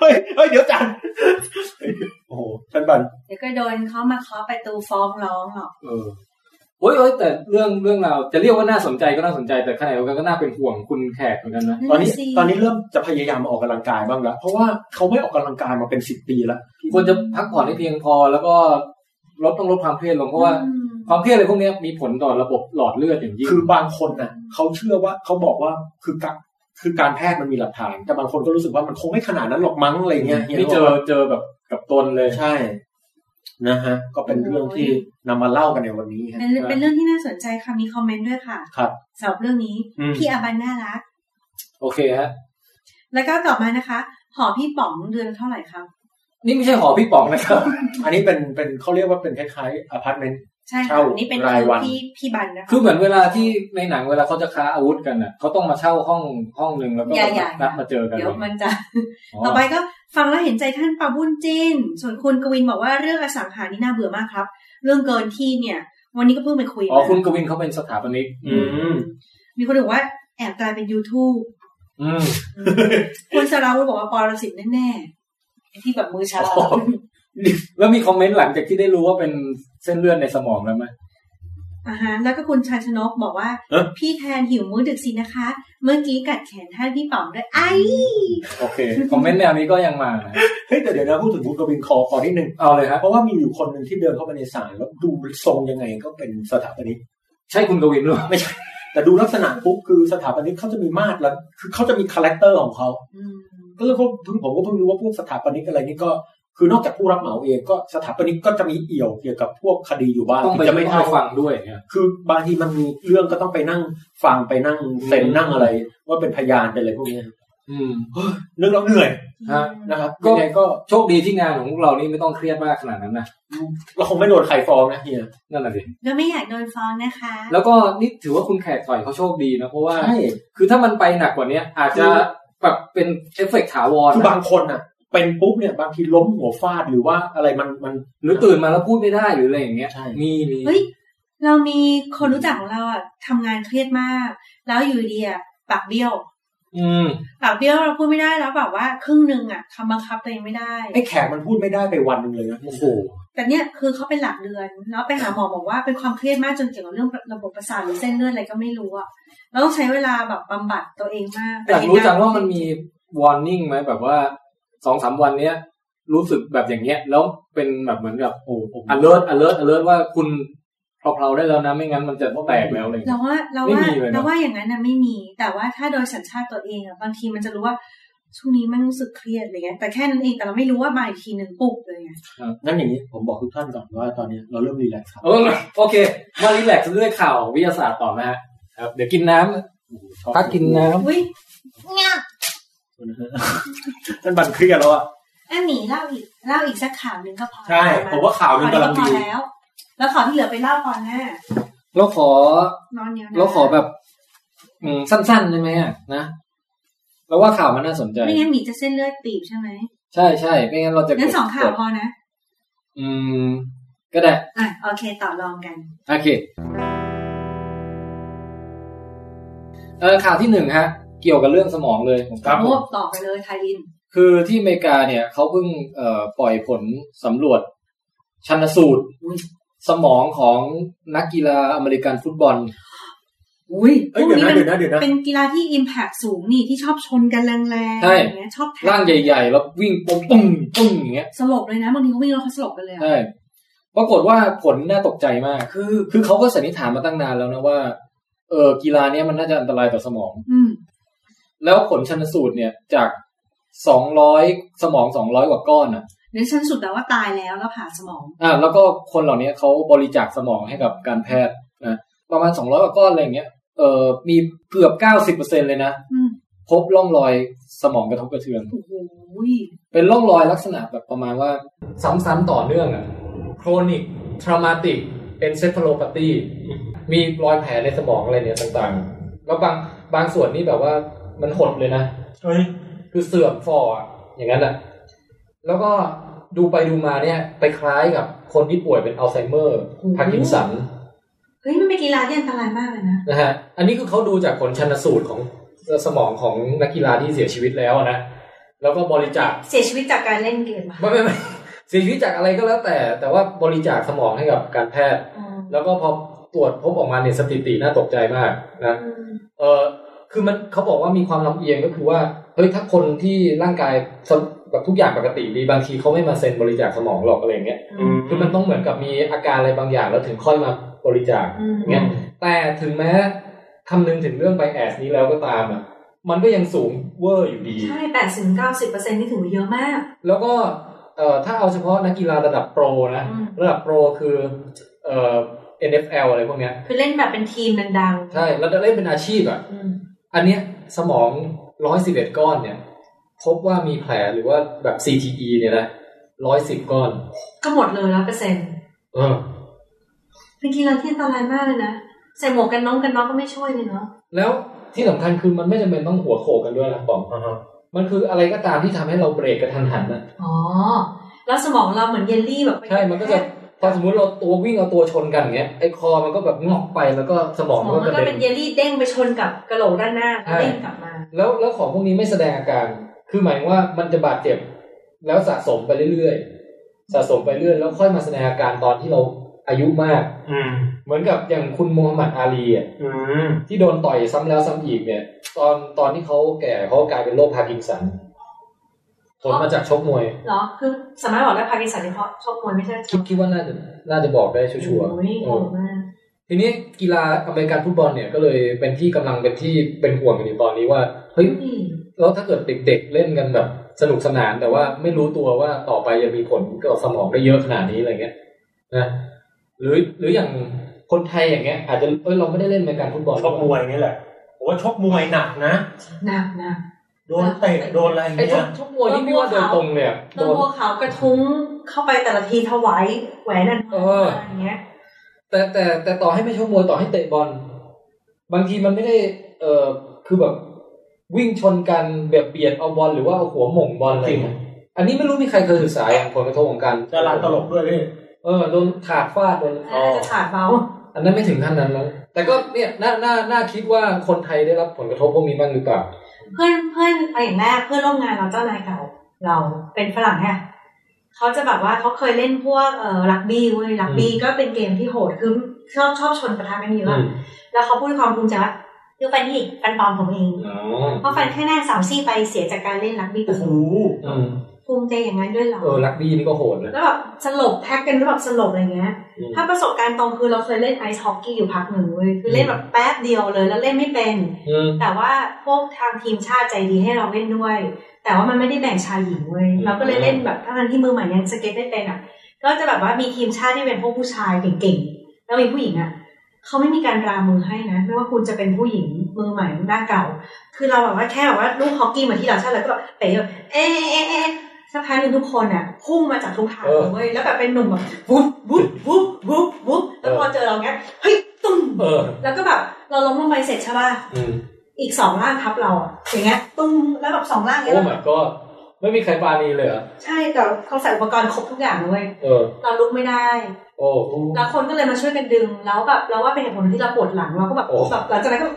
เฮ้ยเฮ้ยเดี๋ยวจันโอ้โหจันบัน
เดี๋ยวก็โดนเขามาเคาะประตูฟ้องร้องหรอก
เออโอ้ยโอ้ยแต่เรื่องเรื่องราวจะเรียกว่าน่าสนใจก็น่าสนใจแต่ขณะเดียวกันก็น่าเป็นห่วงคุณแขกเหมือนกันนะ
ตอนนี้
ะสิ
ตอนนี้เริ่มจะพยายามมาออกกำลังกายบ้างละเพราะว่าเขาไม่ออกกำลังกายมาเป็นสิบปีละ
ควรจะพักผ่อนให้เพียงพอแล้วก็ลดต้องลดความเครียดลงเพราะว่า
อืม
ความเครียดอะไรพวกเนี้ยมีผลต่อระบบหลอดเลือดอย่างยิ่ง
คือบางคนน่ะเขาเชื่อว่าเขาบอกว่าคือการคือการแพทย์มันมีหลักฐาน แต่บางคนก็รู้สึกว่ามันคงไม่ขนาดนั้นหรอกมั้งอะไรเงี้ย
นี่เจอเจอแบบกับตนเลย
ใช่ นะฮะ ก็เป็นเรื่องที่นำมาเล่ากันในวันนี้ฮะ
เป็นเป็นเรื่องที่น่าสนใจค่ะมีคอมเมนต์ด้วยค่ะ
ครับ
สำหรับเรื่องนี้
อืม
พี่อาบันน่ารัก
โอเคฮะ
แล้วก็กลับมานะคะ หอพี่ป๋องเดือนเท่าไหร่ครับ
นี่ไม่ใช่หอพี่ป๋องนะครับ
อันนี้เป็นเป็นเขาเรียกว่าเป็นคล้ายๆอพาร์ตเมนต์
ใช่ค่ะ
เช่า
นี่เป็น
รายวัน
พี่พี่บันนะคะ
คือเหมือนเวลาที่ในหนังเวลาเขาจะค้าอาวุธกันน่ะเขาต้องมาเช่าห้องห้องหนึ่งแล้วก็
ใหญ่ๆ
นัดมาเจอกัน
เดี๋ยวมันจะ
อ๋อ
ต่อไปก็ฟังแล้วเห็นใจท่านปาบุญจินส่วนคุณกวินบอกว่าเรื่องอสังหานี่น่าเบื่อมากครับ เรื่องเกินที่เนี่ย วันนี้ก็เพิ่งไปคุย
อ๋อ
มา
คุณกวินเขาเป็นสถาปนิก
อืม
มีคนบอกว่าแอบกลายเป็น YouTube
อืม
คุณสราวุธบอกว่าปรสิตแน่ๆไอ้ที่แบบมือชา
อ๋อ
แล้วมีคอมเมนต์หลังจากที่ได้รู้ว่าเป็นเส้นเลือดในสมองแล้วไหม
อ่าฮะแล้วก็คุณชาญชนกบอกว่า
เอ๊ะ
พี่แทนหิวมื้อดึกสินะคะ เมื่อกี้กัดแขนท่านพี่ป๋องด้วยไอ้
โอเคคอมเมนต์แนวนี้ก็ยังมานะ
เฮ้ยแต่เดี๋ยวนะพูดถึงคุณกวินคอขอนิดนึง
เอาเลยฮะ
เพราะว่ามีอยู่คนหนึ่งที่เดินเข้าไปในศาลแล้วดูทรงยังไงก็เป็นสถาปนิก
ใช่คุณกวินหรือเปล่า
ไม่ใช่ แต่ดูลักษณะปุ๊บคือสถาปนิกเขาจะมีมาตรแล้ว คือเขาจะมีคาแรคเตอร์ของเขา ก็แล้วก็เพิ่งผมก็เพิ่งรู้ว่าพวกสถาปนิกอะไรนี่ก็คือนอกจากผู้รับเหมาเองก็สถาปนิกก็จะมีเอี่ยวเกี่ยวกับพวกคดีอยู่บ้าง
ต้องไป
ที่จะไม่
เข้า
เท่า
ฟังด้วยเนี่ย
คือบางทีมันมีเรื่องก็ต้องไปนั่งฟังไปนั่งเซ็น
อืม
นั่งอะไร ว่าเป็นพยานเป็นอะไรพวกเนี้ย
อืม
นึกแล้วเหนื่อย
ฮะ
นะครับ
ก็
ยังไงก็
โชคดีที่งานของพวกเรานี่ไม่ต้องเครียดมากขนาดนั้นนะ
เราคงไม่โดนใครฟ้องนะเฮีย
นั่นแหละสิ
ก็ไม่อยากโดนฟ้องนะคะ
แล้วก็นี่ถือว่าคุณแขกต่อยเขาโชคดีนะเพราะว่า
ใช่
คือถ้ามันไปหนักกว่าเนี้ย อาจจะแบบเป็นเอฟเฟกต์ถาวร
คือ
นะ
บางคนอ่ะ เป็นปุ๊บเนี่ยบางทีล้มหัวฟาดหรือว่าอะไรมันมัน
หรือตื่นมาแล้วพูดไม่ได้หรืออะไรอย่างเงี้ย
ใช่
มีมี
เฮ้ย เรามีคนรู้จักของเราอ่ะทำงานเครียดมาก แล้วอยู่ดีอ่ะปากเบี้ยว
อืม
ปากเบี้ยวเราพูดไม่ได้แล้วแบบว่าครึ่งหนึ่งอ่ะทำบังคับตัวเองไม่ได้
ไอ้แขกมันพูดไม่ได้ไปวันหนึ่งเลยนะ
โอ้โห
แต่เนี่ยคือเขาเป็นหลักเดือน แล้วไปหาหมอบอกว่าเป็นความเครียดมากจนเกี่ยวกับเรื่องระบบประสาทหรือเส้นเลือดอะไรก็ไม่รู้อ่ะเราต้องใช้เวลาแบบบำบัดตัวเองมาก
อยากรู้จังว่ามันมีวอร์นิ่งไหมแบบว่าสองสามวันเนี้ย รู้สึกแบบอย่างเงี้ย แล้วเป็นแบบเหมือนกับ
โอ้โหผม
alert alert alert ว่าคุณเพลาๆได้แล้วนะไม่งั้นมันจะแตกแล้วอะไรอย่าง
เรา
เงี้ย
ว่าเราว่า
ไม่มีเลยเนอะ
เราว่าอย่างนั้นนะไม่มี แต่ว่าถ้าโดยสัญชาติตัวเองอ่ะบางทีมันจะรู้ว่าช่วงนี้มันรู้สึกเครียดอะไรเงี้ยแต่แค่นั้นเองแต่เราไม่รู้ว่ามาอีกทีหนึ่งปุ๊บเลยไง
งั้นอย่างนี้ผมบอกทุกท่านก่อนว่าตอนเนี้ยเราเริ่มรีแลกซ์ครับ
เออโอเค มารีแลกซ์ด้วยข่าววิทยาศาสตร์ต่อนะฮะครับเดี๋ยวกินน้
โอ้โหชอบ
ำพักกินน้
อุ้ย
ท่านบันเครียดแล้วอ่ะ
อันหมีเล่าอีกเล่าอีกสักข่าวหนึ่งก็พอ
ใช่
ป
ผ
ระณ
มว่าข่าวหนึ่งกำลังดี
พอแล้ว แล้วข่าวที่เหลือไปเล่าตอนหน้า
ำเราขอ
นอนเดียวนะ
เราขอแบบ อืมสั้นๆได้ไหมอะนะเราว่าข่าวมันน่าสนใจ
ไม่งั้นหมีจะเส้นเลือดตีบใช่ไหม
ใช่ใช่ไม่งั้นเราจะ
งั้นสองข่าวพ
กด
อนะ
อืม ก็ได้
อ่ะโอเคต่อรองกัน
โอเคเออข่าวที่หนึ่งฮะ เกี่ยวกับเรื่องสมองเลย
ครับผม
โอ้ต่อไปเลยไทยอิน
คือที่อเมริกาเนี่ยเขาเพิ่งเอ่อปล่อยผลสำรวจ ชันสูตร สมองของนักกีฬาอเมริกันฟุตบอล
อุ้ย
เอ้ยเดี๋ยวนะ
มั
เดี๋ยวนะเดี๋ยวนะ
เป็นกีฬาที่อิมแพคสูงนี่ที่ชอบชนกันแรงๆ
ใช่
อย่างเงี้ยชอบแทง
ร่างใหญ่ๆ แล้ววิ่งปุ้งปุ้งปุ้งอย่างเงี้ย
สลบเลยนะบางทีเขาวิ่งแล้วเขาสลบกันเลยอะ
ใช่ปรากฏว่าผลน่าตกใจมาก คือ คือเขาก็สันนิษฐานมาตั้งนานแล้วนะว่า เออกีฬาเนี้ยมันน่าจะอันตรายต่อสมอง
อืม
แล้วผลชันสูตรเนี่ยจากสองร้อยสมองสองร้อยกว่าก้อนอ่ะ
ในชั้นสุดแล้วว่าตายแล้วแล้วผ่าสมอง
อ่าแล้วก็คนเหล่านี้เขาบริจาคสมองให้กับการแพทย์นะประมาณสองร้อยกว่าก้อนอะไรอย่างเงี้ยเอ่อมีเกือบเก้าสิบเปอร์เซ็นเลยนะ
อืม
พบร่องรอยสมองกระทบกระเทือน
โอ้โห
เป็นร่องรอยลักษณะแบบประมาณว่า ซ้ำๆต่อเนื่องอ่ะ chronic traumatic encephalopathy มีรอยแผลในสมองอะไรเนี่ยต่างๆ แล้วบางบางส่วนนี่แบบว่ามันหดเลยนะ
เฮ้ย
คือเสื่อมฝ่ออะอย่างนั้นอ่ะ แล้วก็ดูไปดูมาเนี่ย ไปคล้ายกับคนที่ป่วยเป็นอัลไซเมอร์พาร์กินสัน
เฮ้ยมันเป็นกีฬาที่อันตรายมากเลยนะ
นะฮะ อันนี้คือเขาดูจากผลชันสูตรของสมองของนักกีฬาที่เสียชีวิตแล้วนะ แล้วก็บริจาค
เสียชีวิตจากการเล่นเกมอะ
ไม่ไม่ไม่ เสียชีวิตจากอะไรก็แล้วแต่ แต่ว่าบริจาคสมองให้กับการแพทย์ แล้วก็พอตรวจพบออกมาเนี่ยสถิติน่าตกใจมากนะเออคือมันเขาบอกว่ามีความลำเอียงก็คือว่าเฮ้ยถ้าคนที่ร่างกายสมแบบทุกอย่างปกติดีบางทีเขาไม่มาเซ็นบริจาคสมองหรอกอะไรอย่างเงี้ยคือมันต้องเหมือนกับมีอาการอะไรบางอย่าง แล้วถึงค่อยมาบริจาค
อืม
เงี้ยแต่ถึงแม้คำนึงถึงเรื่องไบแอสนี้แล้วก็ตามอ่ะมันก็ยังสูงเวอร์อยู่ดี
ใช่แปดสิบเก้าสิบเปอร์เซ็นต์นี่ถือว่าเยอะมาก
แล้วก็เอ่อถ้าเอาเฉพาะนักกีฬาระดับโปรนะ
อืม
ระดับโปรคือเอ่อ NFL อะไรพวกเนี้ย
คือเล่นแบบเป็นทีมดัง
ใช่แล้วได้เล่นเป็นอาชีพอ่ะ
ๆอืม
อันเนี้ยสมองร้อยสิบเอ็ดก้อนเนี่ย พบว่ามีแผลหรือว่าแบบ CTE เนี่ยนะร้อยสิบก้อน
ก็หมดเลยร้อยเปอร์เซ็นต์
เออ
เป็นกีฬาที่อันตรายมากเลยนะ ใส่หมวกกันน็อกกันน็อกก็ไม่ช่วยเลยเนาะ
แล้วที่สำคัญคือมันไม่จำเป็นต้องหัวโขกกันด้วยนะปอม
อ่าฮะ
มันคืออะไรก็ตามที่ทำให้เราเบรกกระทันหันนะ
อ๋อ แล้วสมองเราเหมือนเยลลี่แบบ
ใช่ มันก็จะพอสมมติเราตัววิ่งเอาตัวชนกันอย่างเงี้ย ไอ้คอมันก็แบบงอกไปแล้วก็สม
ส
อง
ม
มั
อน ง
ก็
มัน
ก
ก็
ระ
เป็
เด็
น
น
เยลลี่เด้งไปชนกับกระโหลกด้านหน้าแล้วเด้งกลับมา
แล้วแล้วของพวกนี้ไม่แสดงอาการ คือหมายถึงว่ามันจะบาดเจ็บ แล้วสะสมไปเรื่อยๆ สะสมไปเรื่อยแล้วค่อยมาแสดงอาการตอนที่เราอายุมาก
อืม
เหมือนกับอย่างคุณมูฮัมหมัดอาลีอะ
อืม
ที่โดนต่อยซ้ำแล้วซ้ำอีกเนี่ย ตอนตอนที่เขาแก่เขากลายเป็นโรคพาร์กินสัน ผลมาจากชกมวย
เหรอ คือสามารถบอกได้พาร์กินสันเฉพาะชกมวยไม่ใช่
คิดคิดว่าน่าจะน่าจะบอกได้ชัวร์ๆ
โอ้ย
เอ
โห
อ
ดมาก
ทีนี้กีฬาอเมริกันฟุตบอลเนี่ยก็เลยเป็นที่กำลังเป็นที่เป็นห่วงกันอยู่ตอนนี้ว่าเฮ้ยแล้วถ้าเกิดเด็กๆเล่นกันแบบสนุกสนาน แต่ว่าไม่รู้ตัวว่าต่อไปจะมีผลกับสมองได้เยอะขนาดนี้อะไรเงี้ยนะหรือหรืออย่างคนไทยอย่างเงี้ย อาจจะเอ้ยเราไม่ได้เล่นอเมริกันฟุตบอล
ชกมวยนี่แหละผมว่าชกมวยหนักนะ
หนักหนัก
โดนเตะโดนอะไร
ไอ้ช
เงี้
ก
ย
ชกมวยนี่ไม่ว่าโดยตรงเนี่ย
ตั
โด
วน บัวขาวกระทุ้งเข้าไปแต่ละทีถวายแหวนอัน
เอออ
ะไรเงี้ย
แต่แต่แต่ต่อให้ไม่ชกมวยต่อให้เตะบอลบางทีมันไม่ได้ เออคือแบบวิ่งชนกันแบบเบียดเอาบอลหรือว่าเอาหัวหม่งบอลอะไรเงี้ยอันนี้ไม่รู้มีใครเคยศึกษาอย่างผลกระทบของการ
ดาราตลกด้วยพี่
เออโดนถาดฟาดโดน
น่าจะขาดเบา
อันนั้นไม่ถึงขั้นนั้นมั้งแต่ก็เนี่ยน่าน่าน่าคิดว่าคนไทยได้รับผลกระทบพวกนี้บ้างหรือเปล่า
เพื่อนเพื่อนเอาอย่างแรกเพื่อนร่วมงานเราเจ้านายเก่าเราเป็นฝรั่งแฮะเขาจะแบบว่าเขาเคยเล่นพวกเอ่อรักบี้เว้ยรักบี้ก็เป็นเกมที่โหดคือชอบชอบชนประทะกันเยอะ
อืม
แล้วเขาพูดด้วยความภูมิใจว่าเดี๋ยวฟันนี่ฟันปลอมผมเอง
อ๋อ
เพราะฟันข้างหน้าสาวซี่ไปเสียจากการเล่นรักบี้
โอ้โห
อืม
ภูมิใจอย่างนั้นด้วยเหรอ
เออลักบี้นี่ก็โหดนะ
แล้วแบบสลบแพ็กกันแล้วแบบสลบอะไรเงี้ย
อืม
ถ้าประสบการณ์ตรงคือเราเคยเล่นไอซ์ฮอกกี้อยู่พักหนึ่งเว้ยคือเล่นแบบแป๊บเดียวเลยแล้วเล่นไม่เป็น
อืม
แต่ว่าพวกทางทีมชาติใจดีให้เราเล่นด้วย แต่ว่ามันไม่ได้แบ่งชายหญิงเว้ย
อืม
เราก็เลยเล่นแบบทั้งๆที่มือใหม่ยังสเก็ตได้เป็นอ่ะ ก็จะแบบว่ามีทีมชาติที่เป็นพวกผู้ชายเก่งๆแล้วมีผู้หญิงอ่ะเขาไม่มีการรามือให้นะไม่ว่าคุณจะเป็นผู้หญิงมือใหม่หน้าเก่า คือเราแบบว่าแค่แบบว่าลูกฮอกกี้มาที่เราใช่แล้วก็แบบเตะแบบเอ๊ะเอ๊ะเอ๊ะเอ๊ะสักพักหนึ่งทุกคนอ่ะพุ่งมาจากทุกทางเลยเว้ยแล้วแบบเป็นหนุ่มแบบวุ๊บวุ๊บวุ๊บวุ๊บวุ๊บแล้วพอเจอเราเงี้ยเฮ้ยตุ้ม
เออ
แล้วก็แบบเราล้มลงไปเสร็จใช่ป่ะ
อืม
อีกสองร่างทับเราอะอย่างเงี้ยตุ้มแล้วแบบสองร่างเงี้
โอ้
ยแล้ว
my god ไม่มีใครปราณีเลยเหรอ
ใช่แต่เขาใส่อุปกรณ์ครบทุกอย่างเลยเว้ย
เออ
เราลุกไม่ได้
โอ้
แล้วคนก็เลยมาช่วยกันดึงแล้วแบบเราว่าเป็นเหตุผลที่เราปวดหลังเราก็แบบแบบหลังจากนั้นก็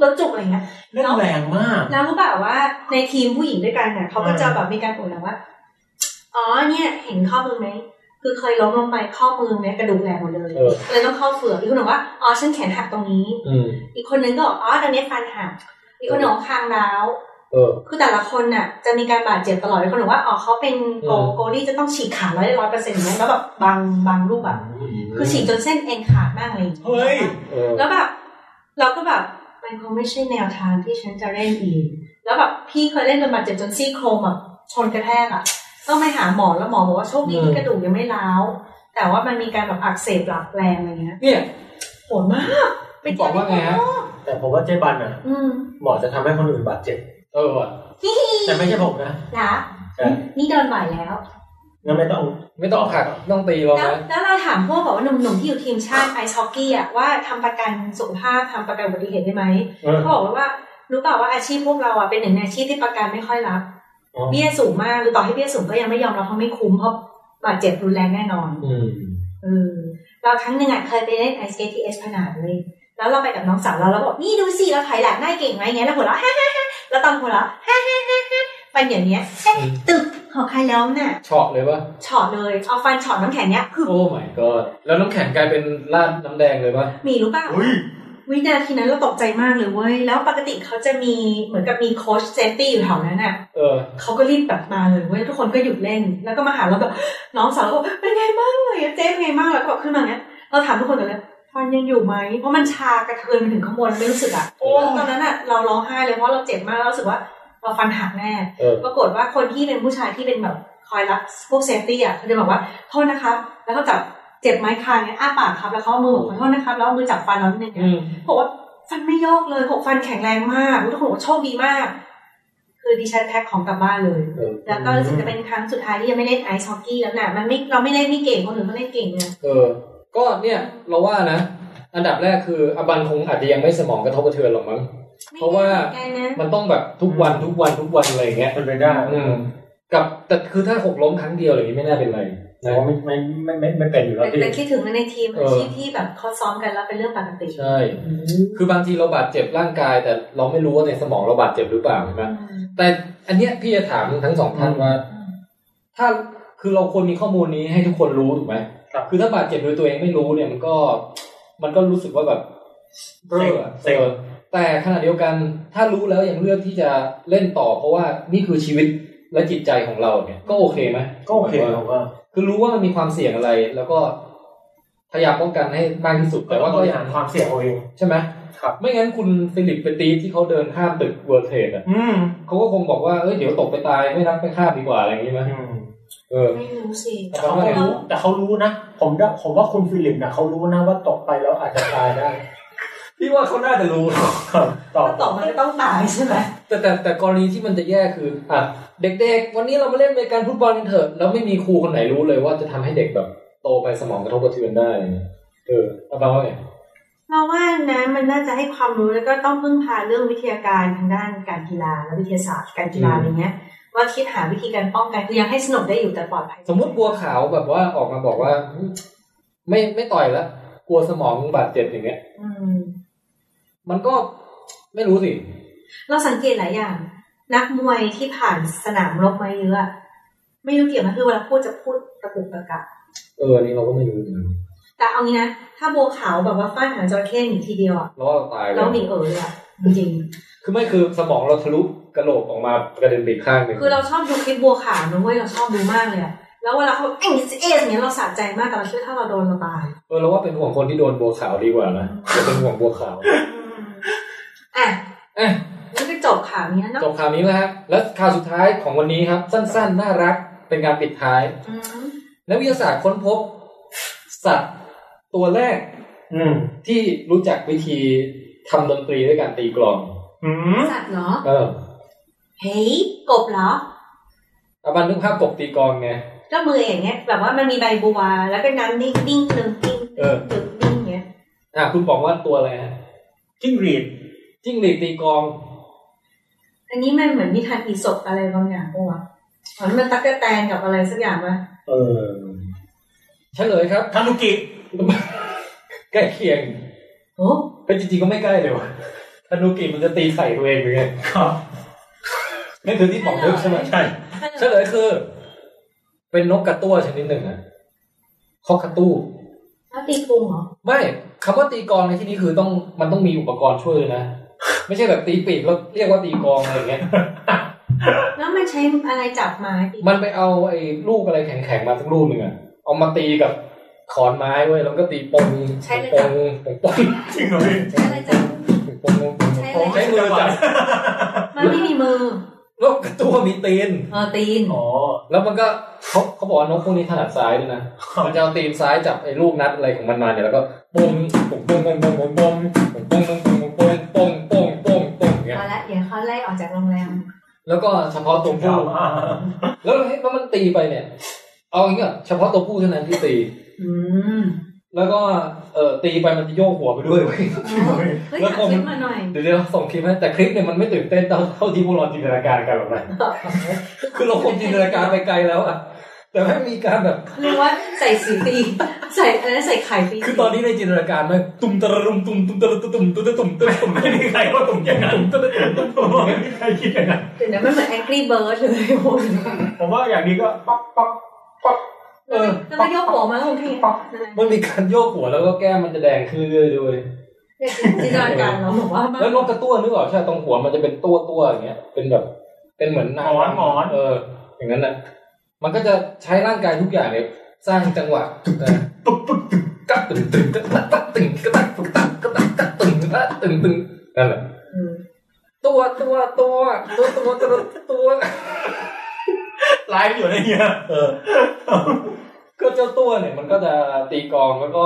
แล้วจุกอะไรเงี้ย
เล่นแรงมาก
แล้วรู้เปล่าว่าในทีมผู้หญิงด้วยกันเนี่ยเขาก็จะแบบมีการปวดหลังว่าอ๋อเนี่ยเห็นข้อมือไหมคือเคยล้มลงไปข้อมือแม้กระดูกแหลกหมดเลย
เออ
เลยต้องเข้าเฝือกอีกคนบอกว่าอ๋อฉันแขนหักตรงนี้
อืม
อีกคนนึงก็บอกอ๋อตรงนี้ฟันหักอีกคนนึงบอกคางร้าว
เออ
คือแต่ละคนน่ะจะมีการบาดเจ็บตลอดเลยคนบอกว่าอ๋อเขาเป็นโก
อืม
โกลี่จะต้องฉีกขาร้อยร้อยเปอร์เซ็นต์แล้วแบบบางบางรูปอ่ะคือฉีกจนเส้นเอ็นขาดมากเลย
เฮ้ย
เออ
แล้วแบบเราก็แบบมันคงไม่ใช่แนวทางที่ฉันจะเล่นอีก แล้วแบบพี่เคยเล่นจนบาดเจ็บจนซี่โครงอ่ะชนกระแทกอ่ะ ต้องไปหาหมอแล้วหมอบอกว่าโชคดีที่กระดูกยังไม่ร้าวแต่ว่ามันมีการแบบอักเสบหลักแรงอะไรเงี้ย
เนี่ย
ปวดมากไปเจ
บอกว่าไงฮะ
แต่ผมว่าเจ๊บันอ่ะ
อืม
หมอจะทำให้คนอื่นบาดเจ็บ
เออว่ะ
แต่ไม่ใช่ผมนะ
นะ
ใช่
นี่โดนบ่อยแล้ว
งั้นไม่ต้อง
ไม่ต้องหักต้องตีเรา
แล้ว
นะ
แล้วเราถามพวกแบบว่าหนุ่มๆที่อยู่ทีมชาติไอซ์ฮอกกี้อ่ะว่าทำประกันสุขภาพทำประกันอุบัติเหตุได้ไหม
เออ
เขาบอกว่าว่ารู้เปล่าว่าอาชีพพวกเราอ่ะเป็นหนึ่งในอาชีพที่ประกันไม่ค่อยรับ
อ๋อ
เบี้ยสูงมากหรือต่อให้เบี้ยสูงก็ยังไม่ยอมรับเพราะไม่คุ้มเพราะบาดเจ็บรุนแรงแน่นอน
อืม
เออเราครั้งหนึ่งอ่ะเคยไปเล่นไอสเกตที่เอสพลานาดเลยแล้วเราไปกับน้องสาวเราแล้วบอกนี่ดูสิเราถอยหลังได้เก่งไหมไงแล้วหัวเราะฮ่าฮ่าฮ่าแล้วตอนหัวเราะฮ่าฮ่าฮ่าฮ่าฟันอย่างเนี้ยเอ๊ะตึกหอใครแล้วน่ะ
เฉาะเลยว่า
เฉอดเลยเอาฟันเฉอดน้ำแข็งเนี้ยคือ
โอ้ my god แล้วน้ำแข็งกลายเป็นราดน้ำแดงเลยว่า
มีรู้เปล่า
เฮ้ย
วินาทีนั้นเราตกใจมากเลยเว้ย แล้วปกติเขาจะมีเหมือนกับมีโค้ชเซฟตี้อยู่แถวนั้นน่ะ
เออ
เขาก็รีบแบบมาเลยเว้ย ทุกคนก็หยุดเล่น แล้วก็มาหาเราแบบ น้องสาวก็บอกเป็นไงบ้างเลยเจ๊เป็นไงบ้างแล้วก็บอกขึ้นมาเนี้ย เราถามทุกคนกันเลยฟันยังอยู่ไหม เพราะมันชากระเทือนไปถึงข้างบนไม่รู้สึกอ่ะ
โอ้
แล้วตอนนั้นอ่ะเราร้องไห้เลยเพราะเราเจ็บมากเรารู้สึกว่าเราฟันหักแน่
เออ
ปรากฏว่าคนที่เป็นผู้ชายที่เป็นแบบคอยรับพวกเซฟตี้อ่ะเขาจะบอกว่าโทษนะครับ แล้วก็จับเจ็บไหม้คางเนี่ยอ้าปากครับ แล้วเขาเอามือบอกขอโทษนะครับ แล้วเอามือจับฟันเรานิดนึงอะ
อืม
บอกว่าฟันไม่โยกเลยหกฟันแข็งแรงมากทุกคนบอกว่าโชคดีมาก คือดิฉันแพ็คของกลับบ้านเลย
เออ
แล้วก็รู้สึกจะเป็นครั้งสุดท้ายที่ยังไม่เล่นไอซ์ฮอกกี้แล้วน่ะ มันไม่เราไม่เล่นไม่เก่งคนอื่นเขาเล่นเก่งไง
เออ ก็เนี่ยเราว่านะ อันดับแรกคืออบันคงอาจจะยังไม่สมองกระทบกระเทือนหรอกมั้ง
ไม่
เพราะว่า
แน่นะ
มันต้องแบบทุกวันทุกวันทุกวันอะไรอย่างเงี้ย
เป็นไปได้
อืมกับแต่คือถ้าหกล้มครั้งเดียวอะไรอย่างงี้ไม่น่าเป็นไร
แต่
นะ
ว่าไม่ไม่ไม่ไม่ไม่เป็นอยู่แล้ว
แต่
พี่
แต่คิดถึงในทีมอาชีพที่แบบเขาซ้อมกันแล้วเป็นเรื่องปกติ
ใช่ คือบางทีเราบาดเจ็บร่างกาย แต่เราไม่รู้ว่าในสมองเราบาดเจ็บหรือเปล่าใช่ไหม แต่อันเนี้ยพี่จะถามทั้งสองท่านว่า ถ้าคือเราควรมีข้อมูลนี้ให้ทุกคนรู้ถูกไหมคือถ้าบาดเจ็บโดยตัวเองไม่รู้เนี่ยมันก็ มันก็รู้สึกว่าแบบเบ้อเออแต่ขณะเดียวกันถ้ารู้แล้วยังเลือกที่จะเล่นต่อ เพราะว่านี่คือชีวิตและจิตใจของเราเนี่ย ก็โอเคไหม
ก็โอเค
หมาย
ผ
ว่าม
ว่า
คือรู้ว่ามันมีความเสี่ยงอะไร แล้วก็พยายามป้องกันให้มากที่สุด แต่ว่า
บ
ก็
ริ
อย่า
หาง รความเสี่ยงเอาเอง
ใช่ไหม
ครับ
ไม่งั้นคุณฟิลิปไปตีที่เขาเดินข้ามตึกเวิร์เทดอะ
อืม
เขาก็คงบอกว่า เอ้ย เดี๋ยวตกไปตายไม่นับไปฆ่าดีกว่าอะไรอย่างนี้ไหม
อืม
เออ
ไม่รู้สิ
แต่เขาไม่รู้แต่เขารู้นะ ผมว่าผมว่าคุณฟิลิปนะเขารู้นะว่าตกไปแล้วอาจจะตายได้
พี่ว่าเขาน่าจะรู้
ครับตอบ
ก็ตอบมันก็ต้องตายใช่ไหม
แต่แต่แต่กรณีที่มันจะแย่คือ อ่ะ เด็กๆ วันนี้เรามาเล่นเป็นการฟุตบอลกันเถอะ แล้วไม่มีครูคนไหนรู้เลยว่าจะทำให้เด็กแบบโตไปสมองกระทบกระเทือนได้อะไรอย่างเงี้ยเออเอาไปว่าไง
เราว่านะมันน่าจะให้ความรู้แล้วก็ต้องพึ่งพาเรื่องวิทยาการทางด้านการกีฬาและวิทยาศาสตร์การกีฬาอะไรเงี้ย ว่าคิดหาวิธีการป้องกันคือยังให้สนุกได้อยู่แต่ปลอดภัย
สมมติบัวขาวแบบว่าออกมาบอกว่า ไม่ไม่ต่อยละกลัวสมองบาดเจ็บอย่างเงี้ย
อืม
มันก็ไม่รู้สิ
เราสังเกตหลายอย่าง นักมวยที่ผ่านสนามรบมาเยอะอะไม่รู้เกี่ยวไหมคือเวลาพูดจะพูดตะกุกตะกัก
เอออันนี้เราก็ไม่รู้จริง
แต่เอางี้นะ ถ้าบัวขาวแบบว่าฟาดหางจระเข้หนีทีเดียวอะ
ๆเราว่าเราตายเล
แล้วหนี
ย
เอ๋ยอะจริง
คือไม่คือสมองเราทะลุกระโหลกออกมากระเด็นไปอีกข้างหนึ่ง
ๆคือเราชอบดูคลิปบัวขาวนะเว้ยเราชอบดูมากเลยอะแล้วเวลาเขาเอ็งเอ็งอย่างเงี้ยเราสะใจมากแต่เราเชื่อถ้าเราโดนเราตาย
เออเราว่าเป็นห่วงคนที่โดนบัวขาวดีกว่านะอย่าเป็นห่วงบัวขาว
อ่ะ
เอ๊ะ
นี่ก็จบข่าวนี้แล้ว
จ
เนาะ
บข่าวนี้แล้วฮะแล้วข่าวสุดท้ายของวันนี้ครับ สั้นๆ น่ารักเป็นการปิดท้าย
อืม
นักวิทยาศาสตร์ค้นพบ สัตว์ตัวแรก
อืม
ที่รู้จักวิธีทำดนตรีด้วยการตีกลอง
อืม
สัตว์เหรอ
เออ
เฮ้ยกบเหรอ
อาบันนึกภาพกบตีกลองไง
ก็มืออย่างเงี้ยแบบว่ามันมีใบบัวแล้วก็น้ำนิ่งนิ่งเติมนิ่ง
เออ
ตึกนิ่งเงี้ย
อ่ะคุณบอกว่าตัวอะไรฮะ
จิ้งหรีด
จิ้งหรีดตีกลอง
อันนี้มันเหมือนนิทานอีสปอะไรบางอย่างปะวะอ๋อนี่มันตั๊กแตนกับอะไรสักอย่างวะ
เออ
เฉลยครับ
ทานุกิ
ใกล้เคียง
โอ้
เป็นจริงๆก็ไม่ใกล้เลยว่ะธนูกิมันจะตีไข่ตัวเองหรือไง
ครับ
นี่คือที่บอกเลิกใช่ไหม
ใช่
เฉลยคือ เป็นนกกระตั้วชนิดหนึ่งอะคอกกระตู้
แล้วตีพุงเหรอ
ไม่คำว่าตีกลองในที่นี้คือต้องมันต้องมีอุปกรณ์ช่วยเลยนะ ไม่ใช่แบบตีปีกแล้วเรียกว่าตีกลองอะไรอย่างเงี้ย
แล้วมันใช้อะไรจับไม้ตี
มันไปเอาไอ้ลูกอะไรแข็งๆมาสักลูกหนึ่งอะเอามาตีกับขอนไม้เว้ยแล้วก็ตีปงปงปงปง
จริงเหรอพี่
ใช้อะไรจับ
ปงปง
ใช้อะไร
ใช้มือจับ
มันไม่มีมือ
นกกระตัวมีตีน
เออตีน
อ๋อ แล้วมันก็เขาเขาบอกว่านกพวกนี้ถนัดซ้ายด้วยนะ มันจะเอาตีนซ้ายจับไอ้ลูกนัดอะไรของมันมาเนี่ยแล้วก็ปุ้งปุ้งปุ้งปุ้งปุ้งปุ้งปุ้งปุ้งปุ้งปุ้งปุ้งปุ้งปุ้งปุ้งปุ้งอย่างเงี้ย
เอาละเดี๋ยวเขาไล่ออกจากโรงแรม
แล้วก็เฉพาะตัวผู้ แล้วเฮ้ยแล้วมันตีไปเนี่ย เอาอย่างเงี้ยเฉพาะตัวผู้เท่านั้นที่ตี
อืม
แล้วก็เออตีไปมันจะโยกหัวไปด้วยเว้ย
เฮ้ย
แล้ว
เอา
ก็
คลิปมาหน่อย
เดี๋ยวเดี๋ยวส่งคลิปให้แต่คลิปเนี่ยมันไม่ตื่นเต้นเท่าเท่าที่พวกเราจินตนาการกันหรอกนะคือเราคงจินตนาการไปไกลแล้วอ่ะ แต่ไม่มีการแบบ
เรียกว่าใส่สีตีนใส่อะไรนะใส่ไข่ตีน
คือตอนนี้ในจินตนาการมันตุ้มตะรุมตุ้มตุ้มตะรุมตุ้มตุ้มตุ้มตุ้มตุ้มตุ้ม
ไม่มีใครก็ตรงอย่างนั้นไม่มีใครคิดอย่างนั้น
เดี๋ยวนะมันเหมือน angry bird เลยโอ้ย
ผมว่าอย่างนี้ก็ป๊อกป๊อกป๊อก
เออ
แล้วก็ยกหัวมาแล้วคงแค่
ป๊อก
มันมีการโยกหัวแล้วก็แก้มมันจะแดงขึ้นเรื่อยๆด้วย
จินตนาการเราบอกว่า
แล้วนกกระตั้วนึกออกใช่ตรงหัวมันจะเป็นตัวตัวๆอย่างเงี้ย เป็นแบบ เป็นเหมือนาง
หมอนหมอน
เออ อย่างนั้นน่ะ มันก็จะใช้ร่างกายทุกอย่างเนี่ยสร้างจังหวะนะ
ปุ๊บปุ๊บ
กัดตึงตึงกัดตักตึงกัดตักตึงกัดตักกัดตึงกัดตึงตึงนั่นแหละตัวตัวตัวตัวตัวตัวตัว
ไลฟ์อยู่ในเงี้ย
เออก็เจ้าตัวเนี่ยมันก็จะตีกลองแล้วก็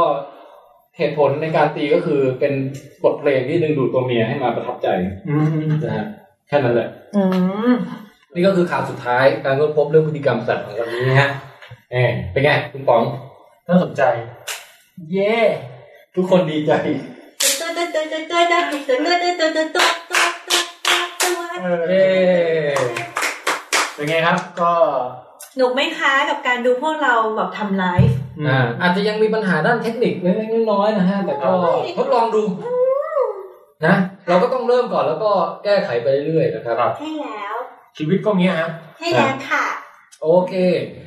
เหตุผลในการตีก็คือเป็นบทเพลงที่ดึงดูดตัวเมียให้มาประทับใจนะฮะแค่นั้นแหละ
อืม
นี่ก็คือข่าวสุดท้ายการค้นพบเรื่องพฤติกรรมสัตว์ของวันนี้นะฮะเออเป็นไงคุณป๋อง
น่าสนใจ เย่
ทุกคนดีใจ
ตัวตัวตัวตัวตัวตัวตัวตัวตัวตัวตัวตัวตัว
เออ
เย้
เป็นไงครับ ก็
หนุกไหมคะกับการดูพวกเราแบบทำไลฟ์
อ่าอาจจะยังมีปัญหาด้านเทคนิคเล็กๆน้อยๆนะฮะแต่ก็ทดลองดู นะเราก็ต้องเริ่มก่อนแล้วก็แก้ไขไปเรื่อยๆนะครับ
ใช่แล้ว
ชีวิตก็เงี้ยฮะ
ใช่แล้วค่ะ
โอเค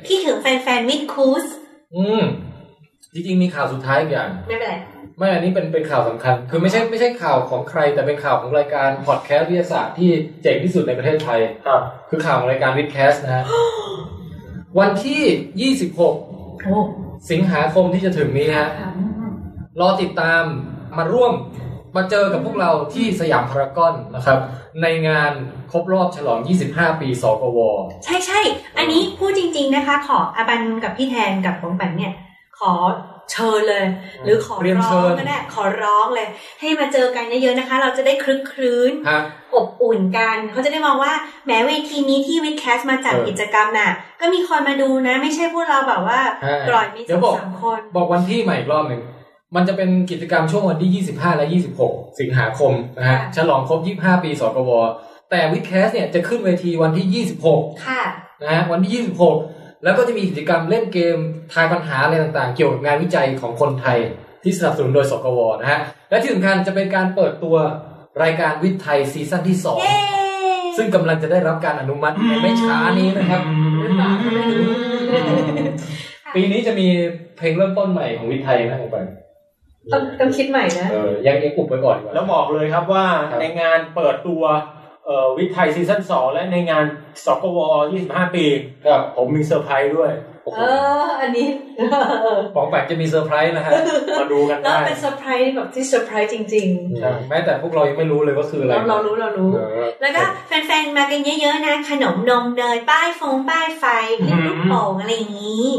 คิดถึงแฟนๆมิดคูส
อืมจริงๆมีข่าวสุดท้ายอีกอย่าง
ไม่เป็นไร
ไม่อันนี้เป็นเป็นข่าวสำคัญ คือไม่ใช่ไม่ใช่ข่าวของใคร แต่เป็นข่าวของรายการพอดแคสต์วิทยาศาสตร์ที่เจ๋งที่สุดในประเทศไทย
ครับ
คือข่าวของรายการวิดแคสต์นะฮ ะวันที่ 26
โอ้
สิงหาคมที่จะถึงนี้ฮะ
ค่ะ
รอติดตามมาร่วมมาเจอกับพวกเราที่สยามพารากอนนะครับ ในงานครบรอบฉลอง 25 ปีสกว
ใช่ใช่ๆอันนี้พูดจริง ๆนะคะ ขออาบันกับพี่แทนกับผมปันเนี่ย ขอเชิญเลย หรือขอ
เรียน
ร้
เชิ
อง
ญ
ก็ได้ขอร้องเลย ให้มาเจอกันเยอะๆนะคะ เราจะได้คลึกคลื้น
ฮะ
อบอุ่นกัน เขาจะได้มองว่าแม้เวทีนี้ที่วิดแคสมาจัด
เออ
กิจกรรมน่ะ ก็มีคนมาดูนะ ไม่ใช่พวกเราแบบว่า
ใช่
กร่อยมี
เดี๋
ส
ยว
อง
บอก
สามคน
บอกวันที่ใหม่อีกรอบหนึ่ง มันจะเป็นกิจกรรมช่วงวันที่ 25 และ 26 สิงหาคมนะฮะฉลองครบ 25 ปีสกว แต่วิดแคสเนี่ยจะขึ้นเวทีวันที่ 26
ค่ะ
นะฮะวันที่ 26 แล้วก็จะมีกิจกรรมเล่นเกมทายปัญหาอะไรต่างๆ เกี่ยวกับงานวิจัยของคนไทยที่สนับสนุนโดยสกวนะฮะ และที่สำคัญจะเป็นการเปิดตัวรายการวิทย์ไทยซีซั่นที่
เย้
2 ซึ่งกำลังจะได้รับการอนุมัติในไม่ช้านี้นะครับหรือเปล่าก็ไม่รู้ ปีนี้จะมีเพลงเริ่มต้นใหม่ของวิทย์ไทยนะผมไป
ต้องต้องคิดใหม่นะ
เออยังยังอุบไว้ก่อนดีกว่า
แล้วบอกเลยครับว่า
ครับ
ในงานเปิดตัวเอ่อวิทย์ไทยซีซั่นสองและในงานสกว25 ปี
ครับ
ผมมีเซอร์ไพรส์ด้วย
โอ้โห
เออ อั นนี้เออ
ของแปลกจะมีเซอร์ไพรส์นะฮะ
มาดูกัน
แล้ว
ได้
เป็นเซอร์ไพรส์แบบที่เซอร์ไพรส์จริง
ใช่
แม้แต่พวกเรายังไม่รู้เลยว่าคือ
ๆ
อะไร
เราเรารู้เรารู้
เออ
แล้วก็แฟนๆ มากันเยอะๆนะ ขนมนมเนยป้ายฟงป้ายไฟคลิปลูกโป่งอะไรอย่างนี้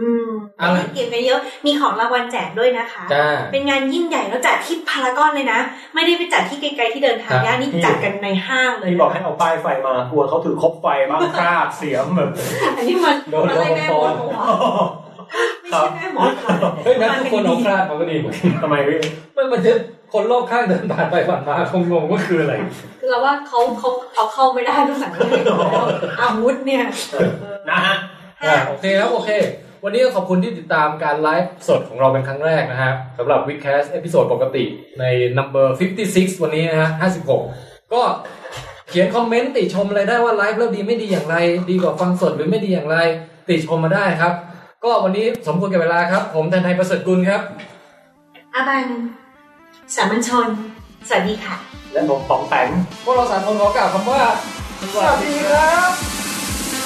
อืม
เอาละ
เล่นเกมกันเยอะ มีของรางวัลแจกด้วยนะคะ
จ้า
เป็นงานยิ่งใหญ่แล้วจัดที่พารากอนเลยนะ ไม่ได้ไปจัดที่ไกลๆที่เดินทาง
ครับ
ยากนี่จัดกันในห้างเลย
ที่บอกให้เอาป้ายไฟมากลัวเขาถือคบไฟบ้างคราบเสียมแบบ
อันนี้มัน
โดน
มันอะไรแม่หมด
โดน
หัวไม่ใช่แม่หมดหัว
เฮ้ยนัดทุกคนเอาคราดมาก็ดีเหมือนกัน
ทำไมพี่
มันมันจะคนรอบข้างเดินผ่านไปผ่านมาคงงงว่าคืออะไร
คือเราว่าเขาเขาเอาเข้าไม่ได้ตั้งแต่แรกแล้วอาวุธเนี่ย
นะฮะ
อ่ะโอเคครับโอเค วันนี้ก็ขอบคุณที่ติดตามการไลฟ์สดของเราเป็นครั้งแรกนะฮะสำหรับวิดแคสเอพิโซดปกติใน number 56 วันนี้นะฮะ 56 ก็เขียนคอมเมนต์ติชมอะไรได้ว่าไลฟ์แล้วดีไม่ดีอย่างไร ดีกว่าฟังสดหรือไม่ดีอย่างไร ติชมมาได้ครับ ก็วันนี้สมควรแก่เวลาครับ ผมแทนไทยประเสริฐกุลครับ
อาบันสามัญชน สวัสดีค่ะ
และผมป๋องแปง
พวกเราสามคนขอกล่าวคำว่า สวัสดีครับ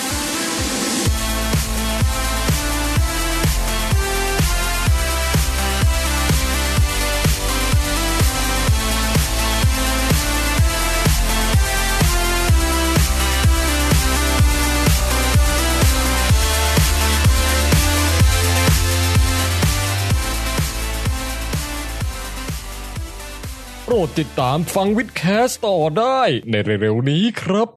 「
ดติดตามฟังวิดแคสต่อได้ในเร็วๆนี้ครับ